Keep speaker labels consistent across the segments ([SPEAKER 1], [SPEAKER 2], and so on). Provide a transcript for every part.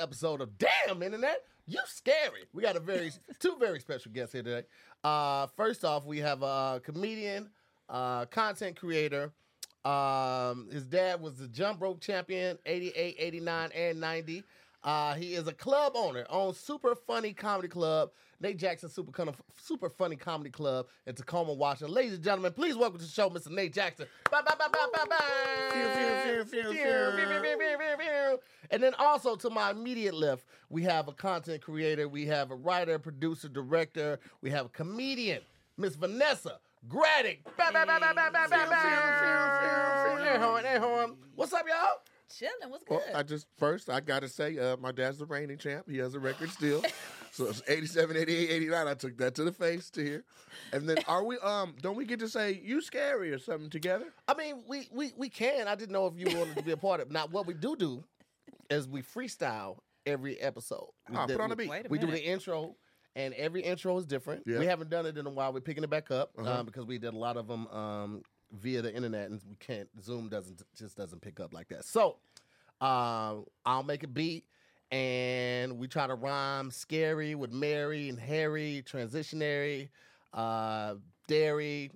[SPEAKER 1] episode of Damn Internet. You scary. We got a very two very special guests here today. Uh, first off, we have a comedian, uh, content creator. Um, his dad was the jump rope champion 88, 89, and 90. Uh, he is a club owner, owns Super Funny Comedy Club, Nate Jackson Super, Con- Super Funny Comedy Club in Tacoma, Washington. Ladies and gentlemen, please welcome to the show Mr. Nate Jackson. Bye, bye, bye, bye, bye, bye.
[SPEAKER 2] Phew, phew, phew, phew,
[SPEAKER 1] Phew, phew, phew, phew, phew. And then also to my immediate left, we have a content creator, we have a writer, producer, director, we have a comedian, Miss Vanessa Graddick. Bye, bye, bye, bye, bye, bye, bye, bye. Air horn, air horn. What's up, y'all?
[SPEAKER 3] Chilling. What's good?
[SPEAKER 2] Well, I just first I gotta say, uh, my dad's the reigning champ. He has a record still. so it's 87, 88, 89. I took that to the face to here. And then are we um don't we get to say you scary or something together?
[SPEAKER 1] I mean, we we we can. I didn't know if you wanted to be a part of. it. Now, what we do do is we freestyle every episode. We
[SPEAKER 2] Ah,
[SPEAKER 1] do-
[SPEAKER 2] put on
[SPEAKER 1] we-
[SPEAKER 2] a beat.
[SPEAKER 3] Wait a
[SPEAKER 1] we do the
[SPEAKER 3] minute.
[SPEAKER 1] intro, and every intro is different.
[SPEAKER 2] Yeah. Uh-huh.
[SPEAKER 1] We haven't done it in a while. We're picking it back up um, because we did a lot of them um, via the internet, and we can't. Zoom doesn't just doesn't pick up like that. So um, I'll make a beat. And we try to rhyme scary with Mary and Harry, transitionary, uh, dairy,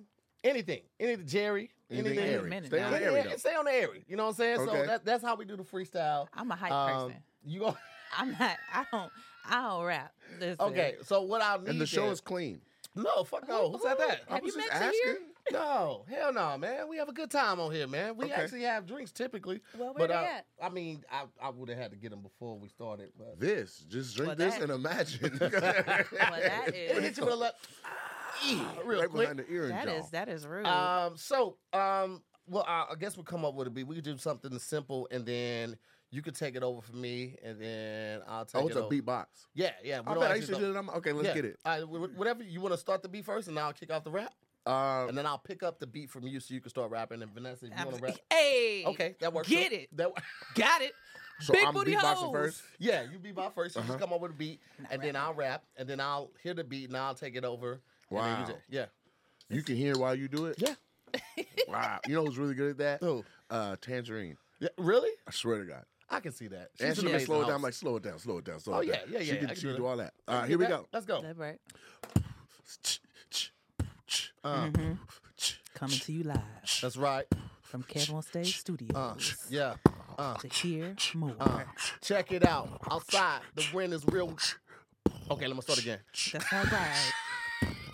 [SPEAKER 1] anything, any Jerry,
[SPEAKER 2] Anything
[SPEAKER 1] anything,
[SPEAKER 2] airy.
[SPEAKER 3] minute
[SPEAKER 2] Stay on
[SPEAKER 3] now.
[SPEAKER 2] the airy
[SPEAKER 1] yeah,
[SPEAKER 2] though.
[SPEAKER 1] Stay on the airy. You know what I'm saying? So
[SPEAKER 2] Okay.
[SPEAKER 1] that, that's how we do the freestyle.
[SPEAKER 3] I'm a hype
[SPEAKER 1] Um,
[SPEAKER 3] person.
[SPEAKER 1] You go.
[SPEAKER 3] I'm not. I don't. I don't rap. Listen.
[SPEAKER 1] Okay, so what I need
[SPEAKER 2] And the show
[SPEAKER 1] then-
[SPEAKER 2] is clean.
[SPEAKER 1] no fuck no. Who said
[SPEAKER 2] I
[SPEAKER 1] that?
[SPEAKER 3] Have
[SPEAKER 2] was
[SPEAKER 3] you
[SPEAKER 2] just
[SPEAKER 3] been to here?
[SPEAKER 2] asking.
[SPEAKER 1] No, hell no, man. We have a good time on here, man. We
[SPEAKER 2] Okay.
[SPEAKER 1] actually have drinks typically.
[SPEAKER 3] Well, where
[SPEAKER 1] but uh,
[SPEAKER 3] they
[SPEAKER 1] I,
[SPEAKER 3] at?
[SPEAKER 1] I mean, I, I would have had to get them before we started. But
[SPEAKER 2] This. Just drink
[SPEAKER 3] Well,
[SPEAKER 2] this
[SPEAKER 3] that-
[SPEAKER 2] and imagine.
[SPEAKER 3] Well, that
[SPEAKER 1] it
[SPEAKER 3] is
[SPEAKER 1] hit you with a le- Ah, real
[SPEAKER 2] right
[SPEAKER 1] quick.
[SPEAKER 2] behind the ear and
[SPEAKER 3] that
[SPEAKER 2] jaw.
[SPEAKER 3] is that is rude.
[SPEAKER 1] Um, so, um, well, I, I guess we'll come up with a beat. We could do something simple, and then you could take it over for me, and then I'll take
[SPEAKER 2] Oh,
[SPEAKER 1] it
[SPEAKER 2] it's a
[SPEAKER 1] over.
[SPEAKER 2] beatbox.
[SPEAKER 1] Yeah, yeah. we
[SPEAKER 2] I
[SPEAKER 1] don't
[SPEAKER 2] bet I
[SPEAKER 1] actually
[SPEAKER 2] used to
[SPEAKER 1] know-
[SPEAKER 2] do that. I'm- Okay, let's
[SPEAKER 1] Yeah.
[SPEAKER 2] get it.
[SPEAKER 1] All right, wh- whatever you want to start the beat first, and I'll kick off the rap,
[SPEAKER 2] Uh,
[SPEAKER 1] and then I'll pick up the beat from you, so you can start rapping. And Vanessa, if you
[SPEAKER 3] I'm-
[SPEAKER 1] want to rap,
[SPEAKER 3] hey.
[SPEAKER 1] okay, that works.
[SPEAKER 3] Get
[SPEAKER 1] too.
[SPEAKER 3] it.
[SPEAKER 1] That.
[SPEAKER 3] Got it.
[SPEAKER 2] so
[SPEAKER 3] Big
[SPEAKER 2] I'm
[SPEAKER 3] booty
[SPEAKER 2] beatboxing
[SPEAKER 3] hoes.
[SPEAKER 2] first.
[SPEAKER 1] Yeah, you be my first. You
[SPEAKER 2] Uh-huh.
[SPEAKER 1] just come up with a beat, and then
[SPEAKER 3] rapping.
[SPEAKER 1] I'll rap, and then I'll hear the beat, and I'll take it over. and then you
[SPEAKER 2] Wow.
[SPEAKER 1] just- yeah.
[SPEAKER 2] You can hear while you do it.
[SPEAKER 1] Yeah.
[SPEAKER 2] Wow. You know who's really good at that?
[SPEAKER 1] Who?
[SPEAKER 2] Uh, Tangerine.
[SPEAKER 1] Yeah. Really?
[SPEAKER 2] I swear to God.
[SPEAKER 1] I can see that. She's
[SPEAKER 2] and she
[SPEAKER 1] an
[SPEAKER 2] can
[SPEAKER 1] amazing
[SPEAKER 2] slow it down.
[SPEAKER 1] host.
[SPEAKER 2] I'm like, slow it down, slow it down, slow
[SPEAKER 1] Oh,
[SPEAKER 2] it down.
[SPEAKER 1] yeah, yeah,
[SPEAKER 2] She
[SPEAKER 1] yeah, I
[SPEAKER 2] can,
[SPEAKER 1] can
[SPEAKER 2] she
[SPEAKER 1] do
[SPEAKER 2] can
[SPEAKER 1] it.
[SPEAKER 2] do all that. All right, here we
[SPEAKER 1] Get
[SPEAKER 2] go.
[SPEAKER 1] back. Let's go.
[SPEAKER 3] That right.
[SPEAKER 2] Uh,
[SPEAKER 3] Coming to you live
[SPEAKER 1] That's right.
[SPEAKER 3] from Kev on Stage Studios
[SPEAKER 1] Yeah. Uh,
[SPEAKER 3] to hear more.
[SPEAKER 1] check it out. Outside, the wind is real. Okay, let me start again.
[SPEAKER 3] That's all right.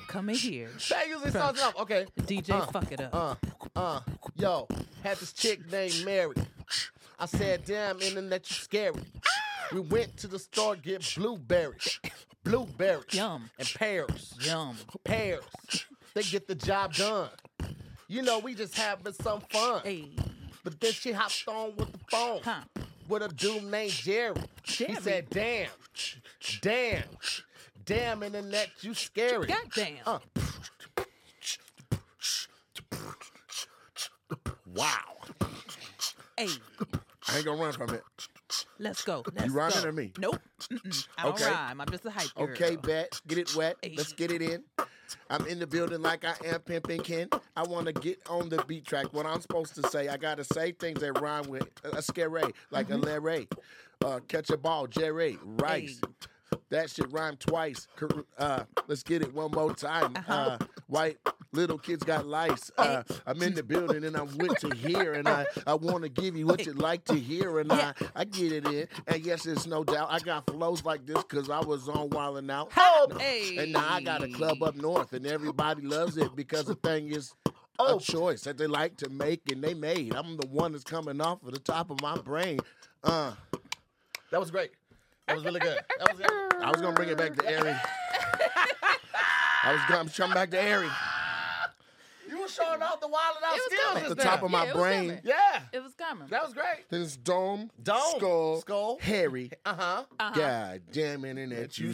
[SPEAKER 3] Come in here,
[SPEAKER 1] That usually starts it off. Okay.
[SPEAKER 3] DJ. fuck it up.
[SPEAKER 1] Uh, uh, yo, had this chick named Mary. I said, damn, internet, you scary. We went to the store to get blueberries. Blueberries.
[SPEAKER 3] Yum.
[SPEAKER 1] And pears.
[SPEAKER 3] Yum.
[SPEAKER 1] Pears. They get the job done. You know, we just having some fun.
[SPEAKER 3] Hey.
[SPEAKER 1] But then she hopped on with the phone
[SPEAKER 3] Huh.
[SPEAKER 1] with a dude named Jerry. He
[SPEAKER 3] Jerry?
[SPEAKER 1] said, "Damn, damn, damn, internet, you scary."
[SPEAKER 3] Goddamn.
[SPEAKER 1] Uh.
[SPEAKER 2] wow.
[SPEAKER 3] Hey.
[SPEAKER 2] I ain't gonna run from it.
[SPEAKER 3] Let's go. Let's
[SPEAKER 2] rhyming
[SPEAKER 3] go.
[SPEAKER 2] or me?
[SPEAKER 3] Nope. Mm-mm. I don't
[SPEAKER 2] Okay.
[SPEAKER 3] rhyme. I'm just a hype girl.
[SPEAKER 2] Okay, bet. Get it wet.
[SPEAKER 3] Hey.
[SPEAKER 2] Let's get it in. I'm in the building like I am pimping Ken. I wanna get on the beat track. What I'm supposed to say, I gotta say things that rhyme with a a scare, like
[SPEAKER 1] Mm-hmm.
[SPEAKER 2] a Larry. Uh, catch a ball, Jerry Rice. That shit rhymed twice. Cor- Uh, let's get it one more time. Uh, white little kids got lice. Uh, I'm in the building and I'm with to hear, and I, I want to give you what you like to hear, and I, I get it in. And yes, it's no doubt I got flows like this because I was on Wildin' Out.
[SPEAKER 1] Oh,
[SPEAKER 3] Hey.
[SPEAKER 2] And now I got a club up north, and everybody loves it because the thing is
[SPEAKER 1] Oh.
[SPEAKER 2] a choice that they like to make, and they made. I'm the one that's coming off of the top of my brain. Uh,
[SPEAKER 1] that was great. That was really good. That was good.
[SPEAKER 2] I was gonna bring it back to Airy. I was gonna come back to Airy.
[SPEAKER 1] You were showing off the wild and out
[SPEAKER 3] It was
[SPEAKER 1] skills
[SPEAKER 3] coming.
[SPEAKER 1] just
[SPEAKER 2] The
[SPEAKER 1] now.
[SPEAKER 2] top of
[SPEAKER 3] Yeah,
[SPEAKER 2] my
[SPEAKER 3] it was
[SPEAKER 2] brain.
[SPEAKER 3] coming.
[SPEAKER 1] Yeah,
[SPEAKER 3] It was coming.
[SPEAKER 1] that was great.
[SPEAKER 2] This dome,
[SPEAKER 1] Dome,
[SPEAKER 2] skull,
[SPEAKER 1] skull.
[SPEAKER 2] Harry.
[SPEAKER 1] Uh huh.
[SPEAKER 3] Uh-huh.
[SPEAKER 2] God damn internet, you,
[SPEAKER 1] You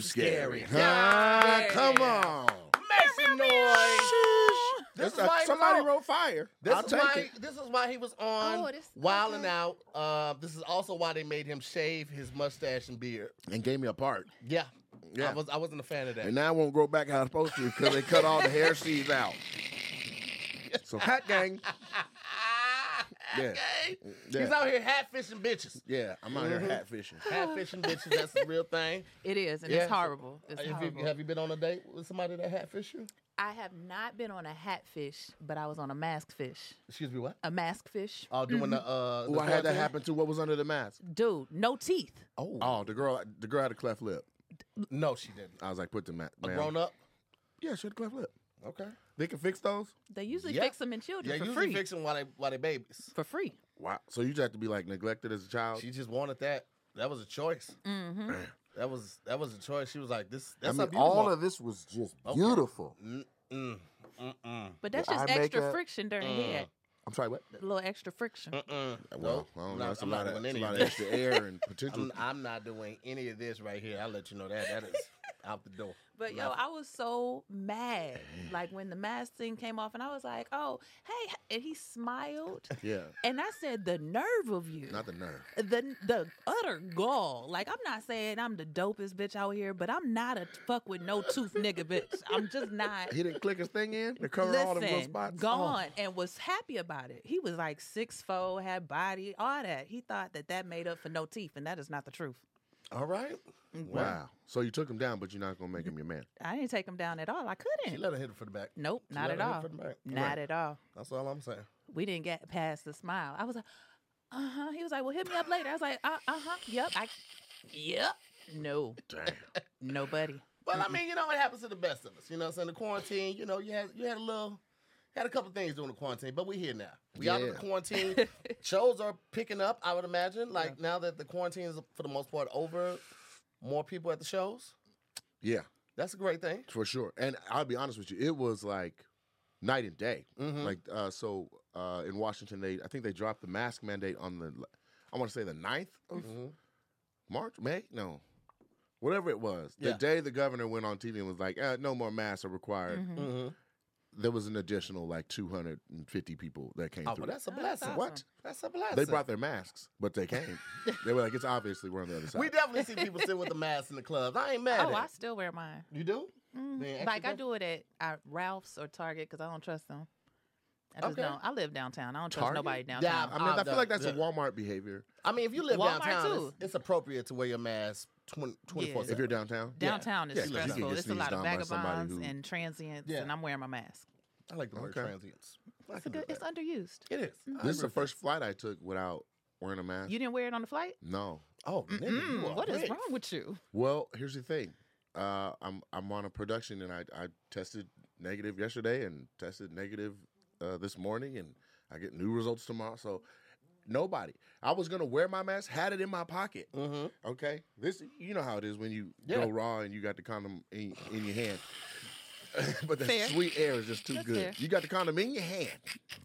[SPEAKER 1] scary.
[SPEAKER 2] scary. Huh?
[SPEAKER 3] Yeah.
[SPEAKER 2] Come on.
[SPEAKER 1] Make some noise. This
[SPEAKER 2] That's
[SPEAKER 1] is
[SPEAKER 2] a-
[SPEAKER 1] why he was
[SPEAKER 2] somebody
[SPEAKER 1] on.
[SPEAKER 2] wrote fire.
[SPEAKER 1] This
[SPEAKER 2] I'll
[SPEAKER 1] is
[SPEAKER 2] take
[SPEAKER 1] why.
[SPEAKER 2] it.
[SPEAKER 1] This is why he was on
[SPEAKER 3] Oh, this-
[SPEAKER 1] Wild
[SPEAKER 3] okay.
[SPEAKER 1] and Out. Uh, this is also why they made him shave his mustache and beard.
[SPEAKER 2] And gave me a part.
[SPEAKER 1] Yeah,
[SPEAKER 2] Yeah.
[SPEAKER 1] I was. I wasn't a fan of that.
[SPEAKER 2] And now I won't grow back how I'm supposed to because they cut all the hair seeds out. So, hat gang. Yeah.
[SPEAKER 1] okay.
[SPEAKER 2] Yeah.
[SPEAKER 1] He's out here hat fishing bitches.
[SPEAKER 2] Yeah, I'm out here
[SPEAKER 3] Mm-hmm.
[SPEAKER 1] Mhm.
[SPEAKER 2] hat fishing.
[SPEAKER 1] Hat fishing bitches, that's the real thing.
[SPEAKER 4] It is, and
[SPEAKER 1] Yeah.
[SPEAKER 4] it's horrible. It's
[SPEAKER 1] have, you,
[SPEAKER 4] horrible.
[SPEAKER 1] have you been on a date with somebody that hat fish you?
[SPEAKER 4] I have not been on a hat fish, but I was on a mask fish.
[SPEAKER 1] Excuse me, what?
[SPEAKER 4] A mask fish.
[SPEAKER 1] Oh, doing the uh
[SPEAKER 2] Ooh,
[SPEAKER 1] the
[SPEAKER 2] I had that
[SPEAKER 1] quarantine?
[SPEAKER 2] happen too. What was under the mask?
[SPEAKER 4] Dude, no teeth.
[SPEAKER 1] Oh,
[SPEAKER 2] Oh, the girl, the girl had a cleft lip.
[SPEAKER 1] no, she didn't.
[SPEAKER 2] I was like, put the mask.
[SPEAKER 1] A grown up.
[SPEAKER 2] Yeah, she had a cleft lip.
[SPEAKER 1] Okay.
[SPEAKER 2] They can fix those.
[SPEAKER 4] They usually
[SPEAKER 1] Yeah.
[SPEAKER 4] fix them in children
[SPEAKER 1] Yeah,
[SPEAKER 4] for
[SPEAKER 1] usually
[SPEAKER 4] free.
[SPEAKER 1] fix them while they while they babies.
[SPEAKER 4] for free.
[SPEAKER 2] Wow. So you just have to be like neglected as a child.
[SPEAKER 1] She just wanted that. That was a choice.
[SPEAKER 4] Mm-hmm.
[SPEAKER 1] That was that was a choice. She was like, "This
[SPEAKER 5] I
[SPEAKER 1] that's
[SPEAKER 5] mean,
[SPEAKER 1] a
[SPEAKER 5] all of this was just
[SPEAKER 1] Okay.
[SPEAKER 5] beautiful.
[SPEAKER 1] Mm-mm, mm-mm,
[SPEAKER 4] But that's
[SPEAKER 5] Yeah,
[SPEAKER 4] just
[SPEAKER 5] I make
[SPEAKER 4] extra
[SPEAKER 5] a-
[SPEAKER 4] friction during
[SPEAKER 1] Mm.
[SPEAKER 4] head.
[SPEAKER 2] I'm sorry. What?
[SPEAKER 4] A little extra friction.
[SPEAKER 1] mm-mm.
[SPEAKER 2] Well,
[SPEAKER 1] Nope,
[SPEAKER 2] I don't
[SPEAKER 1] I'm
[SPEAKER 2] know.
[SPEAKER 1] not-
[SPEAKER 2] That's a
[SPEAKER 1] I'm
[SPEAKER 2] lot
[SPEAKER 1] not doing
[SPEAKER 2] of, that's a
[SPEAKER 1] any
[SPEAKER 2] lot
[SPEAKER 1] of
[SPEAKER 2] of
[SPEAKER 1] this.
[SPEAKER 2] extra air and potential.
[SPEAKER 1] I'm, I'm not doing any of this right here. I'll let you know that that is out the door.
[SPEAKER 4] But yo, I was so mad. Like when the mask thing came off, and I was like, "Oh, hey!" And he smiled,
[SPEAKER 2] yeah,
[SPEAKER 4] and I said, "The nerve of you!"
[SPEAKER 2] not the nerve.
[SPEAKER 4] the the utter gall. Like I'm not saying I'm the dopest bitch out here, but I'm not a fuck with no tooth nigga bitch. I'm just not.
[SPEAKER 2] He didn't click his thing in to cover all them little
[SPEAKER 4] Listen,
[SPEAKER 2] spots.
[SPEAKER 4] gone and was happy about it. He was like six fold, had body, all that. He thought that that made up for no teeth, and that is not the truth.
[SPEAKER 1] All right.
[SPEAKER 2] Wow. So you took him down, but you're not gonna make him your man.
[SPEAKER 4] I didn't take him down at all. I
[SPEAKER 1] She
[SPEAKER 4] couldn't.
[SPEAKER 1] let her hit it for the back.
[SPEAKER 4] Nope,
[SPEAKER 1] She
[SPEAKER 4] not
[SPEAKER 1] let
[SPEAKER 4] at
[SPEAKER 1] her hit it
[SPEAKER 4] all.
[SPEAKER 1] for the back.
[SPEAKER 4] Not
[SPEAKER 1] Right.
[SPEAKER 4] at all.
[SPEAKER 1] That's all I'm saying.
[SPEAKER 4] We didn't get past the smile. I was like, uh huh. He was like, well, hit me up later. I was like, uh huh. Yep. I, yep. No,
[SPEAKER 2] Damn.
[SPEAKER 4] nobody.
[SPEAKER 1] Well, I mean, you know, it happens to the best of us. You know, what I'm saying the quarantine. You know, you had you had a little, had a couple things during the quarantine, but we here now. We out of the
[SPEAKER 2] Yeah.
[SPEAKER 1] quarantine. Shows are picking up. I would imagine, like now that the quarantine is for the most part over, more people at the shows.
[SPEAKER 2] Yeah,
[SPEAKER 1] That's a great thing.
[SPEAKER 2] for sure. And I'll be honest with you, it was like night and day.
[SPEAKER 1] Mhm.
[SPEAKER 2] Like uh, so uh, in Washington, they I think they dropped the mask mandate on the I want to say the 9th of
[SPEAKER 1] Mhm.
[SPEAKER 2] March, May, no, whatever it was. The
[SPEAKER 1] Yeah.
[SPEAKER 2] day the governor went on TV and was like, eh, "No more masks are required."
[SPEAKER 4] Mhm.
[SPEAKER 1] Mm-hmm.
[SPEAKER 2] There was an additional like 250 people that came
[SPEAKER 1] Oh,
[SPEAKER 2] through.
[SPEAKER 1] well, that's a
[SPEAKER 4] Oh, that's
[SPEAKER 1] blessing.
[SPEAKER 4] awesome.
[SPEAKER 2] what?
[SPEAKER 1] That's a blessing.
[SPEAKER 2] They brought their masks, but they came. they were like, "It's obviously we're on the other side."
[SPEAKER 1] We definitely see people sitting with the masks in the clubs. I ain't mad
[SPEAKER 4] Oh, I
[SPEAKER 1] at
[SPEAKER 4] still wear mine.
[SPEAKER 1] it. You do?
[SPEAKER 4] Mm,
[SPEAKER 1] They ain't
[SPEAKER 4] Like
[SPEAKER 1] extra
[SPEAKER 4] I do it at, at Ralph's or Target because I don't trust them. I just
[SPEAKER 1] Okay.
[SPEAKER 4] don't. I live downtown. I don't trust
[SPEAKER 2] Target?
[SPEAKER 4] nobody
[SPEAKER 1] Yeah,
[SPEAKER 4] downtown.
[SPEAKER 2] I mean, I
[SPEAKER 1] I've
[SPEAKER 2] feel like
[SPEAKER 1] done-
[SPEAKER 2] that's a Walmart behavior.
[SPEAKER 1] I mean, if you live
[SPEAKER 4] Walmart,
[SPEAKER 1] downtown,
[SPEAKER 4] too.
[SPEAKER 1] it's, it's appropriate to wear your mask 20, 24
[SPEAKER 2] If
[SPEAKER 1] seven.
[SPEAKER 2] you're downtown,
[SPEAKER 4] Downtown
[SPEAKER 2] Yeah,
[SPEAKER 4] is
[SPEAKER 2] 'cause you get
[SPEAKER 4] stressful. It's a lot
[SPEAKER 2] sneezed
[SPEAKER 4] of
[SPEAKER 2] on by somebody
[SPEAKER 4] vagabonds
[SPEAKER 2] who-
[SPEAKER 4] and transients,
[SPEAKER 1] Yeah.
[SPEAKER 4] and I'm wearing my mask.
[SPEAKER 1] I like the word
[SPEAKER 2] Okay.
[SPEAKER 1] transients. I
[SPEAKER 4] It's, a
[SPEAKER 1] can
[SPEAKER 4] good,
[SPEAKER 1] do
[SPEAKER 4] it's
[SPEAKER 1] that.
[SPEAKER 4] underused.
[SPEAKER 1] It is.
[SPEAKER 4] Mm-hmm.
[SPEAKER 1] I
[SPEAKER 2] this is
[SPEAKER 1] agree
[SPEAKER 2] the
[SPEAKER 1] with
[SPEAKER 2] first flight I took without wearing a mask.
[SPEAKER 4] You didn't wear it on the flight?
[SPEAKER 2] no.
[SPEAKER 1] that. Oh, nigga, you
[SPEAKER 4] Mm,
[SPEAKER 1] are
[SPEAKER 4] what is
[SPEAKER 1] rich.
[SPEAKER 4] wrong with you?
[SPEAKER 2] Well, here's the thing. Uh, I'm I'm on a production and I I tested negative yesterday and tested negative uh, this morning and I get new results tomorrow. So nobody. I was gonna wear my mask, had it in my pocket.
[SPEAKER 1] Mhm.
[SPEAKER 2] Okay, this you know how it is when you
[SPEAKER 1] Yeah.
[SPEAKER 2] go raw and you got the condom in, in your hand. but the
[SPEAKER 4] Fair.
[SPEAKER 2] sweet air is just too
[SPEAKER 4] That's
[SPEAKER 2] good.
[SPEAKER 4] fair.
[SPEAKER 2] You got the condom in your hand.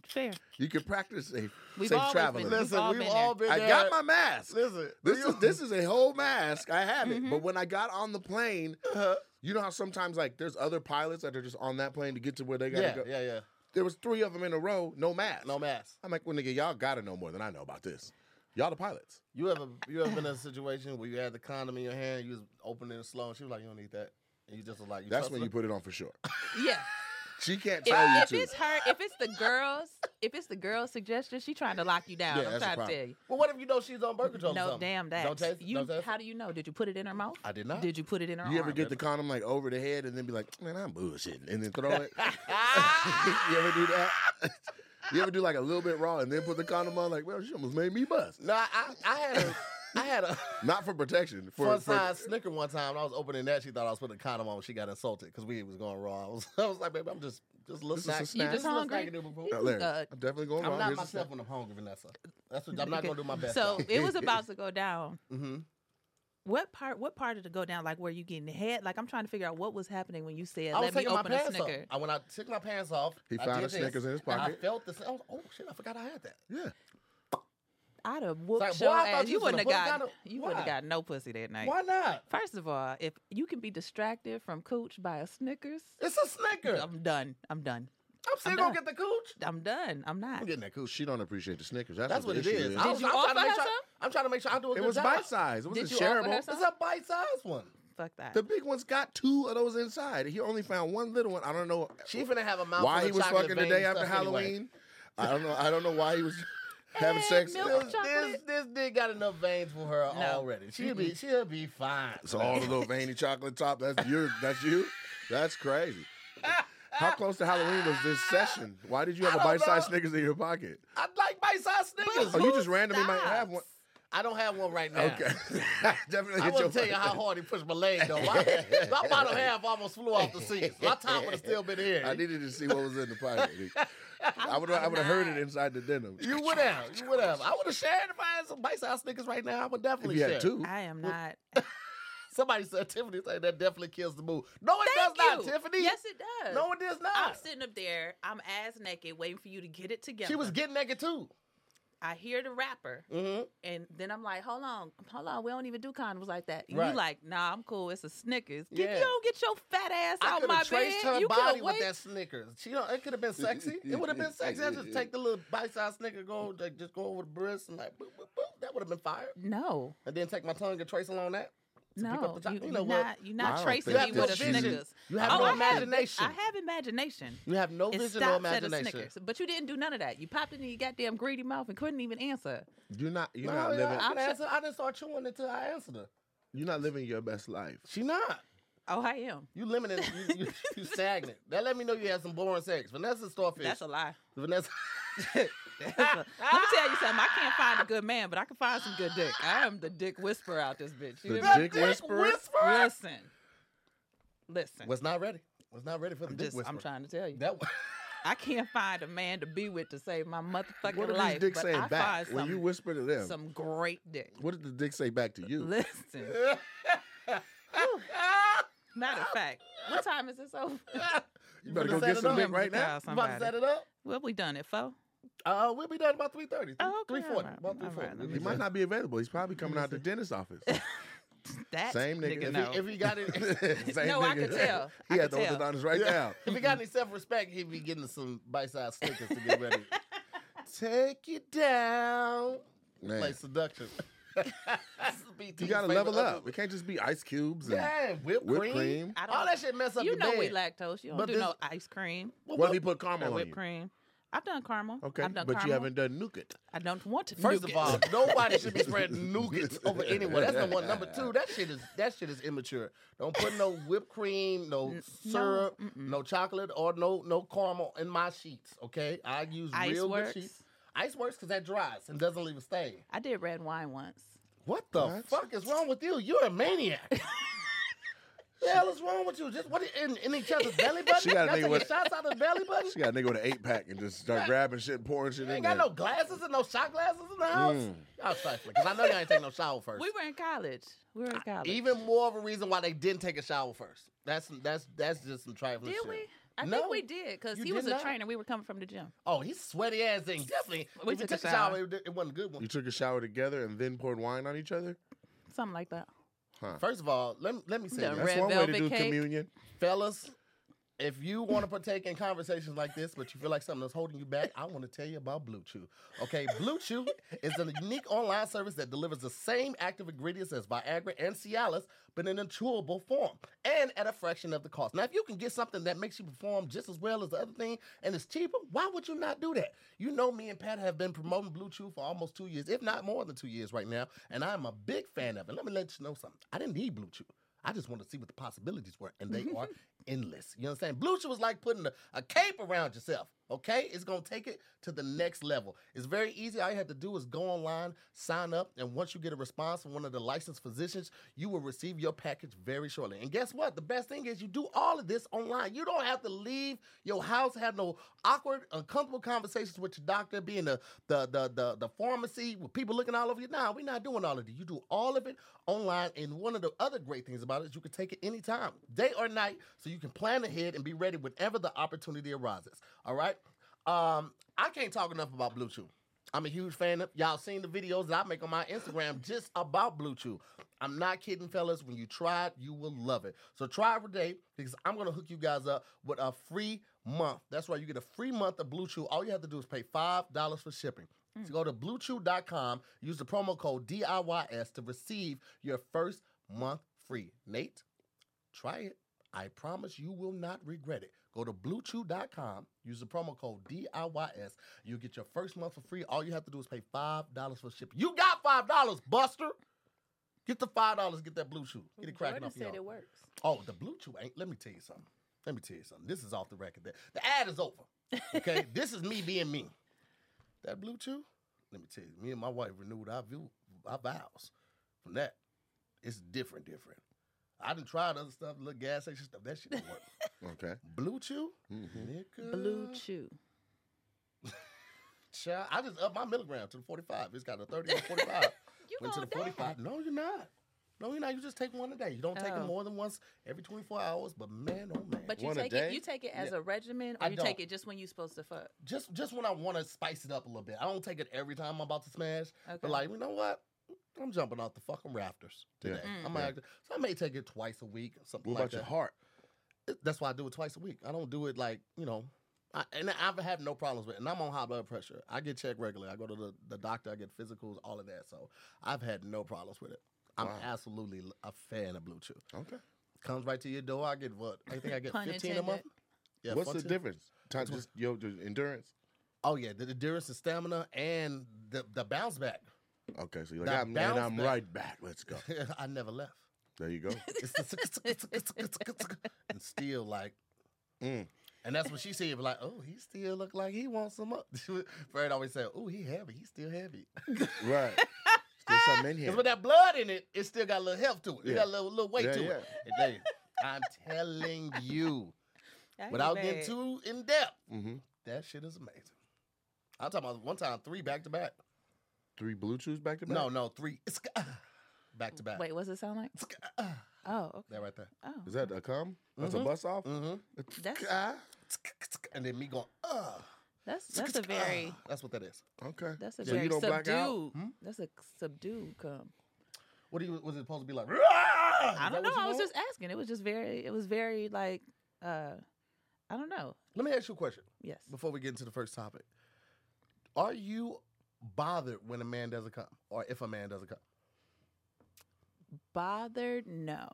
[SPEAKER 4] Fair.
[SPEAKER 2] You can practice safe,
[SPEAKER 4] We've
[SPEAKER 2] safe
[SPEAKER 4] always
[SPEAKER 2] traveling.
[SPEAKER 4] been-
[SPEAKER 1] Listen,
[SPEAKER 4] all
[SPEAKER 1] we've
[SPEAKER 4] been
[SPEAKER 1] all been
[SPEAKER 2] I
[SPEAKER 1] there.
[SPEAKER 2] got my mask.
[SPEAKER 1] Listen,
[SPEAKER 2] This is this is a whole mask. I have
[SPEAKER 4] Mm-hmm.
[SPEAKER 2] it. But when I got on the plane,
[SPEAKER 1] Uh-huh.
[SPEAKER 2] you know how sometimes like there's other pilots that are just on that plane to get to where they gotta
[SPEAKER 1] yeah,
[SPEAKER 2] go.
[SPEAKER 1] yeah, yeah.
[SPEAKER 2] There was three of them in a row, no mask.
[SPEAKER 1] No mask.
[SPEAKER 2] I'm like, well, nigga, y'all gotta know more than I know about this. Y'all the pilots.
[SPEAKER 1] You ever you ever been in a situation where you had the condom in your hand, you was opening it slow, and she was like, "You don't need that," and you just was like, you
[SPEAKER 2] That's
[SPEAKER 1] trust
[SPEAKER 2] when
[SPEAKER 1] her?
[SPEAKER 2] you put it on for sure.
[SPEAKER 4] Yeah.
[SPEAKER 2] She can't
[SPEAKER 4] If,
[SPEAKER 2] tell you
[SPEAKER 4] if
[SPEAKER 2] to.
[SPEAKER 4] it's her, if it's the girls, if it's the girls' suggestion, she trying to lock you down.
[SPEAKER 2] Yeah,
[SPEAKER 4] I'm
[SPEAKER 2] that's a
[SPEAKER 4] trying to
[SPEAKER 2] problem.
[SPEAKER 4] tell you.
[SPEAKER 1] Well, what if you know she's on birth control? or
[SPEAKER 4] No,
[SPEAKER 1] something?
[SPEAKER 4] damn that.
[SPEAKER 1] Don't taste. it,
[SPEAKER 4] you,
[SPEAKER 1] don't taste it?
[SPEAKER 4] how do you know? Did you put it in her mouth?
[SPEAKER 1] I did not.
[SPEAKER 4] Did you put it in her
[SPEAKER 2] You
[SPEAKER 4] arm?
[SPEAKER 2] ever get the condom like over the head and then be like, man, I'm bullshitting, and then throw it.
[SPEAKER 1] Ah!
[SPEAKER 2] you ever do that? you ever do like a little bit raw and then put the condom on like, well, she almost made me bust.
[SPEAKER 1] no, I, I had a, I had a
[SPEAKER 2] Not for protection. For,
[SPEAKER 1] fun
[SPEAKER 2] for-
[SPEAKER 1] size snicker one time. and I was opening that. She thought I was putting a condom on. She got insulted because we was going raw. I was, I was like, baby, I'm just just a little
[SPEAKER 2] This is a
[SPEAKER 1] snack.
[SPEAKER 2] snack.
[SPEAKER 4] You just
[SPEAKER 1] a little
[SPEAKER 4] hungry?
[SPEAKER 1] snack and do boom, boom.
[SPEAKER 2] Uh, Larry,
[SPEAKER 4] Uh,
[SPEAKER 2] I'm definitely going
[SPEAKER 1] I'm
[SPEAKER 2] wrong.
[SPEAKER 1] not
[SPEAKER 2] Here's the
[SPEAKER 1] myself when I'm hungry, Vanessa. That's what I'm not gonna do my best.
[SPEAKER 4] So
[SPEAKER 1] job.
[SPEAKER 4] it was about to go down.
[SPEAKER 1] Mhm.
[SPEAKER 4] What part? What part did it go down? Like, were you getting head? Like, I'm trying to figure out what was happening when you said,
[SPEAKER 1] I was
[SPEAKER 4] "Let me
[SPEAKER 1] taking my
[SPEAKER 4] open a
[SPEAKER 1] pants off.
[SPEAKER 4] snicker."
[SPEAKER 1] I, when I took my pants off,
[SPEAKER 2] He
[SPEAKER 1] I
[SPEAKER 2] found
[SPEAKER 1] did
[SPEAKER 2] a Snickers
[SPEAKER 1] this.
[SPEAKER 2] in his
[SPEAKER 1] And I
[SPEAKER 2] pocket.
[SPEAKER 1] felt this. I was, oh shit! I forgot I had that.
[SPEAKER 2] Yeah.
[SPEAKER 4] I'd have whooped
[SPEAKER 1] like, boy,
[SPEAKER 4] your
[SPEAKER 1] I thought
[SPEAKER 4] ass.
[SPEAKER 1] you
[SPEAKER 4] You
[SPEAKER 1] was
[SPEAKER 4] wouldn't
[SPEAKER 1] gonna
[SPEAKER 4] have
[SPEAKER 1] put it down
[SPEAKER 4] got.
[SPEAKER 1] the-
[SPEAKER 4] You wouldn't
[SPEAKER 1] Why?
[SPEAKER 4] have got no pussy that night.
[SPEAKER 1] Why not?
[SPEAKER 4] First of all, if you can be distracted from cooch by a Snickers,
[SPEAKER 1] It's a Snicker. I'm,
[SPEAKER 4] I'm done. I'm done.
[SPEAKER 1] still
[SPEAKER 4] I'm
[SPEAKER 1] gonna
[SPEAKER 4] done.
[SPEAKER 1] get the cooch.
[SPEAKER 4] I'm done. I'm not.
[SPEAKER 1] I'm getting that cooch.
[SPEAKER 2] She don't appreciate the Snickers. That's,
[SPEAKER 1] That's
[SPEAKER 2] what,
[SPEAKER 1] what it
[SPEAKER 2] the issue
[SPEAKER 1] is. I
[SPEAKER 4] Did
[SPEAKER 1] was-
[SPEAKER 4] you
[SPEAKER 1] I'm trying to
[SPEAKER 4] offer
[SPEAKER 1] make
[SPEAKER 4] her
[SPEAKER 1] sure-
[SPEAKER 4] some?
[SPEAKER 1] I'm trying to make sure I do a
[SPEAKER 2] It
[SPEAKER 1] good
[SPEAKER 2] was
[SPEAKER 1] job.
[SPEAKER 2] bite size. It
[SPEAKER 4] Did
[SPEAKER 2] was
[SPEAKER 4] you offer her
[SPEAKER 2] shareable.
[SPEAKER 4] some?
[SPEAKER 1] It's a bite-sized one.
[SPEAKER 4] Fuck that.
[SPEAKER 2] The big one's got two of those inside. He only found one little one. I don't know
[SPEAKER 1] She finna have a mouthful
[SPEAKER 2] why
[SPEAKER 1] of
[SPEAKER 2] he was
[SPEAKER 1] chocolate
[SPEAKER 2] fucking the
[SPEAKER 1] veins
[SPEAKER 2] day after
[SPEAKER 1] stuff anyway.
[SPEAKER 2] Halloween. I don't know. I don't know why he was. having sex.
[SPEAKER 4] milk
[SPEAKER 1] This,
[SPEAKER 2] It's
[SPEAKER 1] this,
[SPEAKER 4] Chocolate?
[SPEAKER 1] this dick got enough veins for her
[SPEAKER 4] No.
[SPEAKER 1] already. She'll be she'll be fine.
[SPEAKER 2] all the little veiny chocolate top. That's you. That's you. That's crazy. How close to Halloween was this session? Why did you have a
[SPEAKER 1] I don't
[SPEAKER 2] bite-sized
[SPEAKER 1] know.
[SPEAKER 2] Snickers in your pocket?
[SPEAKER 1] I like bite-sized
[SPEAKER 2] Oh,
[SPEAKER 1] Snickers.
[SPEAKER 2] you
[SPEAKER 4] Who
[SPEAKER 2] just randomly might have
[SPEAKER 4] stops?
[SPEAKER 2] one.
[SPEAKER 1] I don't have one right now.
[SPEAKER 2] Okay, definitely.
[SPEAKER 1] I
[SPEAKER 2] hit your
[SPEAKER 1] wouldn't tell you how
[SPEAKER 2] button.
[SPEAKER 1] hard he pushed my leg though. My, my bottom half almost flew off the seat. My top would have still been here.
[SPEAKER 2] I needed to see what was in the pocket. I would I
[SPEAKER 4] I'm
[SPEAKER 2] would have heard
[SPEAKER 4] not.
[SPEAKER 2] it inside the denim.
[SPEAKER 1] you would have. You would have. I would have shared if I had some bite-sized Snickers right now. I would
[SPEAKER 2] If
[SPEAKER 1] definitely
[SPEAKER 2] you
[SPEAKER 1] share.
[SPEAKER 2] had two,
[SPEAKER 4] I am not.
[SPEAKER 1] Somebody said Tiffany said that definitely kills the mood. No, it
[SPEAKER 4] Thank
[SPEAKER 1] does not,
[SPEAKER 4] you.
[SPEAKER 1] Tiffany.
[SPEAKER 4] Yes, it does.
[SPEAKER 1] No, it does
[SPEAKER 4] I'm
[SPEAKER 1] not.
[SPEAKER 4] sitting up there. I'm ass naked, waiting for you to get it together.
[SPEAKER 1] She was getting naked too.
[SPEAKER 4] I hear the rapper,
[SPEAKER 1] Mm-hmm.
[SPEAKER 4] and then I'm like, "Hold on, hold on. We don't even do condoms like that." And
[SPEAKER 1] Right.
[SPEAKER 4] You like, "Nah, I'm cool. It's a Snickers. Get,
[SPEAKER 1] Yeah.
[SPEAKER 4] You don't get your fat ass
[SPEAKER 1] I
[SPEAKER 4] out
[SPEAKER 1] could
[SPEAKER 4] Oh, my
[SPEAKER 1] have traced
[SPEAKER 4] bed.
[SPEAKER 1] her
[SPEAKER 4] you
[SPEAKER 1] body
[SPEAKER 4] can't
[SPEAKER 1] with
[SPEAKER 4] wait.
[SPEAKER 1] that Snickers. She don't, it could have been sexy. It would have been sexy. I just take the little bite-sized Snicker, go like just go over the breast and like boop boop boop. That would have been fire.
[SPEAKER 4] No,
[SPEAKER 1] And then take my tongue and trace along that. to pick up
[SPEAKER 4] no,
[SPEAKER 1] the top.
[SPEAKER 4] you,
[SPEAKER 1] You
[SPEAKER 4] you
[SPEAKER 1] know what?
[SPEAKER 4] not, you're
[SPEAKER 2] I
[SPEAKER 4] not
[SPEAKER 2] don't
[SPEAKER 4] tracing
[SPEAKER 2] think
[SPEAKER 4] me
[SPEAKER 1] You
[SPEAKER 4] with
[SPEAKER 1] have
[SPEAKER 4] a
[SPEAKER 1] no vision.
[SPEAKER 4] Snickers. Oh,
[SPEAKER 1] You have no
[SPEAKER 4] I
[SPEAKER 1] imagination.
[SPEAKER 4] Have, I have imagination.
[SPEAKER 1] You have no
[SPEAKER 4] It
[SPEAKER 1] vision or
[SPEAKER 4] stops at a
[SPEAKER 1] imagination.
[SPEAKER 4] Snickers, but you didn't do none of that. You popped it in your goddamn greedy mouth and couldn't even answer.
[SPEAKER 2] you're not you're
[SPEAKER 1] No,
[SPEAKER 2] not
[SPEAKER 1] I,
[SPEAKER 2] living
[SPEAKER 1] I,
[SPEAKER 4] I'm
[SPEAKER 1] didn't answer, I didn't start chewing until I answered her.
[SPEAKER 2] you're not living your best life.
[SPEAKER 1] She not.
[SPEAKER 4] Oh, I am.
[SPEAKER 1] You limited. You, you, you stagnant. That let me know you had some boring sex. Vanessa Starfish.
[SPEAKER 4] That's a lie.
[SPEAKER 1] Vanessa.
[SPEAKER 4] That's a- let me tell you something. I can't find a good man, but I can find some good dick. I am the dick whisperer out this bitch. You
[SPEAKER 2] The
[SPEAKER 4] hear me?
[SPEAKER 2] Dick whisperer?
[SPEAKER 4] Listen, listen.
[SPEAKER 1] Was not ready. Was not ready for the
[SPEAKER 4] I'm
[SPEAKER 1] dick
[SPEAKER 4] just,
[SPEAKER 1] whisperer.
[SPEAKER 4] I'm trying to tell you.
[SPEAKER 1] That was.
[SPEAKER 4] I can't find a man to be with to save my motherfucking
[SPEAKER 2] What did these
[SPEAKER 4] life.
[SPEAKER 2] dick
[SPEAKER 4] but
[SPEAKER 2] saying
[SPEAKER 4] I
[SPEAKER 2] back
[SPEAKER 4] find
[SPEAKER 2] when
[SPEAKER 4] some,
[SPEAKER 2] you whisper to them?
[SPEAKER 4] some great dick.
[SPEAKER 2] What did the dick say back to you?
[SPEAKER 4] Listen. Matter of fact, what time is this over?
[SPEAKER 1] you
[SPEAKER 2] better
[SPEAKER 1] finna
[SPEAKER 2] go
[SPEAKER 1] set
[SPEAKER 2] get
[SPEAKER 1] it
[SPEAKER 2] some
[SPEAKER 1] up?
[SPEAKER 2] dick
[SPEAKER 4] Remember
[SPEAKER 2] right
[SPEAKER 4] to
[SPEAKER 2] now?
[SPEAKER 4] call
[SPEAKER 1] You about to
[SPEAKER 4] somebody.
[SPEAKER 1] set it up?
[SPEAKER 4] What we done at four?
[SPEAKER 1] Uh, we'll be done about 3.30.
[SPEAKER 4] Oh, okay,
[SPEAKER 1] 3.40.
[SPEAKER 4] alright,
[SPEAKER 1] About 3.40.
[SPEAKER 4] alright, let
[SPEAKER 2] He might not be available. He's probably coming out the dentist's office.
[SPEAKER 4] That
[SPEAKER 2] Same nigga. If he-
[SPEAKER 4] no.
[SPEAKER 1] If he got it, if
[SPEAKER 2] Same
[SPEAKER 4] No, I could tell.
[SPEAKER 2] He
[SPEAKER 4] I
[SPEAKER 2] had the
[SPEAKER 4] could tell.
[SPEAKER 2] orthodontist right now.
[SPEAKER 1] he got any self-respect, he'd be getting some bite-sized stickers to get ready. Take you down.
[SPEAKER 2] Man,
[SPEAKER 1] Play seduction.
[SPEAKER 2] you gotta level up. It can't just be ice cubes and
[SPEAKER 1] Yeah, whipped,
[SPEAKER 2] whipped
[SPEAKER 1] cream.
[SPEAKER 2] cream.
[SPEAKER 4] I don't,
[SPEAKER 1] All that shit mess up
[SPEAKER 4] you
[SPEAKER 1] your
[SPEAKER 4] know
[SPEAKER 1] bed.
[SPEAKER 4] we lactose. You don't
[SPEAKER 1] But
[SPEAKER 4] do
[SPEAKER 1] this-
[SPEAKER 4] no ice cream
[SPEAKER 1] Well,
[SPEAKER 2] What if
[SPEAKER 1] well,
[SPEAKER 2] he put
[SPEAKER 4] or
[SPEAKER 2] caramel on
[SPEAKER 4] whipped
[SPEAKER 2] you?
[SPEAKER 4] cream. I've done caramel.
[SPEAKER 2] Okay,
[SPEAKER 4] I've done
[SPEAKER 2] but
[SPEAKER 4] caramel.
[SPEAKER 2] you haven't done nuke it.
[SPEAKER 4] I don't want to.
[SPEAKER 1] First
[SPEAKER 4] nuke
[SPEAKER 1] of
[SPEAKER 4] it.
[SPEAKER 1] all, nobody should be spreading nougat over anyone. That's number one. Number two, that shit is that shit is immature. Don't put no whipped cream, no syrup,
[SPEAKER 4] mm-mm.
[SPEAKER 1] no, chocolate, or no no caramel in my sheets. Okay, I use
[SPEAKER 4] Ice
[SPEAKER 1] real
[SPEAKER 4] works.
[SPEAKER 1] good sheets. Ice works because that dries and doesn't leave a stain.
[SPEAKER 4] I did red wine once.
[SPEAKER 1] What the
[SPEAKER 2] What?
[SPEAKER 1] fuck is wrong with you? You're a maniac. the hell is wrong with you? Just what in, in each other's belly button?
[SPEAKER 2] She got a
[SPEAKER 1] Y'all taking
[SPEAKER 2] nigga with-
[SPEAKER 1] shots out of the belly button.
[SPEAKER 2] She got a nigga with an eight pack and just start grabbing shit, and pouring
[SPEAKER 1] You
[SPEAKER 2] shit in
[SPEAKER 1] ain't
[SPEAKER 2] there.
[SPEAKER 1] got no glasses and no shot glasses in the house.
[SPEAKER 2] Mm.
[SPEAKER 1] Y'all trifling because I know y'all ain't take no shower first.
[SPEAKER 4] We were in college. We were in college.
[SPEAKER 1] Even more of a reason why they didn't take a shower first. That's that's that's just some trifling
[SPEAKER 4] did
[SPEAKER 1] shit.
[SPEAKER 4] we? I
[SPEAKER 1] No,
[SPEAKER 4] think we did because
[SPEAKER 1] you
[SPEAKER 4] he was
[SPEAKER 1] did
[SPEAKER 4] a
[SPEAKER 1] not.
[SPEAKER 4] trainer. We were coming from the gym.
[SPEAKER 1] Oh, he's sweaty ass and definitely.
[SPEAKER 4] We
[SPEAKER 1] if you
[SPEAKER 4] took a
[SPEAKER 1] took a shower,
[SPEAKER 4] shower.
[SPEAKER 1] it, it wasn't a good one.
[SPEAKER 2] You took a shower together and then poured wine on each other?
[SPEAKER 4] Something like that.
[SPEAKER 2] Huh.
[SPEAKER 1] First of all, let me, let me say
[SPEAKER 4] The
[SPEAKER 1] this.
[SPEAKER 2] That's
[SPEAKER 4] Red
[SPEAKER 2] one way to
[SPEAKER 4] velvet
[SPEAKER 2] do
[SPEAKER 4] cake.
[SPEAKER 2] communion.
[SPEAKER 1] fellas, if you want to partake in conversations like this, but you feel like something that's holding you back, I want to tell you about Blue Chew. Okay, Blue Chew is a unique online service that delivers the same active ingredients as Viagra and Cialis, but in a chewable form and at a fraction of the cost. Now, if you can get something that makes you perform just as well as the other thing and it's cheaper, why would you not do that? You know, me and Pat have been promoting Blue Chew for almost two years, if not more than two years right now, and I'm a big fan of it. Let me let you know something. I didn't need Blue Chew. I just wanted to see what the possibilities were, and they are endless. You know what I'm saying? Blue Chew is like putting a, a cape around yourself. Okay, it's gonna take it to the next level. It's very easy. All you have to do is go online, sign up, and once you get a response from one of the licensed physicians, you will receive your package very shortly. And guess what? The best thing is you do all of this online. You don't have to leave your house, have no awkward, uncomfortable conversations with your doctor, being the the the the, the pharmacy with people looking all over you. Nah, we're not doing all of it. You do all of it online. And one of the other great things about it is you can take it anytime, day or night, so you can plan ahead and be ready whenever the opportunity arises. All right. Um, I can't talk enough about Blue Chew. I'm a huge fan of y'all seen the videos that I make on my Instagram just about Blue Chew. I'm not kidding, fellas. When you try it, you will love it. So try it today because I'm gonna hook you guys up with a free month. That's right, you get a free month of Blue Chew. All you have to do is pay five dollars for shipping.
[SPEAKER 4] Mm.
[SPEAKER 1] So go to bluechew.com, use the promo code DIYS to receive your first month free. Nate, try it. I promise you will not regret it. Go to bluechew.com, use the promo code DIYS. You get your first month for free. All you have to do is pay $5 for shipping. You got $5, Buster. Get the $5, get that Blue Chew. Get it cracking
[SPEAKER 4] Jordan
[SPEAKER 1] off
[SPEAKER 4] said
[SPEAKER 1] y'all.
[SPEAKER 4] it works.
[SPEAKER 1] Oh, the Blue Chew ain't. Let me tell you something. Let me tell you something. This is off the record. The, the ad is over. Okay, this is me being me. That Blue Chew. Let me tell you. Me and my wife renewed our view, our vows. From that, it's different, different. I done tried other stuff, little gas station stuff. That shit don't work.
[SPEAKER 2] Okay.
[SPEAKER 1] Blue Chew,
[SPEAKER 2] Mhm.
[SPEAKER 1] nigga.
[SPEAKER 4] Mm-hmm. Blue Chew.
[SPEAKER 1] Child, I just upped my milligram to the forty-five. It's got a thirty and forty-five.
[SPEAKER 4] You
[SPEAKER 1] Went to the
[SPEAKER 4] gonna die.
[SPEAKER 1] forty-five. No, you're not. No, you're not. You just take one a day. You don't take it
[SPEAKER 4] Oh.
[SPEAKER 1] more than once every twenty-four hours. But man, oh man.
[SPEAKER 4] But you
[SPEAKER 2] One a
[SPEAKER 4] take
[SPEAKER 2] day?
[SPEAKER 4] it. You take it as a regimen, or
[SPEAKER 1] I
[SPEAKER 4] you
[SPEAKER 1] don't.
[SPEAKER 4] take it just when you supposed to fuck.
[SPEAKER 1] just just when I want to spice it up a little bit. I don't take it every time I'm about to smash,
[SPEAKER 4] Okay.
[SPEAKER 1] but like you know what? I'm jumping off the fucking rafters
[SPEAKER 2] Yeah.
[SPEAKER 1] today.
[SPEAKER 4] Mm.
[SPEAKER 1] I might have to- so I may take it twice a week, something
[SPEAKER 2] What
[SPEAKER 1] like
[SPEAKER 2] about
[SPEAKER 1] that.
[SPEAKER 2] your heart?
[SPEAKER 1] It- That's why I do it twice a week. I don't do it like you know. I, and I've had no problems with it. And I'm on high blood pressure. I get checked regularly. I go to the, the doctor. I get physicals, all of that. So I've had no problems with it. I'm
[SPEAKER 2] Wow.
[SPEAKER 1] absolutely a fan of Blue Chew.
[SPEAKER 2] Okay.
[SPEAKER 1] Comes right to your door. I get what? I think I get
[SPEAKER 4] Pun
[SPEAKER 1] 15 a month.
[SPEAKER 4] intended.
[SPEAKER 1] Yeah,
[SPEAKER 2] What's
[SPEAKER 1] 14.
[SPEAKER 2] the difference? Time, just your, your endurance.
[SPEAKER 1] Oh yeah, the endurance and stamina and the the bounce back.
[SPEAKER 2] Okay, so you're like,
[SPEAKER 1] Now
[SPEAKER 2] I'm, and
[SPEAKER 1] bounce
[SPEAKER 2] I'm
[SPEAKER 1] back.
[SPEAKER 2] right back. Let's go.
[SPEAKER 1] I never left.
[SPEAKER 2] There you go.
[SPEAKER 1] It's the and still like,
[SPEAKER 2] Mm.
[SPEAKER 1] and that's what she said. Like, oh, he still look like he wants some up. Fred always said, oh, he heavy. He still heavy.
[SPEAKER 2] right. There's something in
[SPEAKER 1] Because
[SPEAKER 2] here.
[SPEAKER 1] with that blood in it, it still got a little heft to it. It
[SPEAKER 2] Yeah.
[SPEAKER 1] got a little, little weight
[SPEAKER 2] Yeah,
[SPEAKER 1] to it. And they- I'm telling you, without getting too in depth,
[SPEAKER 2] Mm-hmm.
[SPEAKER 1] that shit is amazing. I'm talking about one time three back to back.
[SPEAKER 2] Three blue chews back to back.
[SPEAKER 1] No, no, three it's- ah, back to back. ah,
[SPEAKER 4] Wait, what's it sound like?
[SPEAKER 1] That
[SPEAKER 4] Oh, okay.
[SPEAKER 1] right there.
[SPEAKER 4] Oh,
[SPEAKER 2] Is that a cum? That's
[SPEAKER 1] Mhm.
[SPEAKER 2] a bust off.
[SPEAKER 1] Mm-hmm.
[SPEAKER 4] that's
[SPEAKER 2] Ah,
[SPEAKER 1] and then me going, uh,
[SPEAKER 4] that's that's a very
[SPEAKER 1] that's what that is.
[SPEAKER 2] okay.
[SPEAKER 4] that's a
[SPEAKER 2] So you
[SPEAKER 4] very
[SPEAKER 2] don't black out?
[SPEAKER 4] subdued.
[SPEAKER 1] Hmm?
[SPEAKER 4] That's a subdued cum.
[SPEAKER 1] What do you was it supposed to be like? I
[SPEAKER 4] I don't know. I was just asking. It was just very. It was very like. uh I don't know.
[SPEAKER 1] Let me ask you a question
[SPEAKER 4] Yes.
[SPEAKER 1] before we get into the first topic. Are you bothered when a man doesn't come, or if a man doesn't come?
[SPEAKER 4] Bothered? No.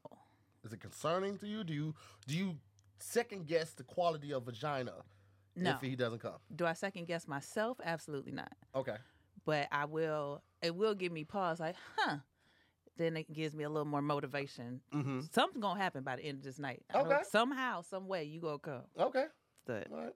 [SPEAKER 1] Is it concerning to you? Do you do you second guess the quality of vagina
[SPEAKER 4] No.
[SPEAKER 1] if he doesn't come?
[SPEAKER 4] Do I second guess myself? Absolutely not.
[SPEAKER 1] Okay,
[SPEAKER 4] But I will. It will give me pause. Like, huh. Then it gives me a little more motivation.
[SPEAKER 1] mm-hmm.
[SPEAKER 4] Something's gonna happen by the end of this night. I know
[SPEAKER 1] Okay.
[SPEAKER 4] somehow, some way, you gonna come.
[SPEAKER 1] okay,
[SPEAKER 4] But
[SPEAKER 1] all right.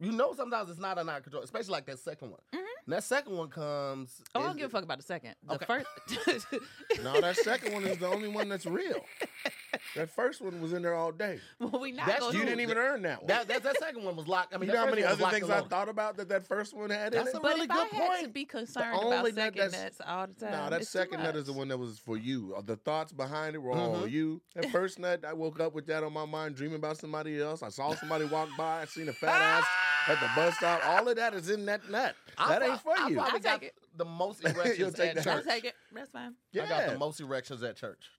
[SPEAKER 1] You know, sometimes it's not an out of control, especially like that second one. And That second one comes.
[SPEAKER 4] Mm-hmm. oh, I
[SPEAKER 1] is-
[SPEAKER 4] don't give a fuck about the second. The
[SPEAKER 1] Okay.
[SPEAKER 4] first.
[SPEAKER 2] No, that second one is the only one that's real. That first one was in there all day.
[SPEAKER 4] well, we not
[SPEAKER 1] That's-
[SPEAKER 4] gonna.
[SPEAKER 2] You
[SPEAKER 1] Dude,
[SPEAKER 2] didn't even earn that one.
[SPEAKER 1] Oh, That, that that second one was locked. I mean,
[SPEAKER 2] you
[SPEAKER 1] that
[SPEAKER 2] know how
[SPEAKER 1] first
[SPEAKER 2] many
[SPEAKER 1] one was
[SPEAKER 2] other
[SPEAKER 1] locked
[SPEAKER 2] things
[SPEAKER 1] and
[SPEAKER 2] I
[SPEAKER 1] loaded.
[SPEAKER 2] thought about that that first one had
[SPEAKER 1] That's a
[SPEAKER 2] in it?
[SPEAKER 4] but
[SPEAKER 1] really
[SPEAKER 4] if
[SPEAKER 1] good
[SPEAKER 4] I had to
[SPEAKER 1] point.
[SPEAKER 4] be concerned about
[SPEAKER 2] only
[SPEAKER 4] second
[SPEAKER 2] nut
[SPEAKER 4] nuts
[SPEAKER 2] that's-
[SPEAKER 4] all the time.
[SPEAKER 2] No, that
[SPEAKER 4] it's too
[SPEAKER 2] second nut is the
[SPEAKER 4] much.
[SPEAKER 2] one that was for you. Uh, The thoughts behind it were all
[SPEAKER 1] Mhm.
[SPEAKER 2] you. Mm-hmm. That first nut, I woke up with that on my mind, dreaming about somebody else. I saw somebody walk by. I seen a fat ass at the bus stop. All of that is in that nut.
[SPEAKER 1] I
[SPEAKER 2] that
[SPEAKER 1] prob-
[SPEAKER 2] ain't for
[SPEAKER 1] I
[SPEAKER 2] you.
[SPEAKER 1] probably
[SPEAKER 4] I'll
[SPEAKER 1] got
[SPEAKER 4] take
[SPEAKER 1] the most
[SPEAKER 2] You'll
[SPEAKER 1] erections
[SPEAKER 2] take
[SPEAKER 1] at
[SPEAKER 2] that.
[SPEAKER 4] I'll
[SPEAKER 1] church.
[SPEAKER 4] take it. That's fine.
[SPEAKER 2] yeah.
[SPEAKER 1] I got the most erections at church.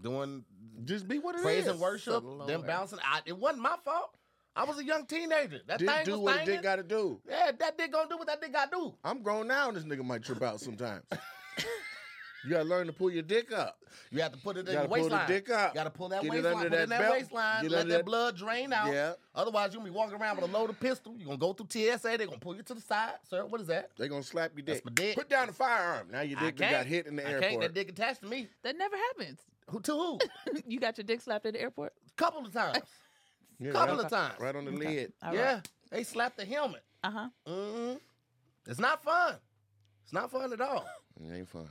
[SPEAKER 1] Doing
[SPEAKER 2] Just be what it is.
[SPEAKER 1] praise and worship,
[SPEAKER 4] Good
[SPEAKER 1] them
[SPEAKER 4] Lord.
[SPEAKER 1] bouncing. I, it wasn't my fault. I was a young teenager. That
[SPEAKER 2] Just
[SPEAKER 1] thing
[SPEAKER 2] do
[SPEAKER 1] was
[SPEAKER 2] what it
[SPEAKER 1] banging.
[SPEAKER 2] dick got to do.
[SPEAKER 1] yeah, that dick gonna do what that dick gotta do.
[SPEAKER 2] I'm grown now, and this nigga might trip out sometimes. you gotta learn to pull your dick up.
[SPEAKER 1] You have to put it in your
[SPEAKER 2] Gotta pull the
[SPEAKER 1] waistline.
[SPEAKER 2] dick up.
[SPEAKER 1] Gotta pull that
[SPEAKER 2] Get it
[SPEAKER 1] waistline.
[SPEAKER 2] under
[SPEAKER 1] put it
[SPEAKER 2] that
[SPEAKER 1] in that
[SPEAKER 2] belt.
[SPEAKER 1] waistline.
[SPEAKER 2] Get
[SPEAKER 1] let
[SPEAKER 2] under
[SPEAKER 1] that
[SPEAKER 2] that-
[SPEAKER 1] blood drain out.
[SPEAKER 2] Yeah.
[SPEAKER 1] Otherwise, you'll be walking around with a loaded pistol. You're gonna go through TSA. They're gonna pull you to the side. Sir, what is that?
[SPEAKER 2] They gonna slap your
[SPEAKER 1] That's
[SPEAKER 2] dick.
[SPEAKER 1] my dick.
[SPEAKER 2] Put down the firearm. Now your
[SPEAKER 1] I
[SPEAKER 2] dick done got
[SPEAKER 1] can't.
[SPEAKER 2] hit in the
[SPEAKER 1] I
[SPEAKER 2] airport.
[SPEAKER 1] can't. That dick attached to me.
[SPEAKER 4] That never happens.
[SPEAKER 1] Who to who?
[SPEAKER 4] you got your dick slapped at the airport.
[SPEAKER 1] Couple of times.
[SPEAKER 2] Yeah,
[SPEAKER 1] Couple
[SPEAKER 2] right,
[SPEAKER 1] of times.
[SPEAKER 2] Right on the lid.
[SPEAKER 1] yeah. They slapped the helmet.
[SPEAKER 4] Uh huh.
[SPEAKER 1] hmm It's not fun. It's not fun at all.
[SPEAKER 2] It ain't fun.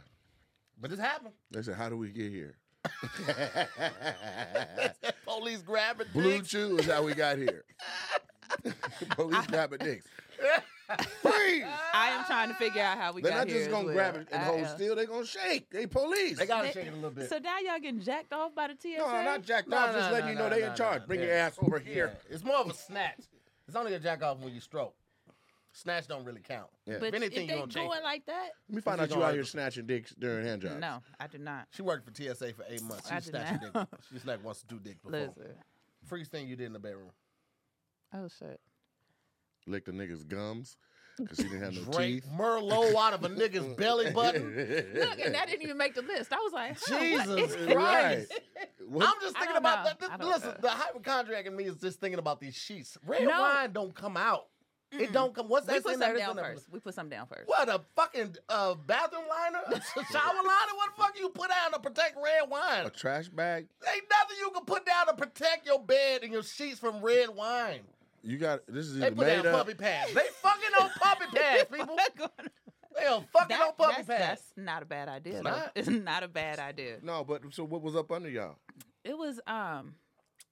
[SPEAKER 1] But it's happened.
[SPEAKER 2] They said, "How do we get here?"
[SPEAKER 1] Police grabbing
[SPEAKER 2] Blue
[SPEAKER 1] dicks.
[SPEAKER 2] Chew is how we got here. Police grabbing dicks. Freeze!
[SPEAKER 4] I am trying to figure out how we
[SPEAKER 2] They're
[SPEAKER 4] got
[SPEAKER 2] not
[SPEAKER 4] here
[SPEAKER 2] just
[SPEAKER 4] as
[SPEAKER 2] gonna
[SPEAKER 4] well.
[SPEAKER 2] grab it and
[SPEAKER 4] I
[SPEAKER 2] hold
[SPEAKER 4] am.
[SPEAKER 2] still. They're gonna shake. They police.
[SPEAKER 1] uh, They gotta
[SPEAKER 4] They-
[SPEAKER 1] shake it a little bit.
[SPEAKER 4] So now y'all getting jacked off by the TSA.
[SPEAKER 2] no, not jacked
[SPEAKER 1] No,
[SPEAKER 2] off.
[SPEAKER 1] no,
[SPEAKER 2] just letting
[SPEAKER 1] no,
[SPEAKER 2] you
[SPEAKER 1] no,
[SPEAKER 2] know they
[SPEAKER 1] no,
[SPEAKER 2] in charge.
[SPEAKER 1] no,
[SPEAKER 2] Bring
[SPEAKER 1] yeah.
[SPEAKER 2] your ass over
[SPEAKER 1] Yeah,
[SPEAKER 2] here.
[SPEAKER 1] It's more of a snatch. It's only a jack off when you stroke. Snatch don't really count.
[SPEAKER 2] Yeah.
[SPEAKER 4] But
[SPEAKER 1] if anything,
[SPEAKER 4] if
[SPEAKER 1] you
[SPEAKER 4] they
[SPEAKER 1] gonna take
[SPEAKER 4] going
[SPEAKER 1] it.
[SPEAKER 4] like that,
[SPEAKER 2] Let me find
[SPEAKER 1] If
[SPEAKER 2] out
[SPEAKER 1] you
[SPEAKER 2] you
[SPEAKER 1] gonna-
[SPEAKER 2] out here snatching dicks during hand jobs.
[SPEAKER 4] no, I do not.
[SPEAKER 1] She worked for TSA for eight months.
[SPEAKER 4] I
[SPEAKER 1] She
[SPEAKER 4] did
[SPEAKER 1] snatched a dick.
[SPEAKER 4] not.
[SPEAKER 1] She snagged once two dick before.
[SPEAKER 4] Listen.
[SPEAKER 1] Freest thing you did in the bedroom.
[SPEAKER 4] Oh shit.
[SPEAKER 2] Lick the nigga's gums because he didn't have no
[SPEAKER 1] Drink
[SPEAKER 2] teeth.
[SPEAKER 1] Merlot out of a nigga's belly button.
[SPEAKER 4] Look, and that didn't even make the list. I was like, huh, what
[SPEAKER 1] Jesus
[SPEAKER 4] is-
[SPEAKER 1] Christ.
[SPEAKER 2] Right. What?
[SPEAKER 1] I'm just
[SPEAKER 4] I
[SPEAKER 1] thinking
[SPEAKER 4] don't
[SPEAKER 1] about
[SPEAKER 4] know.
[SPEAKER 1] that. th-
[SPEAKER 4] I don't
[SPEAKER 1] listen,
[SPEAKER 4] know.
[SPEAKER 1] the hypochondriac in me is just thinking about these sheets. Red
[SPEAKER 4] No.
[SPEAKER 1] wine don't come out. It don't come. Once
[SPEAKER 4] We
[SPEAKER 1] that's
[SPEAKER 4] put
[SPEAKER 1] in there,
[SPEAKER 4] some
[SPEAKER 1] it's in
[SPEAKER 4] down
[SPEAKER 1] there.
[SPEAKER 4] first. We put some down first.
[SPEAKER 1] What a fucking uh, bathroom liner, a shower liner. What the fuck you put down to protect red wine?
[SPEAKER 2] a trash bag.
[SPEAKER 1] Ain't nothing you can put down to protect your bed and your sheets from red wine.
[SPEAKER 2] You got this is
[SPEAKER 1] They
[SPEAKER 2] either
[SPEAKER 1] put
[SPEAKER 2] made
[SPEAKER 1] down
[SPEAKER 2] up.
[SPEAKER 1] puppy pads. They fucking on puppy pads, people. They are fucking
[SPEAKER 4] That-
[SPEAKER 1] on puppy pads.
[SPEAKER 4] that's, that's not a bad idea.
[SPEAKER 1] It's
[SPEAKER 4] though.
[SPEAKER 1] not.
[SPEAKER 4] It's not a bad idea.
[SPEAKER 2] No, but so what was up under y'all?
[SPEAKER 4] It was um,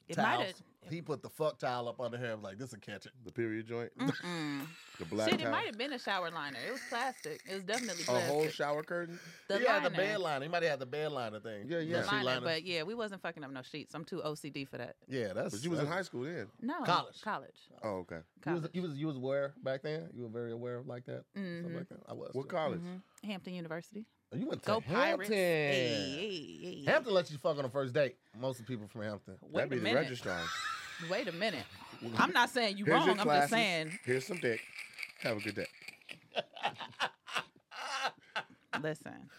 [SPEAKER 4] it might
[SPEAKER 1] Towels.
[SPEAKER 4] have.
[SPEAKER 1] He put the fuck towel up under her. I'm like, this will catch it.
[SPEAKER 2] The period joint,
[SPEAKER 4] Mm.
[SPEAKER 2] the black
[SPEAKER 4] Shit, it
[SPEAKER 2] towel?
[SPEAKER 4] might have been a shower liner. It was plastic. It was definitely
[SPEAKER 2] a
[SPEAKER 4] plastic.
[SPEAKER 2] whole shower curtain.
[SPEAKER 4] the
[SPEAKER 1] he
[SPEAKER 4] liner,
[SPEAKER 1] had the bed liner. He might have had the bed liner thing.
[SPEAKER 2] Yeah, yeah.
[SPEAKER 1] The sheet
[SPEAKER 4] liner,
[SPEAKER 1] liner.
[SPEAKER 4] but yeah, we wasn't fucking up no sheets. I'm too OCD for that.
[SPEAKER 1] yeah, that's.
[SPEAKER 2] But you was in high school then.
[SPEAKER 4] No,
[SPEAKER 1] College.
[SPEAKER 4] college,
[SPEAKER 2] Oh, okay.
[SPEAKER 1] You was,
[SPEAKER 4] college.
[SPEAKER 1] you was you was aware back then. You were very aware of like that. Stuff
[SPEAKER 4] Mhm.
[SPEAKER 1] like that. I was.
[SPEAKER 2] What
[SPEAKER 1] too.
[SPEAKER 2] college?
[SPEAKER 4] Mm-hmm. Hampton University.
[SPEAKER 1] You went to
[SPEAKER 4] Go
[SPEAKER 1] Hampton.
[SPEAKER 4] Pirates! Hey, hey, hey.
[SPEAKER 1] Hampton lets you fuck on the first date. Most of the people from Hampton.
[SPEAKER 4] Wait
[SPEAKER 2] That'd
[SPEAKER 4] a
[SPEAKER 2] be the
[SPEAKER 4] minute.
[SPEAKER 2] registrar.
[SPEAKER 4] Wait a minute. I'm not saying you
[SPEAKER 2] Here's
[SPEAKER 4] wrong.
[SPEAKER 2] your
[SPEAKER 4] I'm just
[SPEAKER 2] classes.
[SPEAKER 4] saying.
[SPEAKER 2] Here's some dick. Have a good day.
[SPEAKER 4] Listen,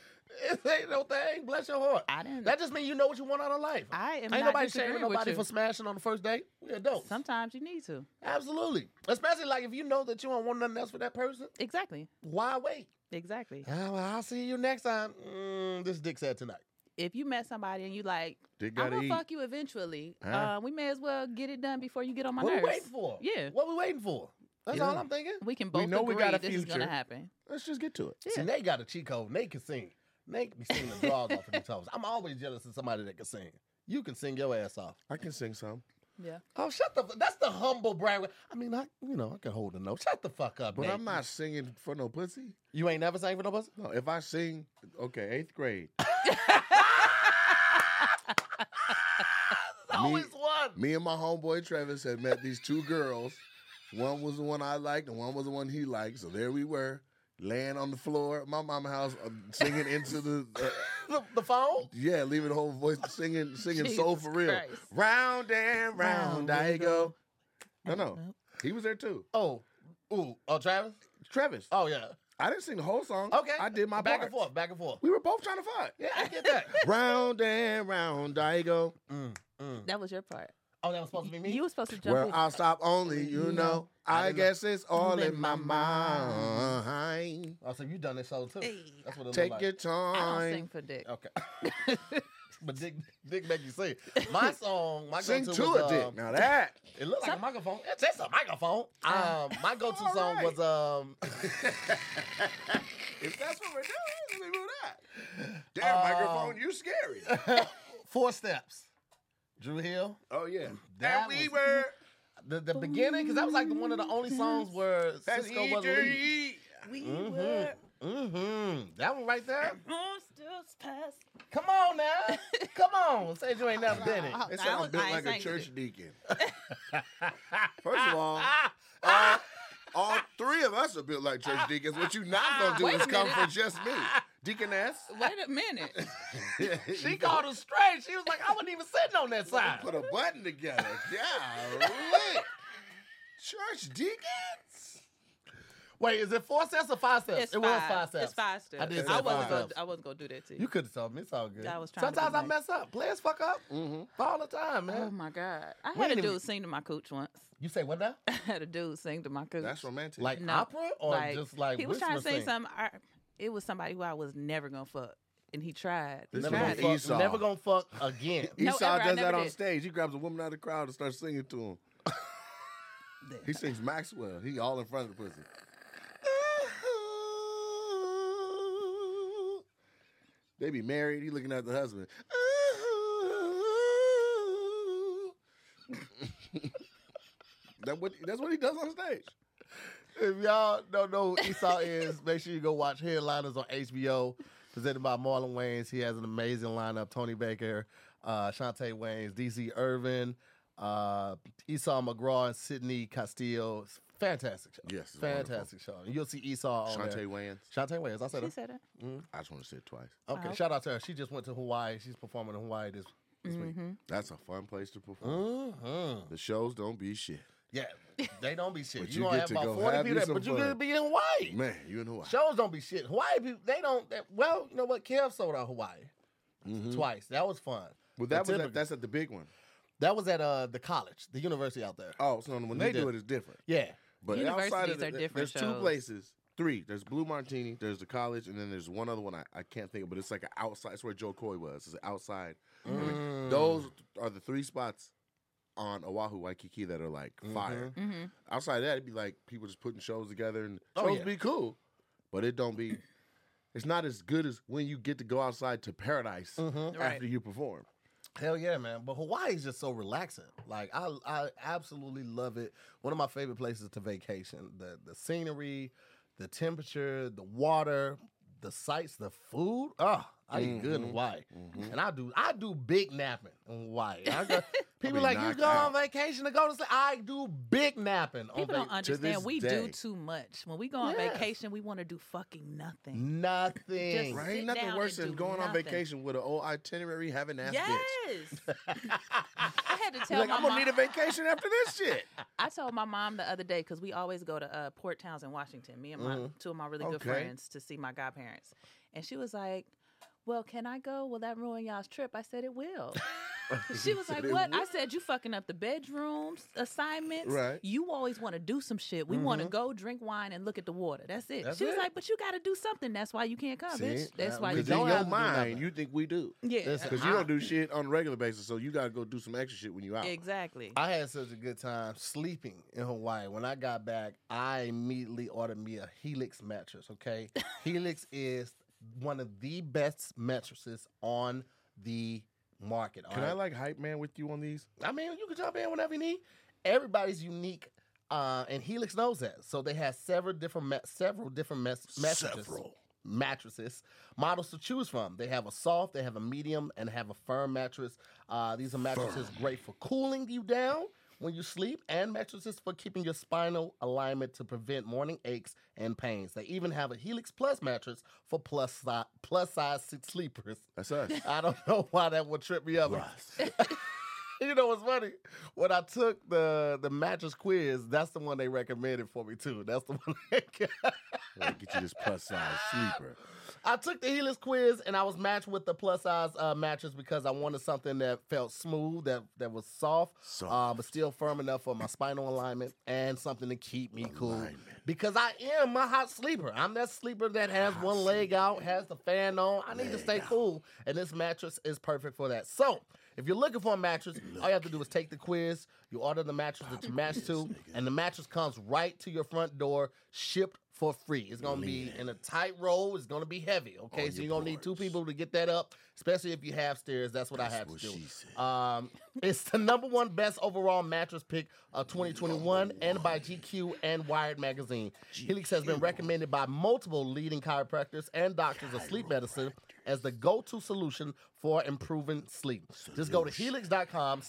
[SPEAKER 1] It ain't no thing. Bless your heart.
[SPEAKER 4] I didn't.
[SPEAKER 1] That just means you know what you want out of life.
[SPEAKER 4] I am
[SPEAKER 1] Ain't
[SPEAKER 4] not
[SPEAKER 1] nobody
[SPEAKER 4] disagreeing
[SPEAKER 1] shaming
[SPEAKER 4] with
[SPEAKER 1] nobody
[SPEAKER 4] you.
[SPEAKER 1] for smashing on the first date. We adults.
[SPEAKER 4] Sometimes you need to.
[SPEAKER 1] Absolutely. Especially like if you know that you don't want nothing else for that person.
[SPEAKER 4] Exactly.
[SPEAKER 1] Why wait?
[SPEAKER 4] Exactly.
[SPEAKER 1] Ah, well, I'll see you next time. Mm, this dick said tonight.
[SPEAKER 4] If you met somebody and you like,
[SPEAKER 2] Dick
[SPEAKER 4] I'm
[SPEAKER 2] gotta
[SPEAKER 4] gonna
[SPEAKER 2] eat.
[SPEAKER 4] fuck you eventually.
[SPEAKER 2] Huh?
[SPEAKER 4] Uh, we may as well get it done before you get on my
[SPEAKER 1] what
[SPEAKER 4] nerves.
[SPEAKER 1] we waiting for?
[SPEAKER 4] Yeah.
[SPEAKER 1] What we waiting for? That's
[SPEAKER 2] Yeah.
[SPEAKER 1] all I'm thinking.
[SPEAKER 4] We can
[SPEAKER 2] We
[SPEAKER 4] both
[SPEAKER 2] know we
[SPEAKER 4] agree
[SPEAKER 2] got a
[SPEAKER 4] this is gonna
[SPEAKER 2] future.
[SPEAKER 4] happen.
[SPEAKER 2] Let's just get to it.
[SPEAKER 1] See, they got a cheat code. They can sing. They can sing the draws off of these hoes. I'm always jealous of somebody that can sing. You can sing your ass off.
[SPEAKER 2] I can sing some.
[SPEAKER 4] Yeah.
[SPEAKER 1] Oh, shut the. f- That's the humble brag. I mean, I you know I can hold a note. Shut the fuck up,
[SPEAKER 2] But
[SPEAKER 1] Nate.
[SPEAKER 2] I'm not singing for no pussy.
[SPEAKER 1] You ain't never sang for no pussy.
[SPEAKER 2] No, if I sing, okay, eighth grade.
[SPEAKER 1] It's always one.
[SPEAKER 2] Me and my homeboy Travis had met these two girls. One was the one I liked, and one was the one he liked. So there we were, laying on the floor at my mama house, uh, singing into the uh,
[SPEAKER 1] The, the phone.
[SPEAKER 2] yeah, leaving the whole voice singing, singing soul
[SPEAKER 4] Jesus
[SPEAKER 2] for real.
[SPEAKER 4] Christ.
[SPEAKER 2] Round and round,
[SPEAKER 4] Round
[SPEAKER 2] I
[SPEAKER 4] and Mm-hmm.
[SPEAKER 2] go. No, no, he was there too.
[SPEAKER 1] Oh, ooh. Oh, Travis.
[SPEAKER 2] Travis,
[SPEAKER 1] Oh yeah.
[SPEAKER 2] I didn't sing the whole song.
[SPEAKER 1] Okay.
[SPEAKER 2] I did my
[SPEAKER 1] back
[SPEAKER 2] part.
[SPEAKER 1] and forth. Back and forth.
[SPEAKER 2] We were both trying to fight.
[SPEAKER 1] Yeah, I get that.
[SPEAKER 2] round and round, I go.
[SPEAKER 1] Mm, mm.
[SPEAKER 4] That was your part.
[SPEAKER 1] Oh, that was supposed to be me.
[SPEAKER 4] You were supposed to jump
[SPEAKER 2] Well,
[SPEAKER 4] in.
[SPEAKER 2] I'll stop only, you know. I,
[SPEAKER 1] didn't know.
[SPEAKER 2] guess it's all in my mind.
[SPEAKER 1] oh, so you done this song too.
[SPEAKER 4] Hey.
[SPEAKER 1] That's what it
[SPEAKER 2] Take
[SPEAKER 1] look like.
[SPEAKER 2] your
[SPEAKER 4] I don't
[SPEAKER 2] time.
[SPEAKER 4] sing for dick.
[SPEAKER 1] Okay. but Dick, Dick make you sing. My song, my
[SPEAKER 2] Sing
[SPEAKER 1] go-to
[SPEAKER 2] to
[SPEAKER 1] was,
[SPEAKER 2] it,
[SPEAKER 1] um,
[SPEAKER 2] dick. Now that.
[SPEAKER 1] It looked like a microphone. It's just a microphone.
[SPEAKER 4] Uh.
[SPEAKER 1] Um, my go-to
[SPEAKER 2] All
[SPEAKER 1] song
[SPEAKER 2] right.
[SPEAKER 1] was um,
[SPEAKER 2] If that's what we're doing, we do that. Damn,
[SPEAKER 1] Um,
[SPEAKER 2] microphone, you scary.
[SPEAKER 1] Four Steps. Drew Hill.
[SPEAKER 2] Oh, yeah.
[SPEAKER 1] That
[SPEAKER 2] and we
[SPEAKER 1] was-
[SPEAKER 2] were.
[SPEAKER 1] The the beginning, because that was like the, one of the only songs where
[SPEAKER 2] That's
[SPEAKER 1] Cisco was lead.
[SPEAKER 2] E.J.E..
[SPEAKER 4] We
[SPEAKER 1] were Mm-hmm. That one right there.
[SPEAKER 4] on stilts past.
[SPEAKER 1] Come on now. Come on. Say you ain't never did it.
[SPEAKER 2] It
[SPEAKER 4] I
[SPEAKER 2] sounds
[SPEAKER 4] was- I
[SPEAKER 2] built
[SPEAKER 4] ain't
[SPEAKER 2] like a
[SPEAKER 4] sang
[SPEAKER 2] church
[SPEAKER 4] it.
[SPEAKER 2] deacon. First of all,
[SPEAKER 1] Ah,
[SPEAKER 2] all, all three of us are built like church deacons. What you not gonna do
[SPEAKER 4] Wait a
[SPEAKER 2] is come for
[SPEAKER 4] minute.
[SPEAKER 2] just me, deaconess.
[SPEAKER 4] Wait a minute.
[SPEAKER 1] she called us straight. She was like, I wasn't even sitting on that side.
[SPEAKER 2] Put a button together. Golly. Church deacons?
[SPEAKER 1] Wait, is it four steps or five steps?
[SPEAKER 4] It's
[SPEAKER 1] it
[SPEAKER 4] five.
[SPEAKER 1] was five steps.
[SPEAKER 4] It's five steps.
[SPEAKER 1] I did say
[SPEAKER 4] I
[SPEAKER 1] five
[SPEAKER 4] wasn't gonna,
[SPEAKER 1] steps.
[SPEAKER 4] I wasn't gonna do that to you.
[SPEAKER 1] You could have told me. It's all good.
[SPEAKER 4] I was trying to be
[SPEAKER 1] Sometimes I
[SPEAKER 4] nice.
[SPEAKER 1] mess up. Players fuck up
[SPEAKER 2] Mm-hmm.
[SPEAKER 1] all the time, man.
[SPEAKER 4] Oh my god! I
[SPEAKER 1] We
[SPEAKER 4] had a
[SPEAKER 1] ain't
[SPEAKER 4] dude
[SPEAKER 1] even-
[SPEAKER 4] sing to my cooch once.
[SPEAKER 1] you say what now?
[SPEAKER 4] I had a dude sing to my cooch.
[SPEAKER 2] That's romantic.
[SPEAKER 1] Like
[SPEAKER 4] No.
[SPEAKER 1] opera or
[SPEAKER 4] Like,
[SPEAKER 1] just like
[SPEAKER 4] he was trying to
[SPEAKER 1] whisper
[SPEAKER 4] sing
[SPEAKER 1] sing?
[SPEAKER 4] something. I, it was somebody who I was never gonna fuck, and he tried. He
[SPEAKER 2] This
[SPEAKER 1] Never
[SPEAKER 2] was
[SPEAKER 1] gonna,
[SPEAKER 4] tried
[SPEAKER 2] on
[SPEAKER 4] it.
[SPEAKER 1] fuck,
[SPEAKER 2] Esau.
[SPEAKER 1] never gonna fuck again.
[SPEAKER 4] No,
[SPEAKER 2] Esau
[SPEAKER 4] Ever, I
[SPEAKER 2] does that
[SPEAKER 4] never
[SPEAKER 2] on
[SPEAKER 4] did.
[SPEAKER 2] stage. He grabs a woman out of the crowd and starts singing to him. He sings Maxwell. He all in front of the pussy. They be married. He looking at the husband. that what, that's what he does on stage.
[SPEAKER 1] if y'all don't know who Esau is, make sure you go watch Headliners on HBO, presented by Marlon Wayans. He has an amazing lineup: Tony Baker, uh, Shantae Waynes, DC Irvin, uh, Esau McGraw, and Sydney Castillo. It's fantastic show.
[SPEAKER 2] Yes, it's
[SPEAKER 1] fantastic show. And You'll see Esau on there.
[SPEAKER 2] Shantae Wayans.
[SPEAKER 1] Shantae Wayans. I said
[SPEAKER 4] She
[SPEAKER 1] it.
[SPEAKER 4] said it.
[SPEAKER 2] Oh, I just want to say it twice.
[SPEAKER 1] Okay,
[SPEAKER 4] Oh.
[SPEAKER 1] shout out to her. She just went to Hawaii. She's performing in Hawaii this this week.
[SPEAKER 4] Mhm.
[SPEAKER 2] That's a fun place to perform.
[SPEAKER 1] hmm
[SPEAKER 2] The shows don't be shit.
[SPEAKER 1] Yeah, they don't be shit.
[SPEAKER 2] Uh-huh. But
[SPEAKER 1] you
[SPEAKER 2] you
[SPEAKER 1] gonna
[SPEAKER 2] get
[SPEAKER 1] have
[SPEAKER 2] to
[SPEAKER 1] about
[SPEAKER 2] go
[SPEAKER 1] forty
[SPEAKER 2] have
[SPEAKER 1] people,
[SPEAKER 2] you
[SPEAKER 1] there,
[SPEAKER 2] some
[SPEAKER 1] but you
[SPEAKER 2] fun.
[SPEAKER 1] gonna be in Hawaii.
[SPEAKER 2] Man, you in Hawaii.
[SPEAKER 1] Shows don't be shit. Hawaii people, they don't. They, well, you know what? Kev sold out Hawaii
[SPEAKER 2] Mhm.
[SPEAKER 1] twice. That was fun.
[SPEAKER 2] Well, that was
[SPEAKER 1] Typical.
[SPEAKER 2] at, that's at the big one.
[SPEAKER 1] That was at uh the college, the university out there.
[SPEAKER 2] Oh, so when
[SPEAKER 1] We
[SPEAKER 2] they
[SPEAKER 1] did.
[SPEAKER 2] do it, it's different.
[SPEAKER 1] Yeah.
[SPEAKER 2] But
[SPEAKER 4] Universities
[SPEAKER 2] outside of
[SPEAKER 4] are
[SPEAKER 2] the, th-
[SPEAKER 4] different
[SPEAKER 2] There's two
[SPEAKER 4] shows.
[SPEAKER 2] places. Three. There's Blue Martini. There's the college, and then there's one other one I, I can't think of, but it's like an outside. It's where Joe Coy was. It's an outside.
[SPEAKER 1] Mm.
[SPEAKER 2] Those are the three spots on Oahu, Waikiki that are like fire.
[SPEAKER 4] Mm-hmm.
[SPEAKER 2] Outside of that, it'd be like people just putting shows together, and
[SPEAKER 1] Oh,
[SPEAKER 2] shows
[SPEAKER 1] yeah.
[SPEAKER 2] be cool, but it don't be. It's not as good as when you get to go outside to paradise
[SPEAKER 1] Mhm.
[SPEAKER 4] Right.
[SPEAKER 2] after you perform.
[SPEAKER 1] Hell yeah, man. But Hawaii's just so relaxing. Like I I absolutely love it. One of my favorite places to vacation. The the scenery, the temperature, the water, the sights, the food. Oh, I eat good in
[SPEAKER 2] Mhm.
[SPEAKER 1] Hawaii. And I do I do big napping in Hawaii. I go, people
[SPEAKER 2] be
[SPEAKER 1] like you
[SPEAKER 2] knocked
[SPEAKER 1] go on vacation to go to sleep. I do big napping on
[SPEAKER 3] People don't
[SPEAKER 1] vacation.
[SPEAKER 3] understand.
[SPEAKER 2] this
[SPEAKER 3] We
[SPEAKER 2] day.
[SPEAKER 3] do too much. When we go on
[SPEAKER 1] Yeah.
[SPEAKER 3] vacation, we want to do fucking nothing.
[SPEAKER 1] Nothing.
[SPEAKER 3] Just-
[SPEAKER 2] Right?
[SPEAKER 3] Sit
[SPEAKER 2] Ain't nothing
[SPEAKER 3] down
[SPEAKER 2] worse
[SPEAKER 3] and
[SPEAKER 2] than
[SPEAKER 3] do
[SPEAKER 2] going on
[SPEAKER 3] nothing.
[SPEAKER 2] vacation with an old itinerary having ass
[SPEAKER 3] yes.
[SPEAKER 2] bitch.
[SPEAKER 4] I had to
[SPEAKER 2] You're
[SPEAKER 4] tell
[SPEAKER 2] like,
[SPEAKER 4] my
[SPEAKER 2] I'm gonna
[SPEAKER 4] mom.
[SPEAKER 2] need a vacation after this shit.
[SPEAKER 4] I told my mom the other day because we always go to uh, Port Townsend, Washington. Me and my two of my really good
[SPEAKER 2] Mm-hmm. Okay.
[SPEAKER 4] friends to see my godparents, and she was like, "Well, can I go? Will that ruin y'all's trip?" I said, "It will." she was like,
[SPEAKER 2] It
[SPEAKER 4] "What?" I
[SPEAKER 2] will.
[SPEAKER 4] said, "You fucking up the bedrooms, assignments.
[SPEAKER 2] Right. Mm-hmm.
[SPEAKER 4] You always want to do some shit. We want to go drink wine and look at the water. That's it."
[SPEAKER 1] That's
[SPEAKER 4] she was
[SPEAKER 1] it.
[SPEAKER 4] like, "But you got to do something. That's why you can't come,
[SPEAKER 2] See?
[SPEAKER 4] bitch. That's
[SPEAKER 1] Uh,
[SPEAKER 4] why
[SPEAKER 1] we
[SPEAKER 4] you
[SPEAKER 2] Because
[SPEAKER 1] don't
[SPEAKER 2] in
[SPEAKER 1] have
[SPEAKER 2] your
[SPEAKER 1] to do nothing.
[SPEAKER 2] mind, you think we do.
[SPEAKER 4] Yeah,
[SPEAKER 1] Listen,
[SPEAKER 2] Because you don't do shit on a regular basis, so you gotta go do some extra shit when you out.
[SPEAKER 4] exactly.
[SPEAKER 1] I had such a good time sleeping in Hawaii. When I got back, I immediately ordered me a Helix mattress. Okay, Helix is one of the best mattresses on the market.
[SPEAKER 2] Can I
[SPEAKER 1] alright?
[SPEAKER 2] like hype man with you on these?
[SPEAKER 1] I mean, you can jump in whenever you need. Everybody's unique, uh, and Helix knows that. So they have several different ma- several different mes- mattresses. Mattresses models to choose from. They have a soft, they have a medium, and have a firm mattress. Uh, these are mattresses great for cooling you down when you sleep, and mattresses for keeping your spinal alignment to prevent morning aches and pains. They even have a Helix Plus mattress for plus si- plus size sleepers.
[SPEAKER 2] That's us.
[SPEAKER 1] I don't know why that would trip me up you know what's funny? When I took the the mattress quiz, that's the one they recommended for me too. That's the one. They
[SPEAKER 2] Like, get you this plus size sleeper.
[SPEAKER 1] I took the Helix quiz and I was matched with the plus size uh, mattress because I wanted something that felt smooth, that that was soft, Uh,
[SPEAKER 2] Soft.
[SPEAKER 1] but still firm enough for my spinal alignment and something to keep me cool.
[SPEAKER 2] Alignment.
[SPEAKER 1] Because I am a hot sleeper. I'm that sleeper that has
[SPEAKER 2] Hot
[SPEAKER 1] one leg
[SPEAKER 2] sleeper.
[SPEAKER 1] out, has the fan on. I need to
[SPEAKER 2] Leg
[SPEAKER 1] stay
[SPEAKER 2] out.
[SPEAKER 1] cool, and this mattress is perfect for that. So. If you're looking for a mattress, all you have to do is take the quiz. You order the mattress that you match to, and the mattress comes right to your front door, shipped for free. It's gonna be in a tight roll. It's gonna be heavy. Okay,
[SPEAKER 2] On
[SPEAKER 1] so
[SPEAKER 2] your
[SPEAKER 1] you're gonna need two
[SPEAKER 2] porch.
[SPEAKER 1] people to get that up, especially if you have stairs. That's what I
[SPEAKER 2] That's
[SPEAKER 1] have
[SPEAKER 2] what
[SPEAKER 1] to do.
[SPEAKER 2] she said.
[SPEAKER 1] Um, it's the number one best overall mattress pick of 2021, and by GQ and Wired magazine. Helix has been recommended by multiple leading chiropractors and doctors of sleep medicine as the go-to solution for improving sleep. Just go to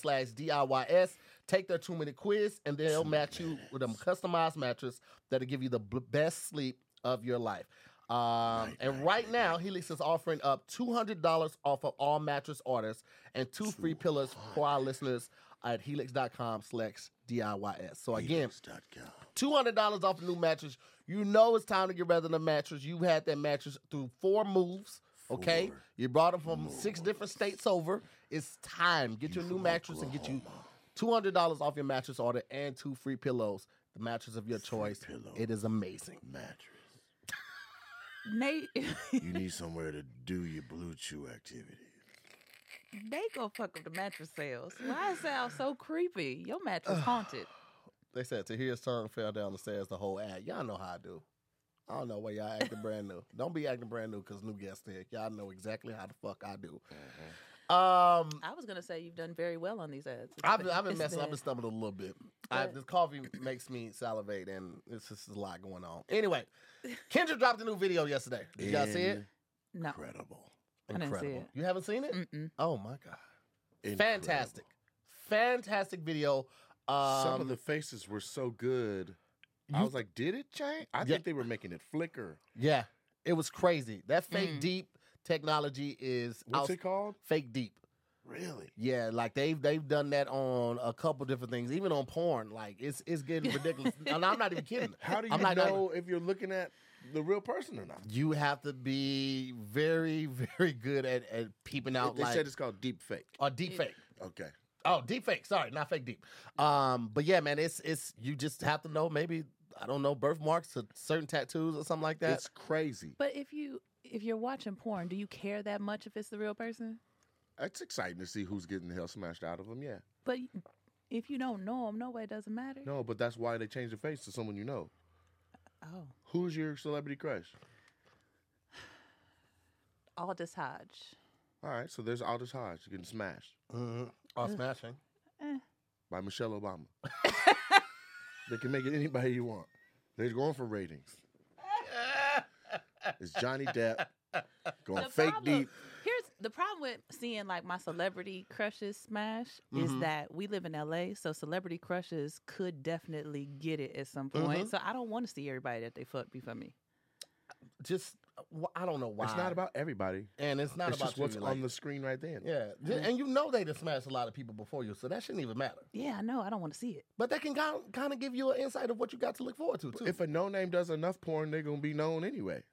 [SPEAKER 1] helix.com/diys. Take their two-minute quiz, and they'll match you with a customized mattress that'll give you the b- best sleep of your life. Um, and right now, Helix is offering up $200 off of all mattress orders and two free pillows for our listeners at helix.com slash DIYS. So again, $200 off a new mattress. You know it's time to get rid of the mattress. You've had that mattress through four moves, okay?
[SPEAKER 2] Four
[SPEAKER 1] you brought them from six different states over. It's time. Get your new mattress and get you $200 off your mattress order and two free pillows. The mattress of your choice.
[SPEAKER 2] pillow.
[SPEAKER 1] It is amazing.
[SPEAKER 2] Mattress.
[SPEAKER 4] Nate,
[SPEAKER 2] You need somewhere to do your blue chew activity.
[SPEAKER 4] they go fuck up the mattress sales. Why it sound so creepy? Your mattress haunted.
[SPEAKER 1] They said to hear a song fell down the stairs the whole act. Y'all know how I do. I don't know why y'all acting brand new. Don't be acting brand new because new guest there. Y'all know exactly how the fuck I do. Um,
[SPEAKER 4] I was gonna say you've done very well on these ads. It's
[SPEAKER 1] I've
[SPEAKER 4] been-
[SPEAKER 1] been, I've been
[SPEAKER 4] it's
[SPEAKER 1] messing. I've
[SPEAKER 4] been-
[SPEAKER 1] been stumbling a little bit. I,
[SPEAKER 4] But-
[SPEAKER 1] this coffee makes me salivate, and it's just a lot going on. Anyway, Kendra dropped a new video yesterday. Did y'all see it?
[SPEAKER 4] no.
[SPEAKER 2] Incredible.
[SPEAKER 4] I didn't see it. Mm.
[SPEAKER 1] You haven't seen it?
[SPEAKER 4] Mm-mm.
[SPEAKER 1] Oh my god!
[SPEAKER 2] Incredible.
[SPEAKER 1] Fantastic, fantastic video. Um,
[SPEAKER 2] Some of the faces were so good. I
[SPEAKER 1] you-
[SPEAKER 2] was like, did it change? I
[SPEAKER 1] Yeah.
[SPEAKER 2] think they were making it flicker.
[SPEAKER 1] yeah, it was crazy. That fake
[SPEAKER 4] Mm.
[SPEAKER 1] deep technology is
[SPEAKER 2] What's
[SPEAKER 1] outs-
[SPEAKER 2] it called?
[SPEAKER 1] fake deep.
[SPEAKER 2] Really?
[SPEAKER 1] Yeah, like they've they've done that on a couple different things, even on porn. Like it's it's getting ridiculous. and I'm not even kidding.
[SPEAKER 2] How do you
[SPEAKER 1] I'm not-
[SPEAKER 2] know if you're looking at the real person or not.
[SPEAKER 1] You have to be very, very good at, at peeping out
[SPEAKER 2] they
[SPEAKER 1] like
[SPEAKER 2] said it's called deep fake.
[SPEAKER 1] or deep fake.
[SPEAKER 2] Okay.
[SPEAKER 1] Oh, deep fake. Sorry, not fake deep. Um, but yeah, man, it's it's you just have to know maybe I don't know birthmarks to certain tattoos or something like that.
[SPEAKER 2] It's crazy.
[SPEAKER 4] But if you if you're watching porn, do you care that much if it's the real person?
[SPEAKER 2] It's exciting to see who's getting the hell smashed out of them. Yeah.
[SPEAKER 4] But if you don't know them, no way it doesn't matter.
[SPEAKER 2] No, but that's why they change the face to someone you know.
[SPEAKER 4] Oh,
[SPEAKER 2] Who's your celebrity crush?
[SPEAKER 4] Aldous Hodge.
[SPEAKER 2] All right, so there's Aldous Hodge getting smashed
[SPEAKER 1] Mhm. Or smashing.
[SPEAKER 2] by Michelle Obama. they can make it anybody you want. They're going for ratings. It's Johnny Depp going
[SPEAKER 4] The
[SPEAKER 2] fake
[SPEAKER 4] problem-
[SPEAKER 2] deep.
[SPEAKER 4] Here's the problem with seeing like my celebrity crushes smash
[SPEAKER 1] Mm-hmm.
[SPEAKER 4] is that we live in LA, so celebrity crushes could definitely get it at some point.
[SPEAKER 1] Mm-hmm.
[SPEAKER 4] So I don't want to see everybody that they fuck be for me.
[SPEAKER 1] Just wh- I don't know why.
[SPEAKER 2] It's not about everybody.
[SPEAKER 1] and it's not
[SPEAKER 2] it's
[SPEAKER 1] about
[SPEAKER 2] just what's
[SPEAKER 1] you,
[SPEAKER 2] on the
[SPEAKER 1] like-
[SPEAKER 2] screen right then.
[SPEAKER 1] yeah. Ju- And you know they done smashed a lot of people before you, so that shouldn't even matter.
[SPEAKER 4] Yeah, I know. I don't want to see it.
[SPEAKER 1] But that can kind of give you an insight of what you got to look forward to too.
[SPEAKER 2] If a no name does enough porn, they're gonna be known anyway.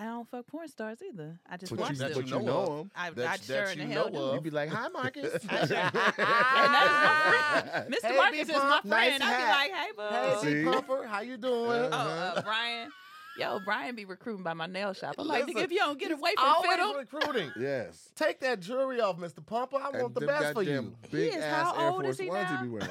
[SPEAKER 4] I don't fuck porn stars either. I just
[SPEAKER 2] But
[SPEAKER 4] watch
[SPEAKER 2] you,
[SPEAKER 1] that
[SPEAKER 4] them.
[SPEAKER 2] but
[SPEAKER 1] you
[SPEAKER 2] you
[SPEAKER 1] know
[SPEAKER 2] know him.
[SPEAKER 4] I, I
[SPEAKER 1] that-
[SPEAKER 4] sure
[SPEAKER 1] that
[SPEAKER 4] in the
[SPEAKER 1] you
[SPEAKER 4] hell
[SPEAKER 1] know
[SPEAKER 4] do.
[SPEAKER 1] of.
[SPEAKER 2] You'd be like, "Hi, Marcus."
[SPEAKER 4] And that's my friend. Mr.
[SPEAKER 1] Hey,
[SPEAKER 4] Marcus
[SPEAKER 1] Big
[SPEAKER 4] is my
[SPEAKER 1] Pop,
[SPEAKER 4] friend.
[SPEAKER 1] nice
[SPEAKER 4] I'd
[SPEAKER 1] hat.
[SPEAKER 4] be like, hey,
[SPEAKER 1] hey, Uh-huh.
[SPEAKER 4] boo.
[SPEAKER 2] See?
[SPEAKER 1] Big Pumper, how you doing?
[SPEAKER 2] Uh,
[SPEAKER 4] Oh, uh, Brian. Yo, Brian be recruiting by my nail shop. I'm like,
[SPEAKER 1] Listen,
[SPEAKER 4] nigga, if you don't get away from
[SPEAKER 1] Always
[SPEAKER 4] fiddle,
[SPEAKER 1] recruiting.
[SPEAKER 2] yes.
[SPEAKER 1] Take that jury off, Mr. Pumper. I want
[SPEAKER 2] And
[SPEAKER 1] the
[SPEAKER 2] them
[SPEAKER 1] best for
[SPEAKER 2] goddamn
[SPEAKER 1] you.
[SPEAKER 2] Big
[SPEAKER 4] is-
[SPEAKER 2] ass
[SPEAKER 4] how
[SPEAKER 2] Air
[SPEAKER 4] old
[SPEAKER 2] Force
[SPEAKER 4] is he
[SPEAKER 2] Ones
[SPEAKER 4] now?
[SPEAKER 2] be wearing.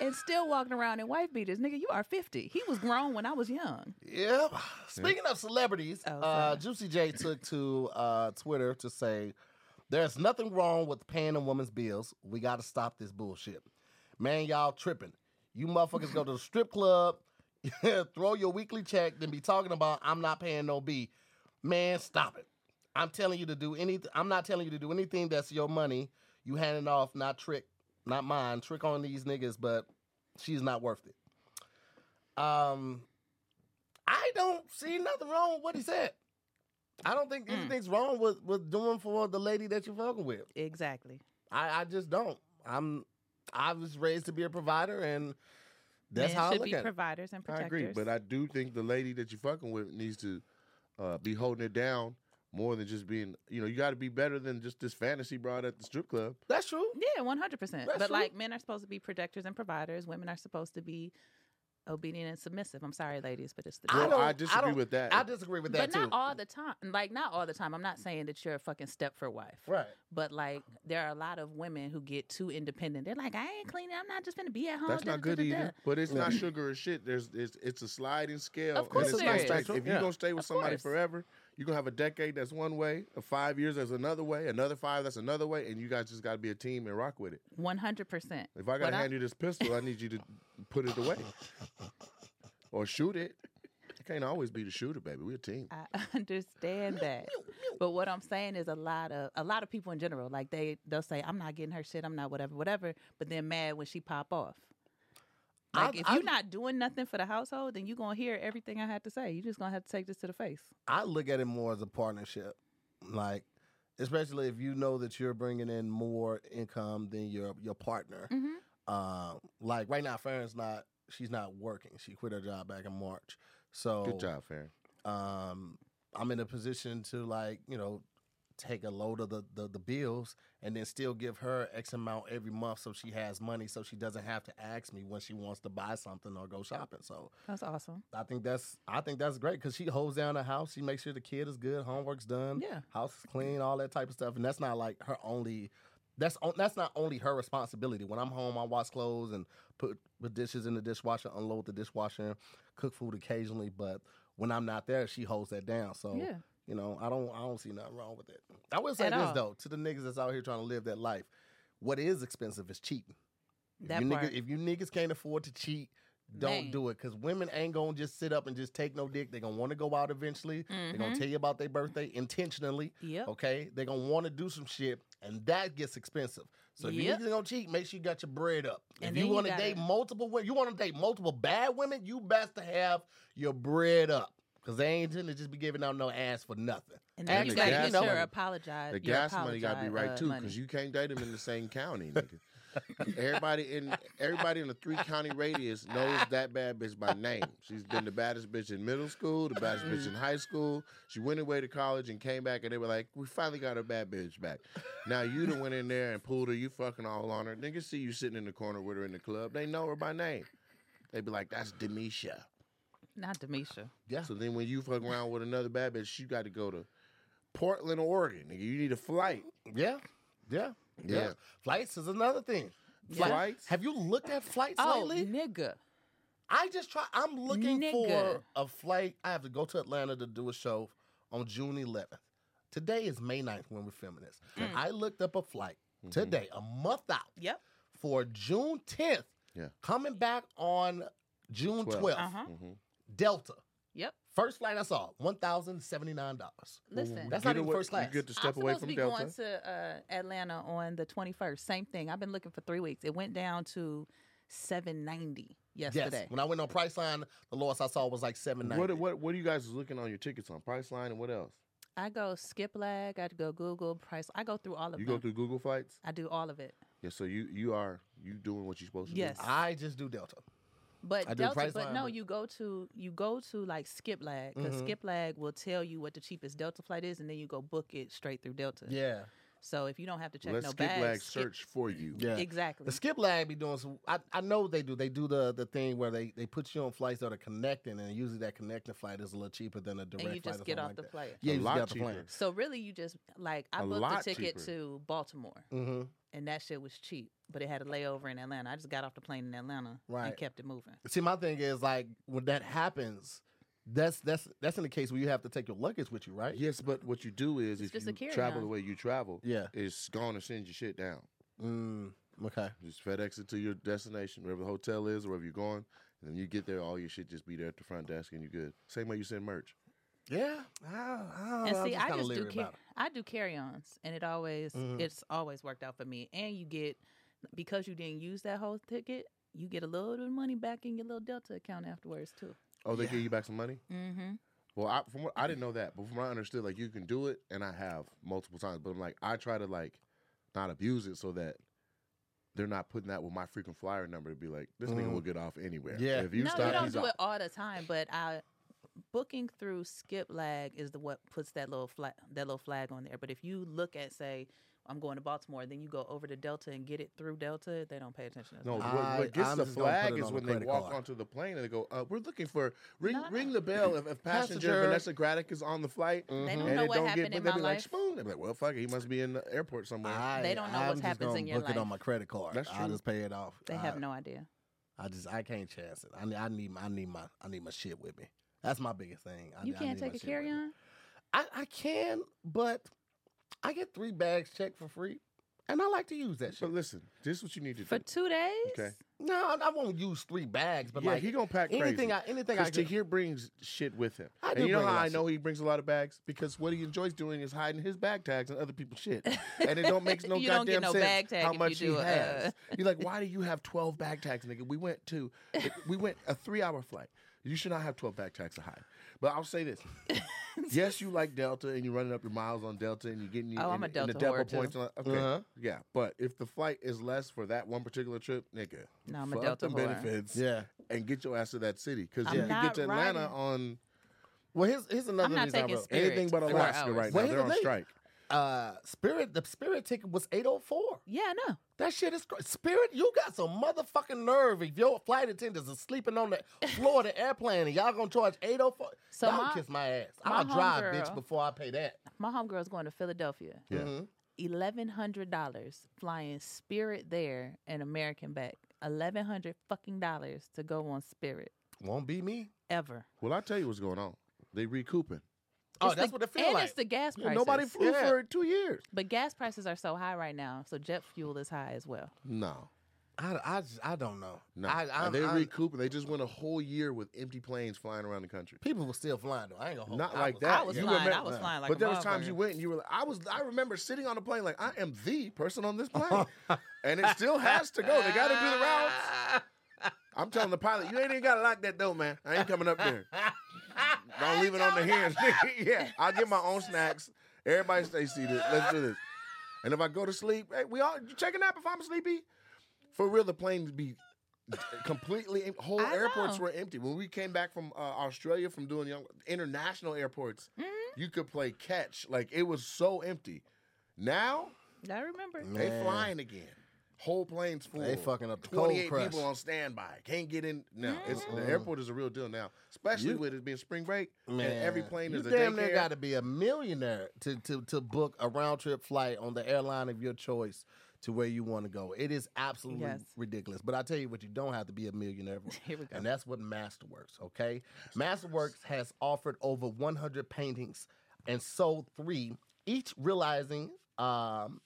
[SPEAKER 4] and still walking around in wife beaters, nigga, you are 50. He was grown when I was young.
[SPEAKER 1] Yep. Speaking of celebrities,
[SPEAKER 4] Oh,
[SPEAKER 1] uh,
[SPEAKER 4] sorry.
[SPEAKER 1] Juicy J took to uh, Twitter to say, "There's nothing wrong with paying a woman's bills. We got to stop this bullshit, man. Y'all tripping. You motherfuckers go to the strip club, throw your weekly check, then be talking about I'm not paying no B. Man, stop it. I'm telling you to do anything. I'm not telling you to do anything that's your money. You handing off, not trick, not mine. Trick on these niggas, but she's not worth it." Um. I don't see nothing wrong with what he said. I don't
[SPEAKER 4] Hmm.
[SPEAKER 1] think anything's wrong with, with doing for the lady that you're fucking with.
[SPEAKER 4] Exactly.
[SPEAKER 1] I, I just don't. I'm I was raised to be a provider and that's
[SPEAKER 4] Men
[SPEAKER 1] how I
[SPEAKER 4] should
[SPEAKER 1] look
[SPEAKER 4] be
[SPEAKER 1] at it.
[SPEAKER 4] providers and
[SPEAKER 2] I
[SPEAKER 4] protectors.
[SPEAKER 2] agree, but I do think the lady that you fucking with needs to uh, be holding it down more than just being. You know, you got to be better than just this fantasy broad at the strip club.
[SPEAKER 1] That's true.
[SPEAKER 4] yeah, 100%.
[SPEAKER 1] That's
[SPEAKER 4] But
[SPEAKER 1] true.
[SPEAKER 4] like, men are supposed to be protectors and providers. Women are supposed to be obedient and submissive. I'm sorry, ladies, but it's the
[SPEAKER 2] Well,
[SPEAKER 4] truth.
[SPEAKER 1] don't-
[SPEAKER 2] I
[SPEAKER 1] I
[SPEAKER 2] disagree
[SPEAKER 1] don't-
[SPEAKER 2] with that.
[SPEAKER 1] I disagree with that
[SPEAKER 4] But
[SPEAKER 1] too.
[SPEAKER 4] not all the time. Like, not all the time. I'm not saying that you're a fucking Stepford wife.
[SPEAKER 1] right.
[SPEAKER 4] But like, there are a lot of women who get too independent. They're like, I ain't cleaning. I'm not just gonna be at home.
[SPEAKER 2] That's
[SPEAKER 4] da-
[SPEAKER 2] not
[SPEAKER 4] da-
[SPEAKER 2] good
[SPEAKER 4] da- da-
[SPEAKER 2] either. But it's not sugar or shit. There's it's, it's a sliding scale.
[SPEAKER 4] Of course
[SPEAKER 2] and it's
[SPEAKER 4] there
[SPEAKER 2] not
[SPEAKER 4] is.
[SPEAKER 2] straight. If you're
[SPEAKER 1] Yeah.
[SPEAKER 2] gonna stay with
[SPEAKER 4] Of
[SPEAKER 2] somebody
[SPEAKER 4] course.
[SPEAKER 2] forever, you're gonna have a decade that's one way, a five years that's another way, another five that's another way, and you guys just gotta be a team and rock with it.
[SPEAKER 4] One hundred percent.
[SPEAKER 2] If I gotta hand you this pistol, I need you to put it away. or shoot it. You can't always be the shooter, baby. We're a team.
[SPEAKER 4] I understand that. But what I'm saying is a lot of a lot of people in general, like they they'll say, I'm not getting her shit, I'm not whatever, whatever, but then mad when she pop off.
[SPEAKER 1] I-
[SPEAKER 4] Like if
[SPEAKER 1] I-
[SPEAKER 4] you're not doing nothing for the household, then you're gonna hear everything I had to say. You're just gonna have to take this to the face.
[SPEAKER 1] I look at it more as a partnership. Like especially if you know that you're bringing in more income than your your partner.
[SPEAKER 4] Mhm.
[SPEAKER 1] Um, like right now Farron's not she's not working. She quit her job back in March. So
[SPEAKER 2] Good job, Farron.
[SPEAKER 1] um, I'm in a position to like you know take a load of the, the the bills and then still give her X amount every month so she has money so she doesn't have to ask me when she wants to buy something or go shopping. So
[SPEAKER 4] That's awesome.
[SPEAKER 1] I think that's I think that's great because she holds down the house. She makes sure the kid is good, homework's done,
[SPEAKER 4] Yeah.
[SPEAKER 1] house is clean, all that type of stuff. And that's not like her only. That's on, that's not only her responsibility. When I'm home, I wash clothes and put put dishes in the dishwasher, unload the dishwasher, cook food occasionally. But when I'm not there, she holds that down. So
[SPEAKER 4] Yeah.
[SPEAKER 1] you know, I don't I don't see nothing wrong with it. I will say
[SPEAKER 4] At
[SPEAKER 1] this
[SPEAKER 4] all.
[SPEAKER 1] though to the niggas that's out here trying to live that life. What is expensive is cheating.
[SPEAKER 4] That
[SPEAKER 1] you niggas-
[SPEAKER 4] part.
[SPEAKER 1] if you niggas can't afford to cheat, don't
[SPEAKER 4] Man.
[SPEAKER 1] do it. Cause women ain't gonna just sit up and just take no dick. They're gonna want to go out eventually. They're gonna
[SPEAKER 4] Mhm.
[SPEAKER 1] tell you about their birthday intentionally.
[SPEAKER 4] Yep.
[SPEAKER 1] Okay. They're gonna want to do some shit, and that gets expensive. So if
[SPEAKER 4] Yep.
[SPEAKER 1] you niggas gonna cheat, make sure you got your bread up.
[SPEAKER 4] And
[SPEAKER 1] if
[SPEAKER 4] then
[SPEAKER 1] you
[SPEAKER 4] you
[SPEAKER 1] want to
[SPEAKER 4] gotta-
[SPEAKER 1] date multiple women, you want to date multiple bad women, you best to have your bread up. Cause they ain't tend to just be giving out no ass for nothing.
[SPEAKER 4] And then
[SPEAKER 2] And
[SPEAKER 4] you
[SPEAKER 2] the
[SPEAKER 4] gotta
[SPEAKER 2] gas
[SPEAKER 4] get her
[SPEAKER 2] money.
[SPEAKER 4] apologize.
[SPEAKER 2] The
[SPEAKER 4] your
[SPEAKER 2] gas money gotta be
[SPEAKER 4] uh, apologize,
[SPEAKER 2] right
[SPEAKER 4] uh,
[SPEAKER 2] too,
[SPEAKER 4] money.
[SPEAKER 2] because you can't date him in the same county, nigga. Everybody in everybody in the three county radius knows that bad bitch by name. She's been the baddest bitch in middle school, the baddest bitch in high school. She went away to college and came back, and they were like, "We finally got her bad bitch back." Now you done went in there and pulled her. You fucking all on her. Niggas see you sitting in the corner with her in the club. They know her by name. They be like, "That's Demisha."
[SPEAKER 4] Not Demisha.
[SPEAKER 2] Yeah. So then when you fuck around with another bad bitch, you got to go to Portland, Oregon. Nigga, you need a flight.
[SPEAKER 1] Yeah, yeah, yeah.
[SPEAKER 2] Yeah.
[SPEAKER 1] Flights is another thing.
[SPEAKER 4] Yeah.
[SPEAKER 2] Flights.
[SPEAKER 1] Have you looked at flights
[SPEAKER 4] Oh,
[SPEAKER 1] lately?
[SPEAKER 4] nigga.
[SPEAKER 1] I just try. I'm looking for
[SPEAKER 4] Nigga.
[SPEAKER 1] a flight. I have to go to Atlanta to do a show on June 11th. Today is May 9th when we're filming this.
[SPEAKER 4] Mm.
[SPEAKER 1] I looked up a flight
[SPEAKER 2] Mm-hmm.
[SPEAKER 1] today, a month out.
[SPEAKER 4] Yep.
[SPEAKER 1] For June 10th.
[SPEAKER 2] Yeah.
[SPEAKER 1] Coming back on June 12th.
[SPEAKER 2] Twelve.
[SPEAKER 4] Uh-huh.
[SPEAKER 2] Mhm.
[SPEAKER 1] Delta.
[SPEAKER 4] Yep.
[SPEAKER 1] First flight I saw, $1,079.
[SPEAKER 4] Listen.
[SPEAKER 1] That's
[SPEAKER 2] You
[SPEAKER 1] not
[SPEAKER 2] know
[SPEAKER 1] even
[SPEAKER 2] what?
[SPEAKER 1] first class.
[SPEAKER 2] You get to step
[SPEAKER 4] I'm
[SPEAKER 2] away
[SPEAKER 4] supposed
[SPEAKER 2] from
[SPEAKER 4] to be
[SPEAKER 2] Delta.
[SPEAKER 4] going to uh, Atlanta on the 21st. Same thing. I've been looking for three weeks. It went down to 790
[SPEAKER 1] Yes.
[SPEAKER 4] yesterday.
[SPEAKER 1] When I went on Priceline, the lowest I saw was like $790.
[SPEAKER 2] What, what what are you guys looking on your tickets on Priceline and what else?
[SPEAKER 4] I go skip lag. I go Google price. I go through all of
[SPEAKER 2] You
[SPEAKER 4] them.
[SPEAKER 2] go through Google flights.
[SPEAKER 4] I do all of it.
[SPEAKER 2] Yeah, so you you are you doing what you're supposed to
[SPEAKER 4] Yes.
[SPEAKER 2] do.
[SPEAKER 1] I just do Delta.
[SPEAKER 4] But
[SPEAKER 1] I do
[SPEAKER 4] Delta,
[SPEAKER 1] price
[SPEAKER 4] but
[SPEAKER 1] line,
[SPEAKER 4] no,
[SPEAKER 1] but-
[SPEAKER 4] you go to you go to like skip lag
[SPEAKER 2] Mm-hmm.
[SPEAKER 4] because
[SPEAKER 1] Mhm.
[SPEAKER 4] skip lag will tell you what the cheapest Delta flight is, and then you go book it straight through Delta.
[SPEAKER 1] Yeah.
[SPEAKER 4] So if you don't have to check
[SPEAKER 2] Let's
[SPEAKER 4] no
[SPEAKER 2] skip
[SPEAKER 4] bags,
[SPEAKER 2] lag
[SPEAKER 4] skip-
[SPEAKER 2] search for you.
[SPEAKER 1] Yeah.
[SPEAKER 4] Exactly.
[SPEAKER 1] The skip lag be doing some. I, I know they do. They do the the thing where they, they put you on flights that are connecting, and usually that connecting flight is a little cheaper than a direct
[SPEAKER 4] and you
[SPEAKER 1] flight.
[SPEAKER 4] just
[SPEAKER 1] or something
[SPEAKER 4] get off
[SPEAKER 1] like
[SPEAKER 4] the
[SPEAKER 1] that.
[SPEAKER 4] plane.
[SPEAKER 1] Yeah,
[SPEAKER 2] A
[SPEAKER 1] you just
[SPEAKER 2] lot
[SPEAKER 1] get off the plane.
[SPEAKER 2] cheaper.
[SPEAKER 4] So really, you just like I
[SPEAKER 2] A
[SPEAKER 4] booked
[SPEAKER 2] lot
[SPEAKER 4] a ticket
[SPEAKER 2] cheaper.
[SPEAKER 4] to Baltimore,
[SPEAKER 1] Mm-hmm.
[SPEAKER 4] and that shit was cheap, but it had a layover in Atlanta. I just got off the plane in Atlanta
[SPEAKER 1] Right.
[SPEAKER 4] and kept it moving.
[SPEAKER 1] See, my thing is like when that happens, that's that's that's in the case where you have to take your luggage with you, right?
[SPEAKER 2] Yes, but what you do is
[SPEAKER 4] It's
[SPEAKER 2] if
[SPEAKER 4] just a
[SPEAKER 2] you
[SPEAKER 4] carry-on.
[SPEAKER 2] travel the way you travel,
[SPEAKER 1] Yeah.
[SPEAKER 2] it's gonna send your shit down.
[SPEAKER 1] Mm, okay.
[SPEAKER 2] Just FedEx it to your destination, wherever the hotel is, wherever you're going. And then you get there, all your shit just be there at the front desk, and you're good. Same way you send merch.
[SPEAKER 1] Yeah. I, Oh, I,
[SPEAKER 4] and
[SPEAKER 1] I'm
[SPEAKER 4] see,
[SPEAKER 1] just
[SPEAKER 4] I
[SPEAKER 1] kinda
[SPEAKER 4] just do
[SPEAKER 1] leery
[SPEAKER 4] car-
[SPEAKER 1] about it.
[SPEAKER 4] I do carry-ons, and it always
[SPEAKER 1] Mhm.
[SPEAKER 4] it's always worked out for me. And you get because you didn't use that whole ticket, you get a little bit of money back in your little Delta account afterwards too.
[SPEAKER 2] Oh, they
[SPEAKER 1] Yeah.
[SPEAKER 2] give you back some money.
[SPEAKER 4] Mm-hmm.
[SPEAKER 2] Well, I, from what I didn't know that, but from what I understood, like you can do it, and I have multiple times. But I'm like, I try to like not abuse it so that they're not putting that with my freaking flyer number to be like, this nigga
[SPEAKER 1] Mhm.
[SPEAKER 2] will get off anywhere.
[SPEAKER 1] Yeah.
[SPEAKER 2] if you
[SPEAKER 4] no,
[SPEAKER 2] stop,
[SPEAKER 4] you don't
[SPEAKER 2] he's
[SPEAKER 4] do
[SPEAKER 2] off.
[SPEAKER 4] it all the time, but I booking through skip lag is the what puts that little flag that little flag on there. But if you look at say I'm going to Baltimore, then you go over to Delta and get it through Delta, they don't pay attention. To
[SPEAKER 2] No,
[SPEAKER 4] that.
[SPEAKER 2] what,
[SPEAKER 1] I-
[SPEAKER 2] what gets
[SPEAKER 1] I'm
[SPEAKER 2] the
[SPEAKER 1] just gonna put
[SPEAKER 2] flag
[SPEAKER 1] it
[SPEAKER 2] is
[SPEAKER 1] on a
[SPEAKER 2] when they
[SPEAKER 1] credit
[SPEAKER 2] walk
[SPEAKER 1] card.
[SPEAKER 2] onto the plane and they go, uh, "We're looking for ring,
[SPEAKER 4] No, no.
[SPEAKER 2] ring the bell if, if passenger,
[SPEAKER 1] Passenger.
[SPEAKER 2] Vanessa Graddock is on the flight."
[SPEAKER 4] they don't
[SPEAKER 2] And
[SPEAKER 4] know
[SPEAKER 2] it
[SPEAKER 4] what
[SPEAKER 2] don't
[SPEAKER 4] happened
[SPEAKER 2] get, but
[SPEAKER 4] in
[SPEAKER 2] they
[SPEAKER 4] my
[SPEAKER 2] be like,
[SPEAKER 4] life.
[SPEAKER 2] "Spoon." They be like, "Well, fuck it, he must be in the airport somewhere."
[SPEAKER 1] I-
[SPEAKER 4] don't know
[SPEAKER 1] I'm
[SPEAKER 4] what's
[SPEAKER 1] just
[SPEAKER 4] happens
[SPEAKER 1] gonna
[SPEAKER 4] in your
[SPEAKER 1] book it on
[SPEAKER 4] life.
[SPEAKER 1] my credit card.
[SPEAKER 2] That's
[SPEAKER 1] I
[SPEAKER 2] true.
[SPEAKER 1] just pay it off.
[SPEAKER 4] They
[SPEAKER 1] I,
[SPEAKER 4] have no idea.
[SPEAKER 1] I just I can't chance it. I, ne- I need my- I need my I need my shit with me. That's my biggest thing. I,
[SPEAKER 4] You
[SPEAKER 1] I
[SPEAKER 4] can't
[SPEAKER 1] need my
[SPEAKER 4] take a
[SPEAKER 1] shit with me.
[SPEAKER 4] carry on.
[SPEAKER 1] I, I can, but I get three bags checked for free, and I like to use that shit.
[SPEAKER 2] But listen, this is what you need to
[SPEAKER 4] For
[SPEAKER 2] do.
[SPEAKER 4] two days?
[SPEAKER 2] Okay.
[SPEAKER 1] No, I, I won't use three bags, but
[SPEAKER 2] yeah,
[SPEAKER 1] like
[SPEAKER 2] he gonna pack
[SPEAKER 1] anything
[SPEAKER 2] crazy.
[SPEAKER 1] I anything I
[SPEAKER 2] Because
[SPEAKER 1] can,
[SPEAKER 2] Tahir brings shit with him.
[SPEAKER 1] I do
[SPEAKER 2] and you know
[SPEAKER 1] bring a
[SPEAKER 2] how
[SPEAKER 1] lot
[SPEAKER 2] I
[SPEAKER 1] of
[SPEAKER 2] know he brings a lot of bags? Because what he enjoys doing is hiding his bag tags and other people's shit. And it don't make no
[SPEAKER 4] You don't
[SPEAKER 2] goddamn
[SPEAKER 4] get no
[SPEAKER 2] sense
[SPEAKER 4] bag tag
[SPEAKER 2] how
[SPEAKER 4] if you
[SPEAKER 2] much
[SPEAKER 4] do
[SPEAKER 2] he
[SPEAKER 4] a- uh,
[SPEAKER 2] has. You're like, why do you have 12 bag tags, nigga? We went to, we went a three hour flight. You should not have 12 bag tags to hide. But I'll say this. yes, you like Delta and you're running up your miles on Delta and you're getting your,
[SPEAKER 4] Oh, I'm
[SPEAKER 2] and,
[SPEAKER 4] a
[SPEAKER 2] and the Delta
[SPEAKER 4] Delta whore, too.
[SPEAKER 2] points. On, okay.
[SPEAKER 1] Uh-huh.
[SPEAKER 2] Yeah. But if the flight is less for that one particular trip, nigga,
[SPEAKER 4] No, I'm a
[SPEAKER 2] fuck
[SPEAKER 4] Delta
[SPEAKER 2] the
[SPEAKER 4] whore.
[SPEAKER 2] benefits
[SPEAKER 1] yeah.
[SPEAKER 2] and get your ass to that city because
[SPEAKER 4] I'm
[SPEAKER 2] you can get
[SPEAKER 4] not
[SPEAKER 2] to Atlanta
[SPEAKER 4] riding.
[SPEAKER 2] on
[SPEAKER 1] Well, here's here's another
[SPEAKER 4] I'm not
[SPEAKER 1] reason I
[SPEAKER 4] taking
[SPEAKER 1] wrote-
[SPEAKER 4] Spirit
[SPEAKER 2] anything but
[SPEAKER 4] four
[SPEAKER 2] Alaska
[SPEAKER 4] hours.
[SPEAKER 2] right
[SPEAKER 1] Well, here's
[SPEAKER 2] now. They're
[SPEAKER 1] the
[SPEAKER 2] on
[SPEAKER 1] thing.
[SPEAKER 2] strike.
[SPEAKER 1] uh Spirit. The Spirit ticket was eight oh four.
[SPEAKER 4] Yeah, no.
[SPEAKER 1] That shit is crazy. Spirit, you got some motherfucking nerve if your flight attendants are sleeping on the floor of the airplane and y'all gonna charge 804.
[SPEAKER 4] So
[SPEAKER 1] y'all
[SPEAKER 4] my-
[SPEAKER 1] kiss my ass.
[SPEAKER 4] my
[SPEAKER 1] I'll drive, bitch,
[SPEAKER 4] homegirl-
[SPEAKER 1] before I pay that.
[SPEAKER 4] My homegirl's going to Philadelphia.
[SPEAKER 2] Yeah.
[SPEAKER 1] Mhm.
[SPEAKER 4] Eleven hundred dollars flying Spirit there and American back. Eleven hundred fucking dollars to go on Spirit
[SPEAKER 1] Won't be me.
[SPEAKER 4] ever.
[SPEAKER 2] Well, I tell you what's going on. They recouping.
[SPEAKER 1] Oh,
[SPEAKER 4] It's the-
[SPEAKER 1] that's what it feel
[SPEAKER 4] and
[SPEAKER 1] like.
[SPEAKER 4] it's the gas prices.
[SPEAKER 2] Yeah, nobody flew
[SPEAKER 1] Yeah.
[SPEAKER 2] for two years.
[SPEAKER 4] but gas prices are so high right now, so jet fuel is high as well.
[SPEAKER 2] No,
[SPEAKER 1] I, I, just- I don't know.
[SPEAKER 2] no.
[SPEAKER 1] I, I,
[SPEAKER 2] they
[SPEAKER 1] I,
[SPEAKER 2] recouping. They just went a whole year with empty planes flying around the country.
[SPEAKER 1] people were still flying though. I ain't gonna hold
[SPEAKER 2] Not
[SPEAKER 1] you. I
[SPEAKER 2] like
[SPEAKER 1] was-
[SPEAKER 2] that.
[SPEAKER 4] Oh, I was
[SPEAKER 2] You
[SPEAKER 4] flying.
[SPEAKER 2] remember-
[SPEAKER 4] I was flying like
[SPEAKER 2] but
[SPEAKER 4] a
[SPEAKER 2] there was times
[SPEAKER 4] motherfucker.
[SPEAKER 2] you went and you were. like, I was. I remember sitting on a plane like I am the person on this plane, and it still has to go. They got to do the routes.
[SPEAKER 1] "Ah."
[SPEAKER 2] I'm telling the pilot, you ain't even gotta lock that door, man. I ain't coming up there. Don't leave it on the hinge. yeah, I'll get my own snacks. Everybody stay seated. Let's do this. And if I go to sleep, hey, we all you take a nap if I'm sleepy. For real, the planes be completely em- whole
[SPEAKER 4] I
[SPEAKER 2] airports
[SPEAKER 4] know.
[SPEAKER 2] were empty. When we came back from uh, Australia from doing young, international airports,
[SPEAKER 4] Mm-hmm.
[SPEAKER 2] you could play catch. Like it was so empty. Now
[SPEAKER 4] I remember.
[SPEAKER 2] they
[SPEAKER 1] Man.
[SPEAKER 2] flying again. Whole planes full.
[SPEAKER 1] They fucking up the cold
[SPEAKER 2] 28
[SPEAKER 1] crush.
[SPEAKER 2] people on standby. Can't get in. No, it's, the
[SPEAKER 1] Mhm.
[SPEAKER 2] airport is a real deal now, especially
[SPEAKER 1] You-
[SPEAKER 2] with it being spring break
[SPEAKER 1] Man,
[SPEAKER 2] and every plane
[SPEAKER 1] you
[SPEAKER 2] is a
[SPEAKER 1] damn
[SPEAKER 2] daycare.
[SPEAKER 1] near got to be a millionaire to, to to book a round trip flight on the airline of your choice to where you want to go. It is absolutely
[SPEAKER 4] Yes.
[SPEAKER 1] ridiculous. But I tell you what, you don't have to be a millionaire for.
[SPEAKER 4] Here we go.
[SPEAKER 1] And that's what Masterworks, okay? Masterworks has offered over 100 paintings and sold three, each realizing um,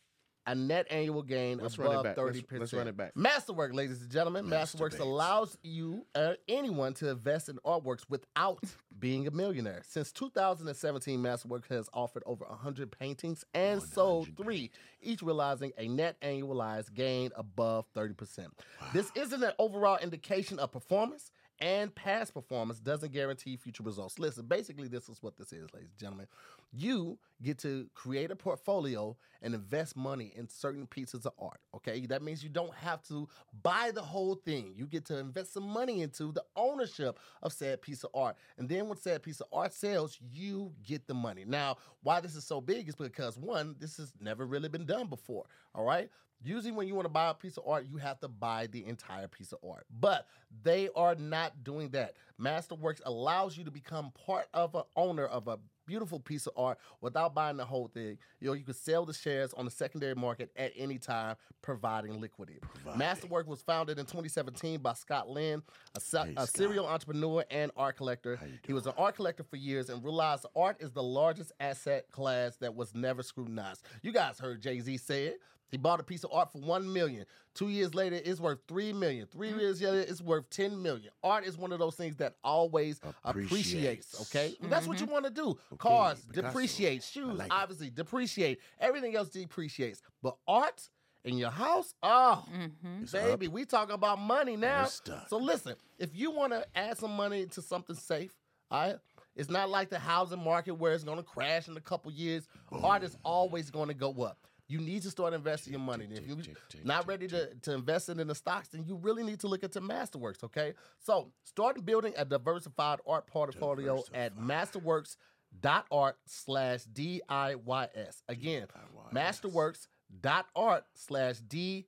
[SPEAKER 1] a net annual gain
[SPEAKER 2] Let's run it
[SPEAKER 1] above
[SPEAKER 2] back.
[SPEAKER 1] 30%.
[SPEAKER 2] Let's- let's run it back.
[SPEAKER 1] Masterwork, ladies and gentlemen, Masterworks
[SPEAKER 2] Masturbates.
[SPEAKER 1] allows you or anyone to invest in artworks without being a millionaire. Since 2017, Masterwork has offered over 100 paintings and sold three, each realizing a net annualized gain above 30%. This isn't an overall indication of performance. And past performance doesn't guarantee future results. Listen, basically, this is what this is, ladies and gentlemen. You get to create a portfolio and invest money in certain pieces of art. Okay, that means you don't have to buy the whole thing. You get to invest some money into the ownership of said piece of art, and then when said piece of art sells, you get the money. Now, why this is so big is because one, this has never really been done before. All right. Usually, when you want to buy a piece of art, you have to buy the entire piece of art. But they are not doing that. Masterworks allows you to become part of a owner of a beautiful piece of art without buying the whole thing. You know, you can sell the shares on the secondary market at any time, providing liquidity. Masterwork was founded in 2017 by Scott Lynn, a, se-
[SPEAKER 2] Hey,
[SPEAKER 1] a
[SPEAKER 2] Scott.
[SPEAKER 1] serial entrepreneur and art collector.
[SPEAKER 2] How you
[SPEAKER 1] He was an art collector for years and realized art is the largest asset class that was never scrutinized. You guys heard Jay Z say it. He bought a piece of art for one million. Two years later, it's worth three million. Three
[SPEAKER 2] Mm-hmm.
[SPEAKER 1] years later, it's worth ten million. Art is one of those things that always appreciates.
[SPEAKER 2] Appreciates. Mm-hmm.
[SPEAKER 1] okay, that's what you want to do. Cars
[SPEAKER 2] Picasso.
[SPEAKER 1] depreciate. Shoes
[SPEAKER 2] like it.
[SPEAKER 1] obviously depreciate. Everything else depreciates. But art in your house, oh
[SPEAKER 4] Mm-hmm.
[SPEAKER 2] It's up.
[SPEAKER 1] baby, we talk about money now.
[SPEAKER 2] stuck.
[SPEAKER 1] So listen, if you want to add some money to something safe, all right, it's not like the housing market where it's going to crash in a couple years. Art is always going to go up. You need to start investing your money. And if you're not ready to, to invest it in the stocks, then you really need to look into Masterworks, okay? So start building a diversified art portfolio at masterworks.art slash DIYS. Again, masterworks.art slash DIYS.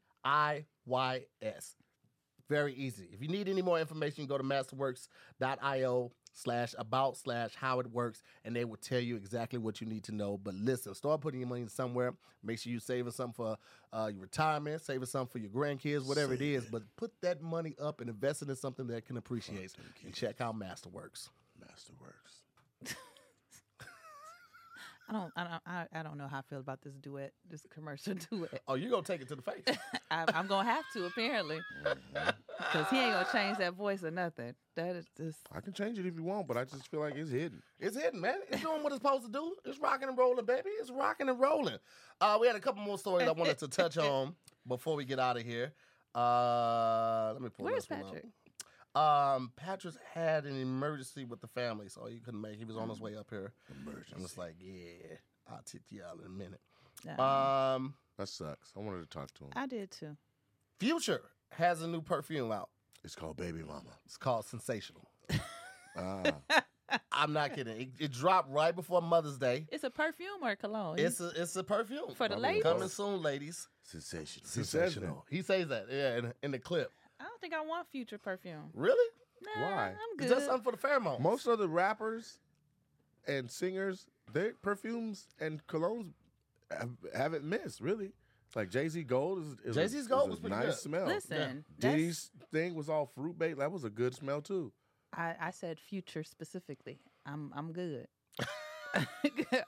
[SPEAKER 1] Very easy. If you need any more information, go to masterworks.io slash about slash how it works, and they will tell you exactly what you need to know. But listen, start putting your money somewhere. Make sure you saving some for uh, your retirement, saving some for your grandkids, whatever it is. But put that money up and invest it in something that can appreciate. And check out Masterworks.
[SPEAKER 2] Masterworks.
[SPEAKER 4] I don't, I don't, I, I don't know how I feel about this duet, this commercial duet.
[SPEAKER 1] Oh, you're gonna take it to the face.
[SPEAKER 4] I, I'm gonna have to apparently,
[SPEAKER 1] Mm-hmm.
[SPEAKER 4] because he ain't gonna change that voice or nothing. That is just
[SPEAKER 2] I can change it if you want, but I just feel like it's hidden.
[SPEAKER 1] It's hitting, man. It's doing what it's supposed to do. It's rocking and rolling, baby. It's rocking and rolling. Uh, we had a couple more stories I wanted to touch on before we get out of here. Uh, let me pull
[SPEAKER 4] where's
[SPEAKER 1] this one up.
[SPEAKER 4] Patrick?
[SPEAKER 1] Um, Patrick had an emergency with the family, so he couldn't make. It. He was on
[SPEAKER 4] Oh.
[SPEAKER 1] his way up here. I'm just like, yeah, I'll tip you out in a minute.
[SPEAKER 4] Um,
[SPEAKER 1] Um,
[SPEAKER 2] That sucks. I wanted to talk to him.
[SPEAKER 4] I did too.
[SPEAKER 1] Future has a new perfume out.
[SPEAKER 2] It's called Baby Mama.
[SPEAKER 1] It's called Sensational.
[SPEAKER 2] Ah,
[SPEAKER 1] I'm not kidding. It, it dropped right before Mother's Day.
[SPEAKER 4] It's a perfume or cologne.
[SPEAKER 1] It's a it's a perfume
[SPEAKER 4] Oh, for the
[SPEAKER 2] Probably
[SPEAKER 4] ladies.
[SPEAKER 1] coming soon, ladies.
[SPEAKER 2] sensational.
[SPEAKER 1] He says that, yeah, in, in the clip.
[SPEAKER 4] I don't think I want future perfume.
[SPEAKER 1] Really?
[SPEAKER 4] Nah,
[SPEAKER 2] Why?
[SPEAKER 4] I'm
[SPEAKER 1] Is
[SPEAKER 4] good.
[SPEAKER 1] that something for the pheromone?
[SPEAKER 2] Most of the rappers and singers, their perfumes and colognes have, haven't missed, really. Like Jay Z Gold is, is a-
[SPEAKER 1] Jay-Z's
[SPEAKER 2] is
[SPEAKER 1] Gold
[SPEAKER 2] a
[SPEAKER 1] was pretty
[SPEAKER 2] nice
[SPEAKER 1] good.
[SPEAKER 2] smell.
[SPEAKER 4] Listen, that's,
[SPEAKER 2] Diddy's thing was all fruit bait. That was a good smell too.
[SPEAKER 4] I, I said future specifically. I'm I'm good. I'm good.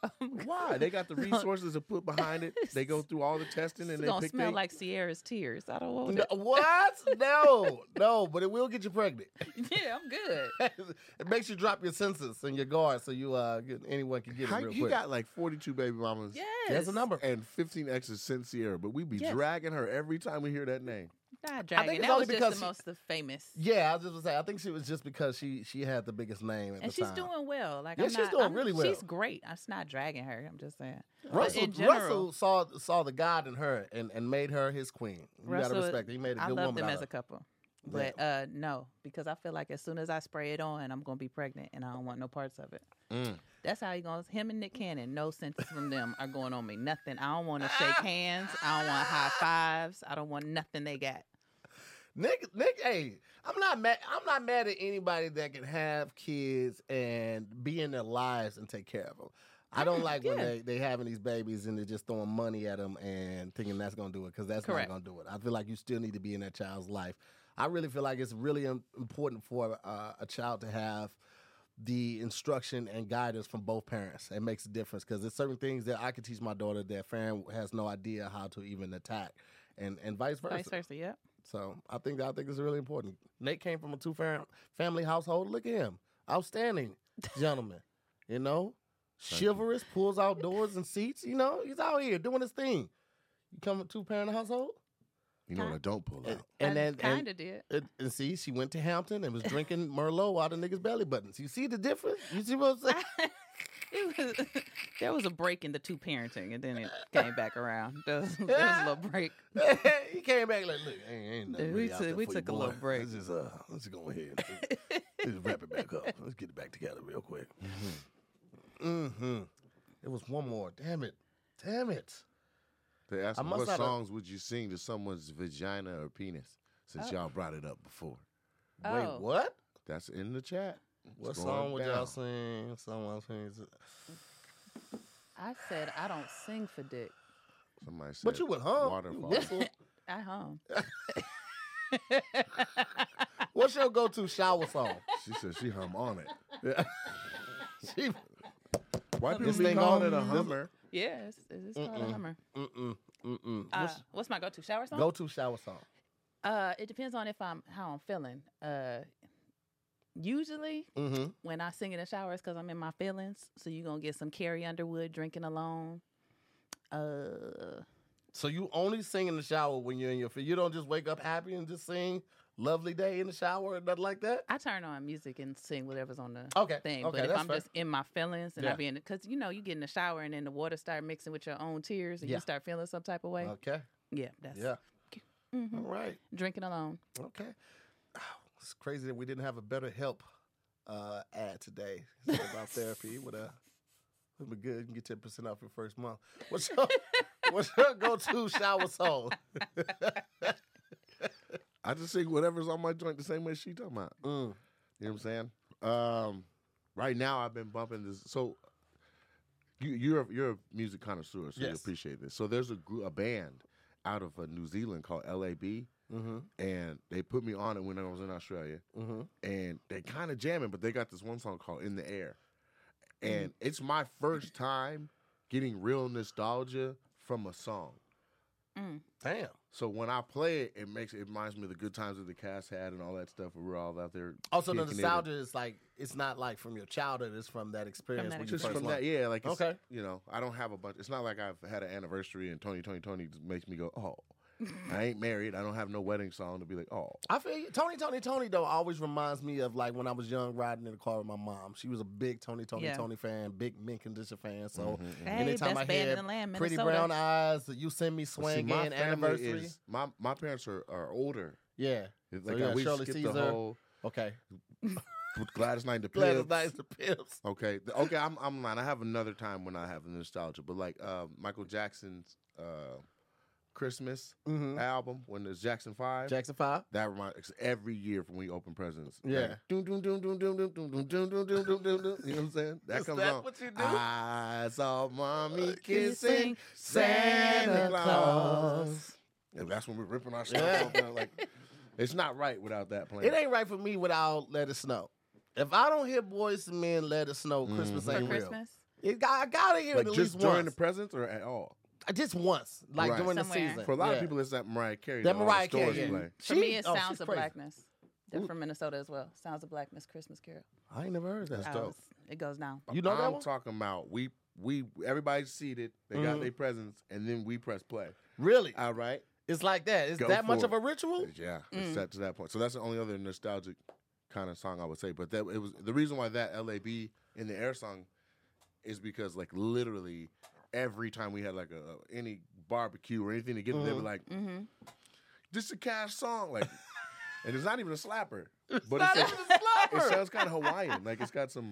[SPEAKER 2] Why? They got the resources to put behind it. They go through all the testing
[SPEAKER 4] It's
[SPEAKER 2] and they
[SPEAKER 4] gonna
[SPEAKER 2] pick
[SPEAKER 4] smell
[SPEAKER 2] they-
[SPEAKER 4] like Sierra's tears. I don't want
[SPEAKER 1] No,
[SPEAKER 4] it.
[SPEAKER 1] what? No, no, but it will get you pregnant.
[SPEAKER 4] Yeah, I'm good.
[SPEAKER 1] it makes you drop your senses and your guard, so you uh get, anyone can get
[SPEAKER 2] How-
[SPEAKER 1] it real
[SPEAKER 2] you
[SPEAKER 1] quick.
[SPEAKER 2] got like 42 baby mamas
[SPEAKER 4] Yes.
[SPEAKER 1] There's a number.
[SPEAKER 2] and 15 exes since Sierra, but we be
[SPEAKER 4] Yes.
[SPEAKER 2] dragging her every time we hear that name.
[SPEAKER 4] Not dragon.
[SPEAKER 1] it's
[SPEAKER 4] that
[SPEAKER 1] only
[SPEAKER 4] was just
[SPEAKER 1] because
[SPEAKER 4] the
[SPEAKER 1] she-
[SPEAKER 4] most the famous.
[SPEAKER 1] Yeah, I was just gonna say. I think she was just because she she had the biggest name at
[SPEAKER 4] And
[SPEAKER 1] the
[SPEAKER 4] she's
[SPEAKER 1] time.
[SPEAKER 4] doing well. Like
[SPEAKER 1] Yeah,
[SPEAKER 4] I'm
[SPEAKER 1] she's
[SPEAKER 4] not-
[SPEAKER 1] doing
[SPEAKER 4] I'm-
[SPEAKER 1] really well.
[SPEAKER 4] She's great. I'm just not dragging her. I'm just saying.
[SPEAKER 1] Russell,
[SPEAKER 4] in general-
[SPEAKER 1] Russell saw saw the God in her and, and made her his queen. You gotta
[SPEAKER 4] Russell-
[SPEAKER 1] respect. It. He made a
[SPEAKER 4] I
[SPEAKER 1] good
[SPEAKER 4] love
[SPEAKER 1] woman
[SPEAKER 4] them
[SPEAKER 1] out
[SPEAKER 4] as
[SPEAKER 1] of
[SPEAKER 4] a
[SPEAKER 1] it.
[SPEAKER 4] couple.
[SPEAKER 1] Yeah.
[SPEAKER 4] But uh no, because I feel like as soon as I spray it on, I'm gonna be pregnant and I don't want no parts of it.
[SPEAKER 1] Mm.
[SPEAKER 4] That's how he goes. Him and Nick Cannon, no sentence from them are going on me. Nothing. I don't want to shake hands. I don't want high fives. I don't want nothing they got.
[SPEAKER 1] Nick, Nick, hey, I'm not mad. I'm not mad at anybody that can have kids and be in their lives and take care of them. I don't like when
[SPEAKER 4] yeah.
[SPEAKER 1] they they having these babies and they're just throwing money at them and thinking that's gonna do it because that's
[SPEAKER 4] Correct.
[SPEAKER 1] not gonna do it. I feel like you still need to be in that child's life. I really feel like it's really im- important for uh, a child to have the instruction and guidance from both parents. It makes a difference because there's certain things that I can teach my daughter that Farron has no idea how to even attack, and and
[SPEAKER 4] Vice versa. Yep.
[SPEAKER 1] so I think I think it's really important. Nate came from a two fam- family household. Look at him, outstanding gentleman. You know, chivalrous, pulls out doors and seats. You know, he's out here doing his thing. You come from two parent household,
[SPEAKER 2] You know what I don't pull
[SPEAKER 1] and,
[SPEAKER 2] out.
[SPEAKER 1] and
[SPEAKER 4] I
[SPEAKER 1] then and,
[SPEAKER 4] kinda did.
[SPEAKER 1] and, and see, she went to Hampton and was drinking Merlot out of niggas' belly buttons. You see the difference? You see what I'm saying?
[SPEAKER 4] It was- there was a break in the two parenting, and then it came back around. There was, there was a little break.
[SPEAKER 1] he came back like, look, ain't, ain't nothing
[SPEAKER 4] Dude, we
[SPEAKER 1] really out
[SPEAKER 4] took-
[SPEAKER 1] there
[SPEAKER 4] we
[SPEAKER 1] for
[SPEAKER 4] took
[SPEAKER 1] you,
[SPEAKER 4] a little
[SPEAKER 1] boy.
[SPEAKER 4] break.
[SPEAKER 1] Let's just uh, let's just go ahead. Let's, let's wrap it back up. Let's get it back together real quick. Mm-hmm. It was one more. Damn it. Damn it.
[SPEAKER 2] They asked
[SPEAKER 1] I
[SPEAKER 2] me,
[SPEAKER 1] must
[SPEAKER 2] what
[SPEAKER 1] have a-
[SPEAKER 2] songs would you sing to someone's vagina or penis? Since y'all brought it up before,
[SPEAKER 1] Wait,
[SPEAKER 4] Oh.
[SPEAKER 1] what?
[SPEAKER 2] that's in the chat. It's
[SPEAKER 1] What
[SPEAKER 2] going
[SPEAKER 1] song would y'all
[SPEAKER 2] down.
[SPEAKER 1] sing? Someone sings.
[SPEAKER 4] I said I don't sing for dick.
[SPEAKER 2] Somebody said,
[SPEAKER 1] But you would hum. You
[SPEAKER 2] Waterfall.
[SPEAKER 1] whistle.
[SPEAKER 4] I home.
[SPEAKER 1] What's your go-to shower song?
[SPEAKER 2] she said she hum on it.
[SPEAKER 1] She-
[SPEAKER 2] Why people
[SPEAKER 1] thing
[SPEAKER 2] be calling
[SPEAKER 1] on-
[SPEAKER 2] it a
[SPEAKER 1] this-
[SPEAKER 2] hummer?
[SPEAKER 4] Yes, it's called a hummer.
[SPEAKER 1] mm-mm, mm-mm.
[SPEAKER 4] Uh,
[SPEAKER 1] What's-
[SPEAKER 4] what's my go-to shower song?
[SPEAKER 1] go-to shower song.
[SPEAKER 4] Uh, it depends on if I'm how I'm feeling. Uh, usually
[SPEAKER 1] Mm-hmm.
[SPEAKER 4] when I sing in the shower, it's because I'm in my feelings. So you're gonna get some Carrie Underwood drinking alone. Uh,
[SPEAKER 1] So you only sing in the shower when you're in your. fe- You don't just wake up happy and just sing "Lovely Day" in the shower or nothing like that.
[SPEAKER 4] I turn on music and sing whatever's on the
[SPEAKER 1] Okay,
[SPEAKER 4] thing.
[SPEAKER 1] okay,
[SPEAKER 4] but if
[SPEAKER 1] that's
[SPEAKER 4] I'm
[SPEAKER 1] fair.
[SPEAKER 4] just in my feelings and
[SPEAKER 1] Yeah.
[SPEAKER 4] I be in, because you know you get in the shower and then the water start mixing with your own tears and
[SPEAKER 1] Yeah.
[SPEAKER 4] you start feeling some type of way.
[SPEAKER 1] Okay.
[SPEAKER 4] yeah, that's
[SPEAKER 1] Yeah.
[SPEAKER 4] mhm.
[SPEAKER 1] All right.
[SPEAKER 4] drinking alone.
[SPEAKER 1] Okay. Ow, It's crazy that we didn't have a better help uh, ad today It's all about therapy. It Would have would been good. You can get ten percent off your first month. What's your What's your go-to shower song?
[SPEAKER 2] I just sing whatever's on my joint the same way she talking about.
[SPEAKER 1] Mm.
[SPEAKER 2] You know what I'm saying? Um, right now I've been bumping this. So you, you're a- you're a music connoisseur, so you
[SPEAKER 1] Yes.
[SPEAKER 2] appreciate this. So there's a group, a band out of uh, New Zealand called LAB,
[SPEAKER 1] Mm-hmm.
[SPEAKER 2] and they put me on it when I was in Australia,
[SPEAKER 1] Mm-hmm.
[SPEAKER 2] and they kind of jamming, but they got this one song called "In the Air," and it's my first time getting real nostalgia from a song.
[SPEAKER 1] Damn.
[SPEAKER 2] So when I play it, it makes it reminds me of the good times that the cast had and all that stuff. We were all out there.
[SPEAKER 1] Also, the
[SPEAKER 2] kicking it and-
[SPEAKER 1] nostalgia is like it's not like from your childhood. It's from that experience.
[SPEAKER 4] that
[SPEAKER 1] when you
[SPEAKER 2] just
[SPEAKER 1] first
[SPEAKER 2] from
[SPEAKER 1] learned.
[SPEAKER 2] that, yeah. Like, okay,
[SPEAKER 1] Okay.
[SPEAKER 2] you know, I don't have a bunch. It's not like I've had an anniversary and Tony, Tony, Tony just makes me go, oh, I ain't married. I don't have no wedding song to be like, oh,
[SPEAKER 1] I feel you. Tony, Tony, Tony, though, always reminds me of like when I was young riding in the car with my mom. She was a big Tony, Tony,
[SPEAKER 4] Yeah.
[SPEAKER 1] Tony fan, big mint condition fan. So
[SPEAKER 2] Mm-hmm,
[SPEAKER 4] Hey,
[SPEAKER 1] anytime
[SPEAKER 4] best
[SPEAKER 1] I
[SPEAKER 4] band
[SPEAKER 1] hear
[SPEAKER 4] in the land,
[SPEAKER 1] pretty
[SPEAKER 4] Minnesota.
[SPEAKER 1] brown eyes, you send me
[SPEAKER 2] But Mm-hmm. see,
[SPEAKER 1] swinging anniversary.
[SPEAKER 2] is my my parents are, are older.
[SPEAKER 1] yeah.
[SPEAKER 2] It's
[SPEAKER 1] So
[SPEAKER 2] like
[SPEAKER 1] you
[SPEAKER 2] I-
[SPEAKER 1] got
[SPEAKER 2] we
[SPEAKER 1] Shirley
[SPEAKER 2] skipped
[SPEAKER 1] Caesar.
[SPEAKER 2] the whole
[SPEAKER 1] Okay.
[SPEAKER 2] with Gladys Knight and the
[SPEAKER 1] Glad it's
[SPEAKER 2] Pips.
[SPEAKER 1] nice to pimps.
[SPEAKER 2] Okay, th- okay, I'm I'm lying. I have another time when I have nostalgia, but like uh, Michael Jackson's uh, Christmas
[SPEAKER 1] Mhm.
[SPEAKER 2] album when there's Jackson Five.
[SPEAKER 1] Jackson Five.
[SPEAKER 2] That reminds every year from when we open presents.
[SPEAKER 1] Yeah.
[SPEAKER 2] Doom doom doom doom doom doom doom doom doom doom doom doom doom. You know what I'm saying? That
[SPEAKER 1] Is
[SPEAKER 2] comes
[SPEAKER 1] that
[SPEAKER 2] on. Ah,
[SPEAKER 1] what you do? Uh,
[SPEAKER 2] I saw mommy kissing
[SPEAKER 4] Kissing
[SPEAKER 2] Santa Claus. And that's when we're ripping our stuff
[SPEAKER 1] Yeah.
[SPEAKER 2] off. and Like it's not right without that playing.
[SPEAKER 1] It ain't right for me without Let It Snow. If I don't hear Boys and Men Let It Snow, Christmas
[SPEAKER 4] For
[SPEAKER 1] ain't real.
[SPEAKER 4] Christmas,
[SPEAKER 1] It got, I gotta hear
[SPEAKER 2] Mm-hmm. like
[SPEAKER 1] it at
[SPEAKER 2] just
[SPEAKER 1] least
[SPEAKER 2] during
[SPEAKER 1] once.
[SPEAKER 2] the presents or at all.
[SPEAKER 1] just once, like
[SPEAKER 2] Right.
[SPEAKER 1] during the
[SPEAKER 4] Somewhere.
[SPEAKER 1] season.
[SPEAKER 2] For a lot
[SPEAKER 1] Yeah.
[SPEAKER 2] of people, it's that Mariah Carey.
[SPEAKER 1] That
[SPEAKER 2] all the
[SPEAKER 1] Mariah Carey.
[SPEAKER 2] stores
[SPEAKER 1] yeah.
[SPEAKER 2] play.
[SPEAKER 4] for
[SPEAKER 1] She-
[SPEAKER 4] me, it's
[SPEAKER 1] oh, she's
[SPEAKER 4] Sounds of
[SPEAKER 1] crazy.
[SPEAKER 4] Blackness. They're from Minnesota as well. Sounds of Blackness Christmas Carol.
[SPEAKER 1] I ain't never heard that.
[SPEAKER 4] I
[SPEAKER 1] stuff.
[SPEAKER 4] was- It goes down.
[SPEAKER 1] You know
[SPEAKER 2] I'm
[SPEAKER 1] that one?
[SPEAKER 2] talking about we we everybody's seated. They got
[SPEAKER 1] Mhm.
[SPEAKER 2] their presents, and then we press play.
[SPEAKER 1] Really?
[SPEAKER 2] All right.
[SPEAKER 1] It's like that. Is
[SPEAKER 2] Go
[SPEAKER 1] that much
[SPEAKER 2] for
[SPEAKER 1] of a ritual?
[SPEAKER 2] Yeah,
[SPEAKER 1] Mm.
[SPEAKER 2] it's that to that point. So that's the only other nostalgic kind of song I would say. But that it was the reason why that LAB in the air song is because like literally every time we had like a any barbecue or anything to get they were like,
[SPEAKER 6] Mm-hmm.
[SPEAKER 2] "This is a cash song," like, and it's not even a slapper, but it's like, it sounds kind of Hawaiian. Like it's got some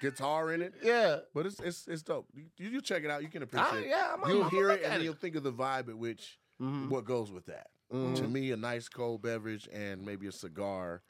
[SPEAKER 2] guitar in it.
[SPEAKER 1] Yeah.
[SPEAKER 2] But it's it's it's dope. You, you check it out. You can appreciate.
[SPEAKER 1] I,
[SPEAKER 2] it.
[SPEAKER 1] yeah, I'm,
[SPEAKER 2] You'll
[SPEAKER 1] I'm
[SPEAKER 2] hear
[SPEAKER 1] look
[SPEAKER 2] it and
[SPEAKER 1] at
[SPEAKER 2] then you'll think of the vibe at which
[SPEAKER 4] Mm-hmm.
[SPEAKER 1] Mhm.
[SPEAKER 2] what goes with that.
[SPEAKER 1] Mhm.
[SPEAKER 2] To me, a nice cold beverage and maybe a cigar.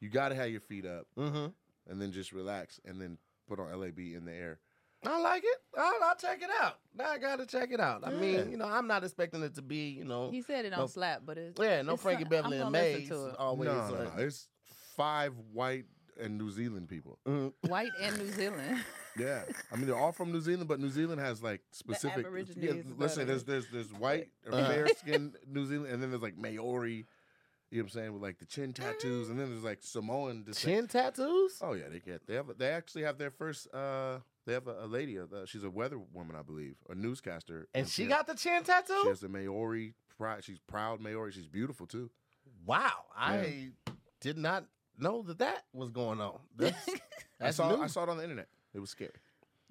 [SPEAKER 2] You got to have your feet up
[SPEAKER 1] Mhm.
[SPEAKER 2] and then just relax and then put on LAB in the air.
[SPEAKER 1] I like it. I'll, I'll check it out. I gotta check it out. I
[SPEAKER 2] Yeah.
[SPEAKER 1] mean, you know, I'm not expecting it to be, you know,
[SPEAKER 4] He said it on
[SPEAKER 1] No.
[SPEAKER 4] slap, but it's
[SPEAKER 1] yeah, no
[SPEAKER 4] it's
[SPEAKER 1] Frankie
[SPEAKER 4] not-
[SPEAKER 1] Beverly and
[SPEAKER 4] I'm gonna listen
[SPEAKER 1] Mays
[SPEAKER 4] to it.
[SPEAKER 1] always.
[SPEAKER 2] no,
[SPEAKER 1] uh,
[SPEAKER 2] no, no. It's five white and New Zealand people.
[SPEAKER 1] mhm.
[SPEAKER 4] white and New Zealand.
[SPEAKER 2] Yeah, I mean they're all from New Zealand, but New Zealand has like specific.
[SPEAKER 4] Aborigines is
[SPEAKER 2] let's say
[SPEAKER 4] better.
[SPEAKER 2] there's there's there's white or
[SPEAKER 1] Uh-huh.
[SPEAKER 2] fair skinned New Zealand, and then there's like Maori. You know what I'm saying with like the chin tattoos, and then there's like Samoan descent.
[SPEAKER 1] Chin tattoos?
[SPEAKER 2] Oh yeah, they get they have they actually have their first. uh They have a, a lady. Uh, she's a weather woman, I believe, a newscaster,
[SPEAKER 1] And she
[SPEAKER 2] has-
[SPEAKER 1] got the chin tattoo?
[SPEAKER 2] She has a Maori pride. She's proud Maori. She's beautiful too.
[SPEAKER 1] wow. I did not know that that was going on. That's,
[SPEAKER 2] I
[SPEAKER 1] that's
[SPEAKER 2] saw
[SPEAKER 1] new.
[SPEAKER 2] I saw it on the internet. It was scary.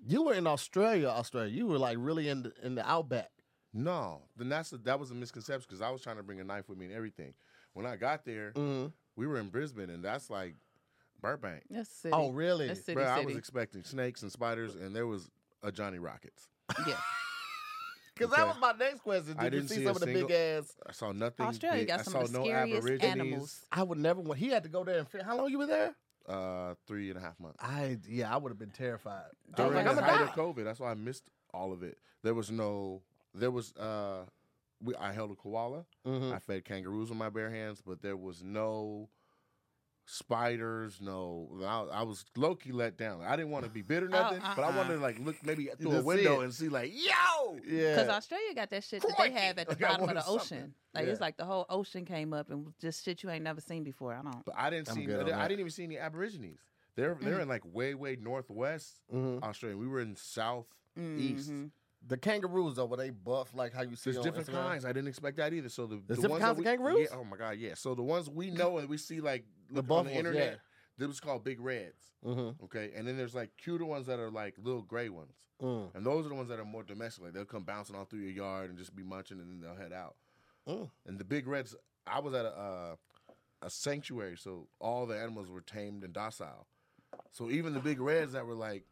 [SPEAKER 1] You were in Australia, Australia. You were like really in the, in the outback.
[SPEAKER 2] No, then that's a, that was a misconception because I was trying to bring a knife with me and everything. When I got there,
[SPEAKER 4] Mm-hmm.
[SPEAKER 1] Mhm.
[SPEAKER 2] we were in Brisbane, and that's like Burbank.
[SPEAKER 4] That's city.
[SPEAKER 1] Oh, really?
[SPEAKER 4] That's city,
[SPEAKER 2] Bro, I
[SPEAKER 4] city.
[SPEAKER 2] was expecting snakes and spiders, and there was a Johnny Rockets.
[SPEAKER 4] yeah.
[SPEAKER 1] Because that
[SPEAKER 2] Okay.
[SPEAKER 1] was my next question. Did
[SPEAKER 2] I
[SPEAKER 1] you
[SPEAKER 2] didn't
[SPEAKER 1] see,
[SPEAKER 2] see a
[SPEAKER 1] some of the
[SPEAKER 2] single-
[SPEAKER 1] big ass?
[SPEAKER 2] I saw nothing.
[SPEAKER 4] Australia
[SPEAKER 2] big.
[SPEAKER 4] got
[SPEAKER 2] I
[SPEAKER 4] some
[SPEAKER 2] saw
[SPEAKER 4] of the
[SPEAKER 2] no
[SPEAKER 4] scariest
[SPEAKER 2] aborigines.
[SPEAKER 4] animals.
[SPEAKER 1] I would never want. He had to go there and. fi- How long you were there?
[SPEAKER 2] Uh, three and a half months.
[SPEAKER 1] I yeah, I would have been terrified. I was
[SPEAKER 2] During
[SPEAKER 1] like,
[SPEAKER 2] the
[SPEAKER 1] I'm gonna
[SPEAKER 2] height
[SPEAKER 1] die.
[SPEAKER 2] of COVID, that's why I missed all of it. There was no. There was. Uh, we, I held a koala. I
[SPEAKER 4] Mm-hmm.
[SPEAKER 1] Mhm.
[SPEAKER 2] fed kangaroos with my bare hands, but there was no spiders. No, I, I was low key let down. I didn't want to be bit or nothing, but I wanted to like look maybe through a
[SPEAKER 1] just Uh-uh. see
[SPEAKER 2] window
[SPEAKER 1] it.
[SPEAKER 2] and see like yo.
[SPEAKER 1] Yeah.
[SPEAKER 4] Because Australia got that shit that they have at the
[SPEAKER 2] Like, I
[SPEAKER 4] bottom of
[SPEAKER 2] wanted
[SPEAKER 4] the ocean.
[SPEAKER 2] something.
[SPEAKER 4] Like it's
[SPEAKER 2] Yeah.
[SPEAKER 4] like the whole ocean came up and was just shit you ain't never seen before. I don't.
[SPEAKER 2] But I didn't
[SPEAKER 1] I'm
[SPEAKER 2] see.
[SPEAKER 1] good on
[SPEAKER 2] I
[SPEAKER 1] that. Mm.
[SPEAKER 2] didn't even see any Aborigines. They're they're in like way way northwest
[SPEAKER 1] Mhm.
[SPEAKER 2] Australia. We were in south east.
[SPEAKER 4] Mhm.
[SPEAKER 1] The kangaroos though, were they buff like how you see?
[SPEAKER 2] There's
[SPEAKER 1] on
[SPEAKER 2] different
[SPEAKER 1] Instagram?
[SPEAKER 2] kinds. I didn't expect that either. So the, the
[SPEAKER 1] different
[SPEAKER 2] ones that
[SPEAKER 1] kinds of
[SPEAKER 2] we-
[SPEAKER 1] kangaroos?
[SPEAKER 2] Yeah, oh my god, yeah. So the ones we know and we see like
[SPEAKER 1] The
[SPEAKER 2] look on
[SPEAKER 1] buff
[SPEAKER 2] the
[SPEAKER 1] ones, yeah.
[SPEAKER 2] internet, they was called big reds.
[SPEAKER 1] Mhm.
[SPEAKER 2] Okay, and then there's like cuter ones that are like little gray ones,
[SPEAKER 1] Mm.
[SPEAKER 2] and those are the ones that are more domestic. Like they'll come bouncing all through your yard and just be munching, and then they'll head out.
[SPEAKER 1] Mm.
[SPEAKER 2] And the big reds, I was at a uh, a sanctuary, so all the animals were tamed and docile. So even the big reds that were like,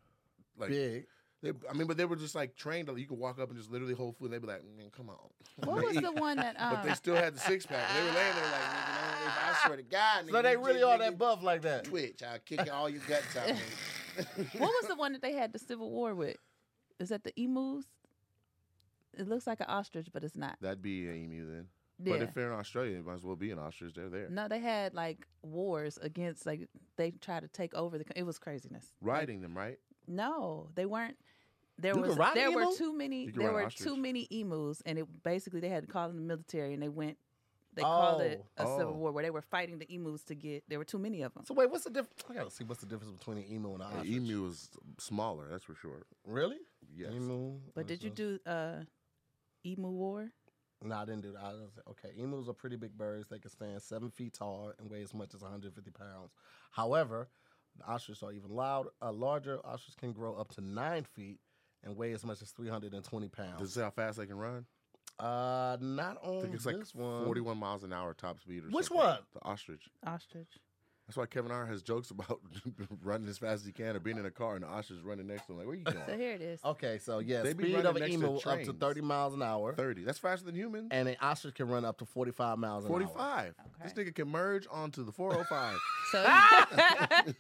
[SPEAKER 2] like
[SPEAKER 1] Big.
[SPEAKER 2] they, I mean, but they were just like trained. Like you could walk up and just literally hold food. and They'd be like, "Man, come on.
[SPEAKER 4] What was the one that? Um,
[SPEAKER 2] But they still had the six pack. They were laying there like, nigga, man, if I swear to God, nigga,
[SPEAKER 1] So they
[SPEAKER 2] you
[SPEAKER 1] really
[SPEAKER 2] just-
[SPEAKER 1] are
[SPEAKER 2] nigga,
[SPEAKER 1] that buff like that.
[SPEAKER 2] twitch. I'll kick all your guts out. nigga."
[SPEAKER 4] what was the one that they had the civil war with? Is that the emus? It looks like an ostrich, but it's not.
[SPEAKER 2] That'd be an emu then.
[SPEAKER 4] Yeah.
[SPEAKER 2] But if they're in Australia, it might as well be an ostrich. They're there.
[SPEAKER 4] no, they had like wars against like they tried to take over the. co- It was craziness.
[SPEAKER 2] Riding them, right?
[SPEAKER 4] No, they weren't. There
[SPEAKER 1] You can
[SPEAKER 4] was
[SPEAKER 1] ride an
[SPEAKER 4] there were
[SPEAKER 1] emu?
[SPEAKER 4] too many
[SPEAKER 2] You can
[SPEAKER 4] there
[SPEAKER 2] ride an
[SPEAKER 4] were
[SPEAKER 2] ostrich.
[SPEAKER 4] too many emus, and it basically they had to call in the military, and they went. They called it a
[SPEAKER 2] Oh, oh.
[SPEAKER 4] civil war where they were fighting the emus to get. There were too many of them.
[SPEAKER 1] So wait, what's the difference? I gotta see what's the difference between an emu and an
[SPEAKER 2] The
[SPEAKER 1] ostrich.
[SPEAKER 2] emu is smaller, that's for sure.
[SPEAKER 1] Really?
[SPEAKER 2] Yes.
[SPEAKER 1] Emu.
[SPEAKER 4] but did you
[SPEAKER 1] versus-
[SPEAKER 4] do uh, emu war?
[SPEAKER 1] No, I didn't do that. I was, okay, emus are pretty big birds. They can stand seven feet tall and weigh as much as 150 pounds. However, the ostriches are even loud, uh, larger. Ostriches can grow up to nine feet and weigh as much as 320
[SPEAKER 2] Does it
[SPEAKER 1] pounds.
[SPEAKER 2] say how fast they can run?
[SPEAKER 1] Uh, not on
[SPEAKER 2] I think it's like
[SPEAKER 1] this one.
[SPEAKER 2] 41 miles an hour top speed or
[SPEAKER 1] Which
[SPEAKER 2] something.
[SPEAKER 1] one?
[SPEAKER 2] The ostrich.
[SPEAKER 4] Ostrich.
[SPEAKER 2] That's why Kevin R has jokes about running as fast as he can or being in a car and the ostrich running next to him. Like, where you
[SPEAKER 4] So
[SPEAKER 2] going?
[SPEAKER 4] here it is.
[SPEAKER 1] Okay, so yeah,
[SPEAKER 2] They be
[SPEAKER 1] speed
[SPEAKER 2] running
[SPEAKER 1] of an
[SPEAKER 2] next to
[SPEAKER 1] emu up to
[SPEAKER 2] trains.
[SPEAKER 1] 30 miles an hour,
[SPEAKER 2] 30. That's faster than humans.
[SPEAKER 1] and an ostrich can run up to 45 miles an hour.
[SPEAKER 2] 45. This nigga can merge onto the 405.
[SPEAKER 4] So,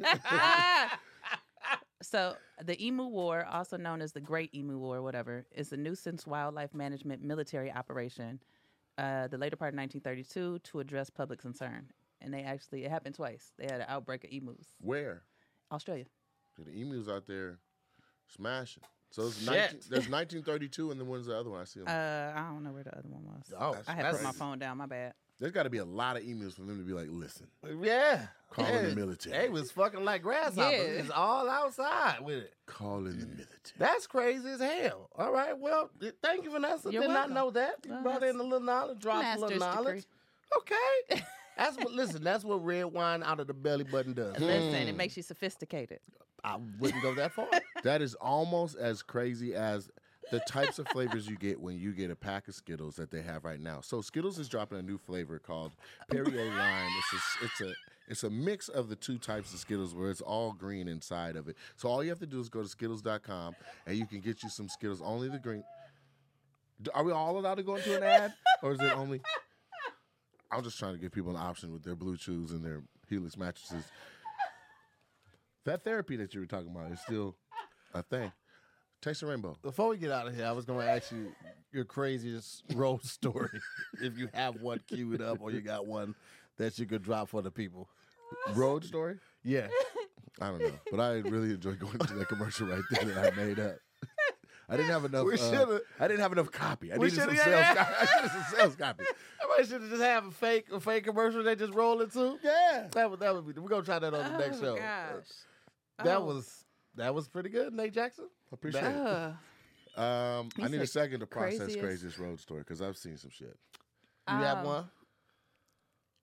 [SPEAKER 4] so the Emu War, also known as the Great Emu War, whatever, is a nuisance wildlife management military operation. Uh, the later part of 1932 to address public concern, and they actually it happened twice. They had an outbreak of emus.
[SPEAKER 2] Where?
[SPEAKER 4] Australia.
[SPEAKER 2] The emu's out there smashing. So it's
[SPEAKER 1] Shit.
[SPEAKER 2] 19, there's 1932, and then when's the other one I see? him.
[SPEAKER 4] Uh, I don't Uh, know where the other one was.
[SPEAKER 1] Oh,
[SPEAKER 4] I had
[SPEAKER 1] that's-
[SPEAKER 4] put my phone down. My bad.
[SPEAKER 2] There's got to be a lot of emails for them to be like, listen,
[SPEAKER 1] Yeah.
[SPEAKER 2] Call in the military.
[SPEAKER 1] They was fucking like grasshoppers.
[SPEAKER 3] Yeah.
[SPEAKER 1] It's all outside with it.
[SPEAKER 2] call in the military.
[SPEAKER 1] That's crazy as hell. All right. Well, th- thank you, Vanessa.
[SPEAKER 4] You're
[SPEAKER 1] Did
[SPEAKER 4] welcome.
[SPEAKER 1] not know that. You
[SPEAKER 4] Well,
[SPEAKER 1] brought
[SPEAKER 4] that's
[SPEAKER 1] in a little knowledge, dropped a little
[SPEAKER 4] master's
[SPEAKER 1] knowledge. Okay. That's what listen, that's what red wine out of the belly button does.
[SPEAKER 4] Listen,
[SPEAKER 1] Hmm.
[SPEAKER 4] it makes you sophisticated.
[SPEAKER 1] I wouldn't go that far.
[SPEAKER 2] That is almost as crazy as the types of flavors you get when you get a pack of Skittles that they have right now. So Skittles is dropping a new flavor called Perrier Lime. It's a, it's a it's a mix of the two types of Skittles where it's all green inside of it. So all you have to do is go to Skittles.com and you can get you some Skittles. Only the green. D- Are we all allowed to go into an ad, or is it only? I'm just trying to give people an option with their blue chews and their Helix mattresses. That therapy that you were talking about is still a thing. Taste the rainbow.
[SPEAKER 1] Before we get out of here, I was gonna ask you your craziest road story. if you have one queued up or you got one that you could drop for the people.
[SPEAKER 2] Road story?
[SPEAKER 1] Yeah.
[SPEAKER 2] I don't know, but I really enjoyed going to that commercial right there that I made up. I didn't have enough.
[SPEAKER 1] We
[SPEAKER 2] uh,
[SPEAKER 1] shoulda-
[SPEAKER 2] I didn't have enough copy. I
[SPEAKER 1] We
[SPEAKER 2] needed some
[SPEAKER 1] shoulda-
[SPEAKER 2] sales.
[SPEAKER 1] yeah.
[SPEAKER 2] copy. I needed some sales copy.
[SPEAKER 1] Everybody should have just have a fake a fake commercial they just roll into.
[SPEAKER 2] Yeah.
[SPEAKER 1] That would that would be we're gonna try that on the next show. That
[SPEAKER 4] Oh.
[SPEAKER 1] was that was pretty good, Nate Jackson.
[SPEAKER 2] Appreciate
[SPEAKER 1] That-
[SPEAKER 2] it.
[SPEAKER 4] Ugh.
[SPEAKER 2] Um, I
[SPEAKER 4] He's
[SPEAKER 2] need a
[SPEAKER 4] the
[SPEAKER 2] second to process
[SPEAKER 4] craziest-
[SPEAKER 2] craziest road story because I've seen some shit.
[SPEAKER 1] You have
[SPEAKER 4] Um,
[SPEAKER 1] one?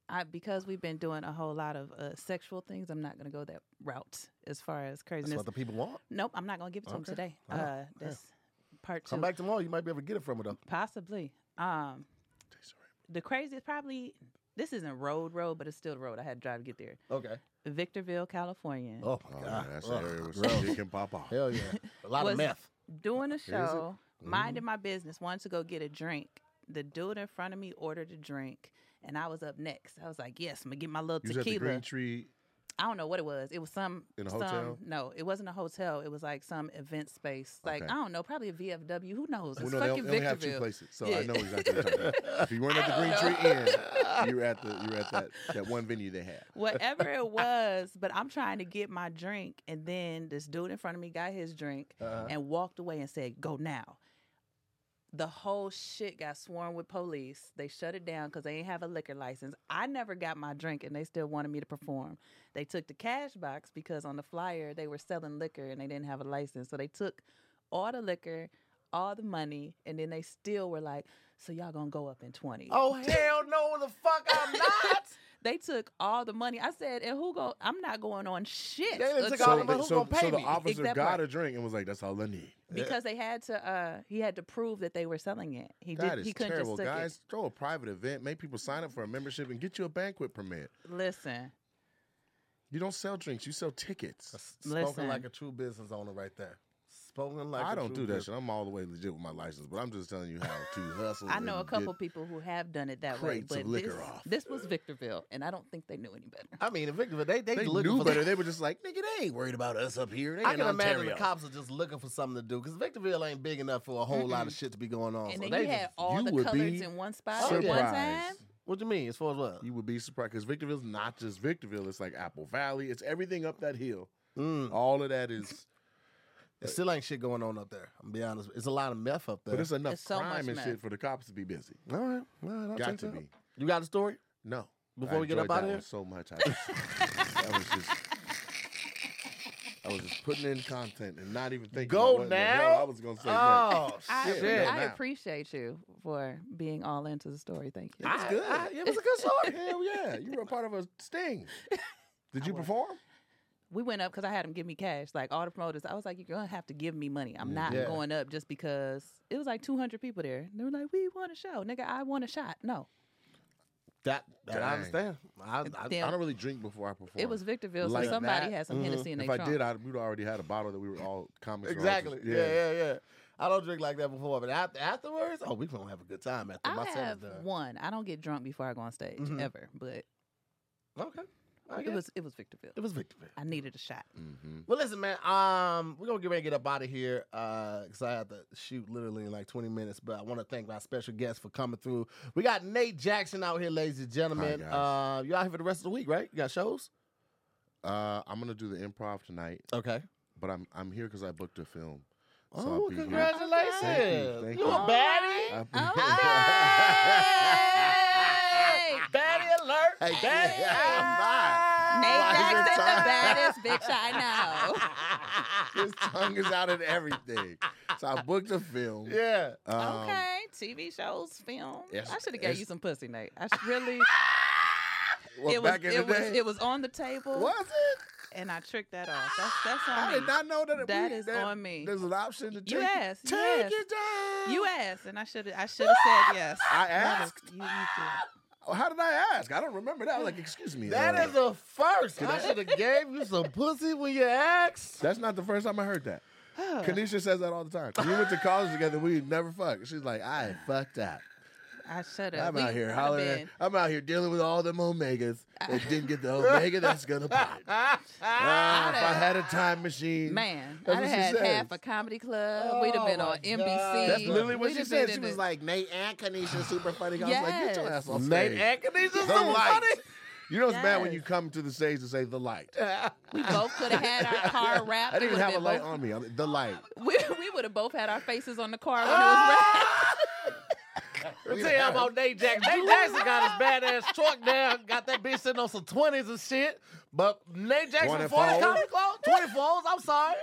[SPEAKER 4] I, because we've been doing a whole lot of uh, sexual things, I'm not going to go that route as far as
[SPEAKER 1] That's
[SPEAKER 4] craziness.
[SPEAKER 1] what the people want.
[SPEAKER 4] nope, I'm not going to give it to him today.
[SPEAKER 1] All right.
[SPEAKER 4] Uh, this part two,
[SPEAKER 1] Come back tomorrow. You might be able to get it from her though.
[SPEAKER 4] possibly. Um, the craziest, probably. This isn't road road, but it's still the road. I had to drive to get there.
[SPEAKER 1] Okay.
[SPEAKER 4] Victorville, California.
[SPEAKER 1] Oh my
[SPEAKER 2] Oh,
[SPEAKER 1] god.
[SPEAKER 2] yeah, that's
[SPEAKER 1] Ugh,
[SPEAKER 2] the area where
[SPEAKER 1] gross.
[SPEAKER 2] some shit can pop off.
[SPEAKER 1] Hell yeah. A lot of
[SPEAKER 4] Was-
[SPEAKER 1] meth.
[SPEAKER 4] doing a
[SPEAKER 2] it?
[SPEAKER 4] show,
[SPEAKER 1] Mm-hmm.
[SPEAKER 4] minding my business, wanted to go get a drink. The dude in front of me ordered a drink, and I was up next. I was like, "Yes, I'm gonna get my little
[SPEAKER 2] You was at the
[SPEAKER 4] tequila."
[SPEAKER 2] Green Tree.
[SPEAKER 4] I don't know what it was. It was some
[SPEAKER 2] In a
[SPEAKER 4] some-
[SPEAKER 2] hotel?
[SPEAKER 4] No, it wasn't a hotel. It was like some event space. Like
[SPEAKER 2] Okay.
[SPEAKER 4] I don't know, probably a VFW. Who knows? It's
[SPEAKER 2] Well, no, they
[SPEAKER 4] fucking
[SPEAKER 2] only have two
[SPEAKER 4] Victorville.
[SPEAKER 2] places, so I
[SPEAKER 4] Yeah.
[SPEAKER 2] know exactly what you're talking about. If you weren't at the Green Tree Inn, you were at the you were at that that one venue they had.
[SPEAKER 4] Whatever it was, but I'm trying to get my drink, and then this dude in front of me got his drink
[SPEAKER 1] Uh-huh.
[SPEAKER 4] and walked away and said, "Go now." The whole shit got swarmed with police. They shut it down because they didn't have a liquor license. I never got my drink, and they still wanted me to perform. They took the cash box because on the flyer they were selling liquor and they didn't have a license, so they took all the liquor, all the money, and then they still were like, "So y'all gonna go up in 20.
[SPEAKER 1] Oh hell no the fuck I'm not.
[SPEAKER 4] They took all the money. I said, and who go? I'm not going on shit.
[SPEAKER 1] They done took
[SPEAKER 4] until-
[SPEAKER 1] all the money.
[SPEAKER 2] the,
[SPEAKER 1] who's
[SPEAKER 2] so,
[SPEAKER 1] gonna pay
[SPEAKER 2] so the
[SPEAKER 1] me?
[SPEAKER 2] officer
[SPEAKER 4] Exact
[SPEAKER 2] got
[SPEAKER 4] part.
[SPEAKER 2] a drink and was like, "That's all I need."
[SPEAKER 4] because they had to. uh He had to prove that they were selling it. He
[SPEAKER 2] That
[SPEAKER 4] did.
[SPEAKER 2] is
[SPEAKER 4] he couldn't
[SPEAKER 2] terrible,
[SPEAKER 4] just took
[SPEAKER 2] guys. Throw a private event, make people sign up for a membership, and get you a banquet permit.
[SPEAKER 4] it. Listen,
[SPEAKER 2] You don't sell drinks; you sell tickets.
[SPEAKER 1] Spoken
[SPEAKER 4] Listen.
[SPEAKER 1] like a true business owner right there. Spoken like
[SPEAKER 2] I
[SPEAKER 1] a
[SPEAKER 2] don't
[SPEAKER 1] true
[SPEAKER 2] do that
[SPEAKER 1] bus-
[SPEAKER 2] shit. I'm all the way legit with my license, but I'm just telling you how to hustle.
[SPEAKER 4] I know a
[SPEAKER 2] and
[SPEAKER 4] couple
[SPEAKER 2] get-
[SPEAKER 4] people who have done it that way,
[SPEAKER 2] crates
[SPEAKER 4] but
[SPEAKER 2] of liquor
[SPEAKER 4] this,
[SPEAKER 2] off.
[SPEAKER 4] this was Victorville, and I don't think they knew any better.
[SPEAKER 1] I mean, in Victorville, they they,
[SPEAKER 2] They
[SPEAKER 1] looking
[SPEAKER 2] knew
[SPEAKER 1] for
[SPEAKER 2] better. They were just like, "Nigga, they ain't worried about us up here." They
[SPEAKER 1] I
[SPEAKER 2] in
[SPEAKER 1] can imagine
[SPEAKER 2] Ontario.
[SPEAKER 1] the cops are just looking for something to do because Victorville ain't big enough for a whole lot of shit to be going
[SPEAKER 2] Oh,
[SPEAKER 1] on.
[SPEAKER 4] And
[SPEAKER 1] so
[SPEAKER 4] then
[SPEAKER 1] they
[SPEAKER 4] you had
[SPEAKER 1] just-
[SPEAKER 4] all
[SPEAKER 2] you
[SPEAKER 4] the
[SPEAKER 2] would
[SPEAKER 4] colors
[SPEAKER 2] be
[SPEAKER 4] in one spot
[SPEAKER 1] Oh,
[SPEAKER 4] at
[SPEAKER 1] yeah.
[SPEAKER 4] one time.
[SPEAKER 2] Surprised.
[SPEAKER 1] what do you mean? As far as what?
[SPEAKER 2] You would be surprised because Victorville's not just Victorville. It's like Apple Valley. It's everything up that hill.
[SPEAKER 1] Mm.
[SPEAKER 2] All of that is,
[SPEAKER 1] There still ain't shit going on up there. I'm gonna be honest. It's a lot of meth up there.
[SPEAKER 2] but it's enough
[SPEAKER 4] It's so much
[SPEAKER 2] crime and
[SPEAKER 4] meth.
[SPEAKER 2] shit for the cops to be busy.
[SPEAKER 1] all right. All right I'll
[SPEAKER 2] Got
[SPEAKER 1] check
[SPEAKER 2] to
[SPEAKER 1] that out.
[SPEAKER 2] be.
[SPEAKER 1] You got a story?
[SPEAKER 2] No.
[SPEAKER 1] Before
[SPEAKER 2] I
[SPEAKER 1] we get up
[SPEAKER 2] enjoyed
[SPEAKER 1] outta
[SPEAKER 2] that
[SPEAKER 1] here?
[SPEAKER 2] one so much. I just, that was just. I was just putting in content and not even thinking.
[SPEAKER 1] Go
[SPEAKER 2] about what the hell
[SPEAKER 1] now?
[SPEAKER 2] I was gonna say. next.
[SPEAKER 1] Oh
[SPEAKER 4] I,
[SPEAKER 1] shit!
[SPEAKER 2] Yeah.
[SPEAKER 4] I
[SPEAKER 2] Now.
[SPEAKER 4] appreciate you for being all into the story. Thank you.
[SPEAKER 2] It was good.
[SPEAKER 1] I- it was a good story.
[SPEAKER 2] hell yeah! You were a part of a sting. Did you perform?
[SPEAKER 4] we went up because I had him give me cash, like all the promoters. I was like, "You're gonna have to give me money. I'm not
[SPEAKER 1] Yeah.
[SPEAKER 4] going up just because." It was like 200 people there. They were like, "We want a show, nigga. I want a shot." No,
[SPEAKER 1] That, that I
[SPEAKER 2] Dang.
[SPEAKER 1] understand. I, I,
[SPEAKER 4] Damn.
[SPEAKER 2] I don't really drink before I perform.
[SPEAKER 4] it was Victorville,
[SPEAKER 2] Like
[SPEAKER 4] so somebody
[SPEAKER 2] that? Mm-hmm.
[SPEAKER 4] had some Hennessy in
[SPEAKER 2] If
[SPEAKER 4] their
[SPEAKER 2] I
[SPEAKER 4] trunk.
[SPEAKER 2] did, I would already had a bottle that we were all comics. were all
[SPEAKER 1] exactly.
[SPEAKER 2] just-
[SPEAKER 1] Yeah. yeah, yeah, I don't drink like that before, but after, afterwards, oh, we gonna have a good time after
[SPEAKER 4] I
[SPEAKER 1] my set
[SPEAKER 4] have
[SPEAKER 1] is done.
[SPEAKER 4] one. I don't get drunk before I go on stage
[SPEAKER 2] Mm-hmm.
[SPEAKER 4] ever, but
[SPEAKER 1] Okay, I
[SPEAKER 4] it
[SPEAKER 1] guess.
[SPEAKER 4] was it was Victorville.
[SPEAKER 1] it was Victorville.
[SPEAKER 4] I needed a shot.
[SPEAKER 2] Mm-hmm.
[SPEAKER 1] Well, listen, man. Um, we're gonna get ready to get up out of here because I have to shoot literally in like twenty minutes. But I want to thank my special guest for coming through. We got Nate Jackson out here, ladies and gentlemen.
[SPEAKER 2] guys.
[SPEAKER 1] uh, you out here for the rest of the week, right? You got shows?
[SPEAKER 2] Uh, I'm gonna do the improv tonight,
[SPEAKER 1] Okay.
[SPEAKER 2] but I'm I'm here because I booked a film. So I'll
[SPEAKER 1] Oh,
[SPEAKER 2] be here.
[SPEAKER 1] congratulations!
[SPEAKER 2] Thank you, thank
[SPEAKER 1] you
[SPEAKER 2] you.
[SPEAKER 1] a baddie.
[SPEAKER 2] I'll be-
[SPEAKER 4] Hey!
[SPEAKER 2] Hey,
[SPEAKER 1] That-
[SPEAKER 2] I'm Why is
[SPEAKER 4] Nate Jackson,
[SPEAKER 2] it time?
[SPEAKER 4] the baddest bitch I know.
[SPEAKER 2] not. His tongue is out and everything. So I booked a film.
[SPEAKER 1] Yeah.
[SPEAKER 2] Um,
[SPEAKER 4] okay, TV shows, film.
[SPEAKER 2] yes,
[SPEAKER 4] I should have gave
[SPEAKER 2] yes.
[SPEAKER 4] you some pussy, Nate. I should really.
[SPEAKER 2] Well,
[SPEAKER 4] it was,
[SPEAKER 2] back in
[SPEAKER 4] it
[SPEAKER 2] the
[SPEAKER 4] was,
[SPEAKER 2] day.
[SPEAKER 4] it was on the table,
[SPEAKER 2] Was it?
[SPEAKER 4] and I tricked that off. That's that's on
[SPEAKER 2] I
[SPEAKER 4] me.
[SPEAKER 2] did not know that. it-
[SPEAKER 4] That
[SPEAKER 2] we-
[SPEAKER 4] is on me.
[SPEAKER 2] There's an option to take.
[SPEAKER 4] You
[SPEAKER 2] it-
[SPEAKER 4] asked,
[SPEAKER 2] Take
[SPEAKER 4] you asked.
[SPEAKER 2] it down.
[SPEAKER 4] You asked, and I should have I should have said yes.
[SPEAKER 2] I
[SPEAKER 4] That is-
[SPEAKER 2] asked.
[SPEAKER 4] you, you did.
[SPEAKER 2] Oh, How did I ask? I don't remember that. I was like, excuse me. uh,
[SPEAKER 1] That is a first.
[SPEAKER 2] Can
[SPEAKER 1] I
[SPEAKER 2] I-
[SPEAKER 1] should have gave you some pussy when you asked.
[SPEAKER 2] That's not the first time I heard that.
[SPEAKER 4] Uh.
[SPEAKER 2] Kanisha says that all the time. We went to college together. We never fucked. She's like, I fucked up.
[SPEAKER 4] I should have.
[SPEAKER 2] I'm out here hollering. I'm out here dealing with all them omegas that didn't get the omega that's gonna pop. Ah, if I had a time machine,
[SPEAKER 4] Man,
[SPEAKER 2] That's
[SPEAKER 4] I'd
[SPEAKER 2] what
[SPEAKER 4] have
[SPEAKER 2] she
[SPEAKER 4] had
[SPEAKER 2] says.
[SPEAKER 4] half a comedy club. We'd have
[SPEAKER 1] Oh
[SPEAKER 4] been
[SPEAKER 1] my
[SPEAKER 4] on
[SPEAKER 1] God.
[SPEAKER 4] NBC.
[SPEAKER 2] That's literally what
[SPEAKER 4] We'd
[SPEAKER 2] she
[SPEAKER 4] have
[SPEAKER 2] said.
[SPEAKER 4] been
[SPEAKER 2] She
[SPEAKER 4] in
[SPEAKER 2] was
[SPEAKER 4] it.
[SPEAKER 2] like, Nate and Kanisha super funny. I was like, get your
[SPEAKER 4] Yes.
[SPEAKER 2] ass off
[SPEAKER 1] Nate
[SPEAKER 2] stage.
[SPEAKER 1] Atkins is
[SPEAKER 2] The
[SPEAKER 1] so
[SPEAKER 2] light.
[SPEAKER 1] funny.
[SPEAKER 2] You know what's bad when
[SPEAKER 4] Yes.
[SPEAKER 2] you come to the stage and say the light.
[SPEAKER 4] we both could have had our car wrapped.
[SPEAKER 2] Uh, I didn't
[SPEAKER 4] We
[SPEAKER 2] even have a
[SPEAKER 4] would've been
[SPEAKER 2] light on me. I'm- The light.
[SPEAKER 4] both- We, we would have both had our faces on the car when it was wrapped.
[SPEAKER 1] Let me tell you about Nate Jackson. Nate Jackson got his badass truck down, got that bitch sitting on some twenties and shit. But Nate Jackson
[SPEAKER 2] 20
[SPEAKER 1] before the
[SPEAKER 2] foes?
[SPEAKER 1] comic club, twenty fours. I'm sorry.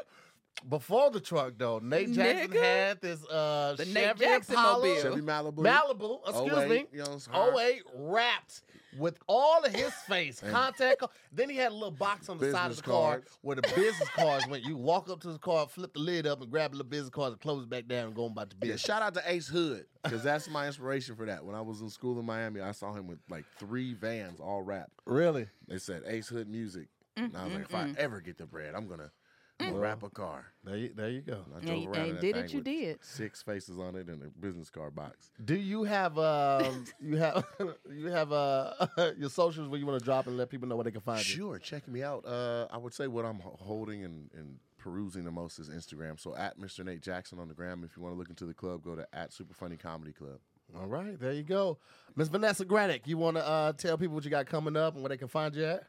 [SPEAKER 1] Before the truck though, Nate Jackson
[SPEAKER 4] Nigga.
[SPEAKER 1] had this uh
[SPEAKER 4] The Nate
[SPEAKER 1] Chevy
[SPEAKER 4] Jackson
[SPEAKER 1] Impala,
[SPEAKER 4] mobile.
[SPEAKER 2] Chevy Malibu.
[SPEAKER 1] Malibu, excuse me,
[SPEAKER 2] 08, you know, it's Oh her.
[SPEAKER 1] 08 wrapped with all of his face contact. co- then he had a little box on the side of
[SPEAKER 2] Business
[SPEAKER 1] the car
[SPEAKER 2] cards.
[SPEAKER 1] where the business cards went. You walk up to the car, flip the lid up, and grab a little business cards and close it back down and go on about the
[SPEAKER 2] Yeah,
[SPEAKER 1] business.
[SPEAKER 2] shout out to Ace Hood because that's my inspiration for that. When I was in school in Miami, I saw him with like three vans all wrapped.
[SPEAKER 1] Really?
[SPEAKER 2] They said Ace Hood music, and I was like, if I ever get the bread, I'm gonna, I'm gonna wrap a car.
[SPEAKER 1] There you, there you go.
[SPEAKER 2] And I
[SPEAKER 4] And
[SPEAKER 2] drove
[SPEAKER 4] you-
[SPEAKER 2] around
[SPEAKER 4] and
[SPEAKER 2] in that
[SPEAKER 4] did
[SPEAKER 2] thing
[SPEAKER 4] it, you
[SPEAKER 2] with
[SPEAKER 4] did.
[SPEAKER 2] Six faces on it and a business card box.
[SPEAKER 1] Do you have um you have you have uh your socials where you want to drop and let people know where they can find you?
[SPEAKER 2] Sure, check me out. Uh, I would say what I'm ho- holding and, and perusing the most is Instagram. So at Mr. Nate Jackson on the gram. If you want to look into the club, go to at Super Funny Comedy Club.
[SPEAKER 1] All right, there you go. Miss Vanessa Granick, you want to uh tell people what you got coming up and where they can find you at?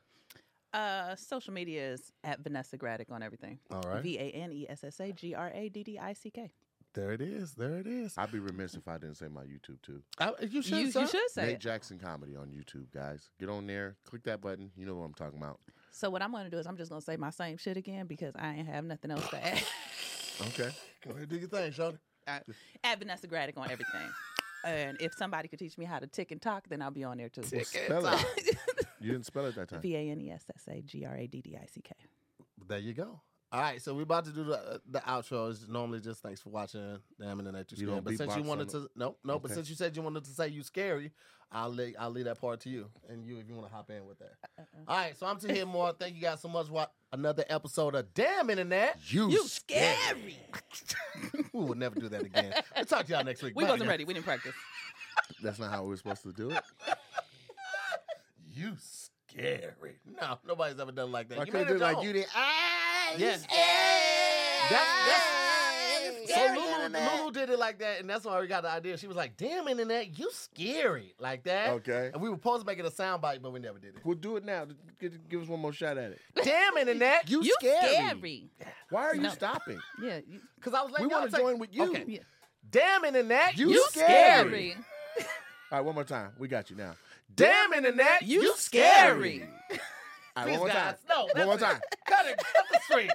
[SPEAKER 4] Uh, social media is at Vanessa Graddick on everything.
[SPEAKER 1] All right.
[SPEAKER 4] V A N E S S A G R A D D I C K.
[SPEAKER 1] There it is. There it is.
[SPEAKER 2] I'd be remiss if I didn't say my YouTube too.
[SPEAKER 1] I, you should.
[SPEAKER 4] You, you
[SPEAKER 1] sir.
[SPEAKER 4] should say
[SPEAKER 2] Nate
[SPEAKER 4] it.
[SPEAKER 2] Jackson comedy on YouTube, guys. Get on there, click that button. You know what I'm talking about.
[SPEAKER 4] So what I'm gonna do is I'm just gonna say my same shit again because I ain't have nothing else to add.
[SPEAKER 2] Okay.
[SPEAKER 1] Go ahead, do your thing, Shawty.
[SPEAKER 4] I- at Vanessa Graddick on everything. and if somebody could teach me how to tick and talk, then I'll be on there too.
[SPEAKER 2] Spell it. you didn't spell it that time.
[SPEAKER 4] V A N E S S A G R A D D I C K.
[SPEAKER 1] There you go. All right, so we're about to do the, the outro. It's normally just thanks for watching. Damn, and then that you
[SPEAKER 2] You
[SPEAKER 1] scary.
[SPEAKER 2] don't
[SPEAKER 1] But since you
[SPEAKER 2] beatbox
[SPEAKER 1] wanted
[SPEAKER 2] on
[SPEAKER 1] to, no, no. But
[SPEAKER 2] Okay.
[SPEAKER 1] since you said you wanted to say you scary, I'll leave, I'll leave that part to you and you if you want to hop in with that.
[SPEAKER 4] Uh-uh.
[SPEAKER 1] All right, so I'm to hear more. Thank you guys so much. for wa- another episode of Damn Internet.
[SPEAKER 2] You,
[SPEAKER 4] You scary.
[SPEAKER 1] we will never do that again. We'll talk to y'all next week.
[SPEAKER 4] We
[SPEAKER 1] Bye,
[SPEAKER 4] wasn't
[SPEAKER 1] guys.
[SPEAKER 4] ready. We didn't practice.
[SPEAKER 2] That's not how we were supposed to do it.
[SPEAKER 1] You scary. No, nobody's ever done like that.
[SPEAKER 2] I
[SPEAKER 1] You
[SPEAKER 2] could
[SPEAKER 1] made
[SPEAKER 2] have
[SPEAKER 1] it
[SPEAKER 2] like
[SPEAKER 1] wrong.
[SPEAKER 2] you did. Ah, you
[SPEAKER 1] Yes.
[SPEAKER 2] scary.
[SPEAKER 1] That's, that's, so
[SPEAKER 2] Scary
[SPEAKER 1] Lulu,
[SPEAKER 2] internet.
[SPEAKER 1] Lulu did it like that, and that's why we got the idea. She was like, "Damn internet, you scary like that."
[SPEAKER 2] Okay.
[SPEAKER 1] And we were supposed to make it a soundbite, but we never did
[SPEAKER 2] We'll do it now. Give, give us one more shot at it.
[SPEAKER 1] it. Damn internet,
[SPEAKER 2] You,
[SPEAKER 4] You
[SPEAKER 2] scary.
[SPEAKER 4] scary.
[SPEAKER 2] Why are you
[SPEAKER 4] No.
[SPEAKER 2] stopping?
[SPEAKER 4] Yeah. You,
[SPEAKER 1] because I was like,
[SPEAKER 2] We wanna join with you.
[SPEAKER 1] Okay.
[SPEAKER 4] yeah.
[SPEAKER 1] Damn internet,
[SPEAKER 2] You
[SPEAKER 4] You
[SPEAKER 2] scary.
[SPEAKER 4] scary.
[SPEAKER 2] All right, one more time. We got you now.
[SPEAKER 1] Damn internet,
[SPEAKER 4] You scary.
[SPEAKER 2] All
[SPEAKER 1] Please,
[SPEAKER 2] right, one more
[SPEAKER 1] guys,
[SPEAKER 2] time.
[SPEAKER 1] no,
[SPEAKER 2] one more
[SPEAKER 1] that's
[SPEAKER 2] time.
[SPEAKER 1] it. Cut it, cut the screen.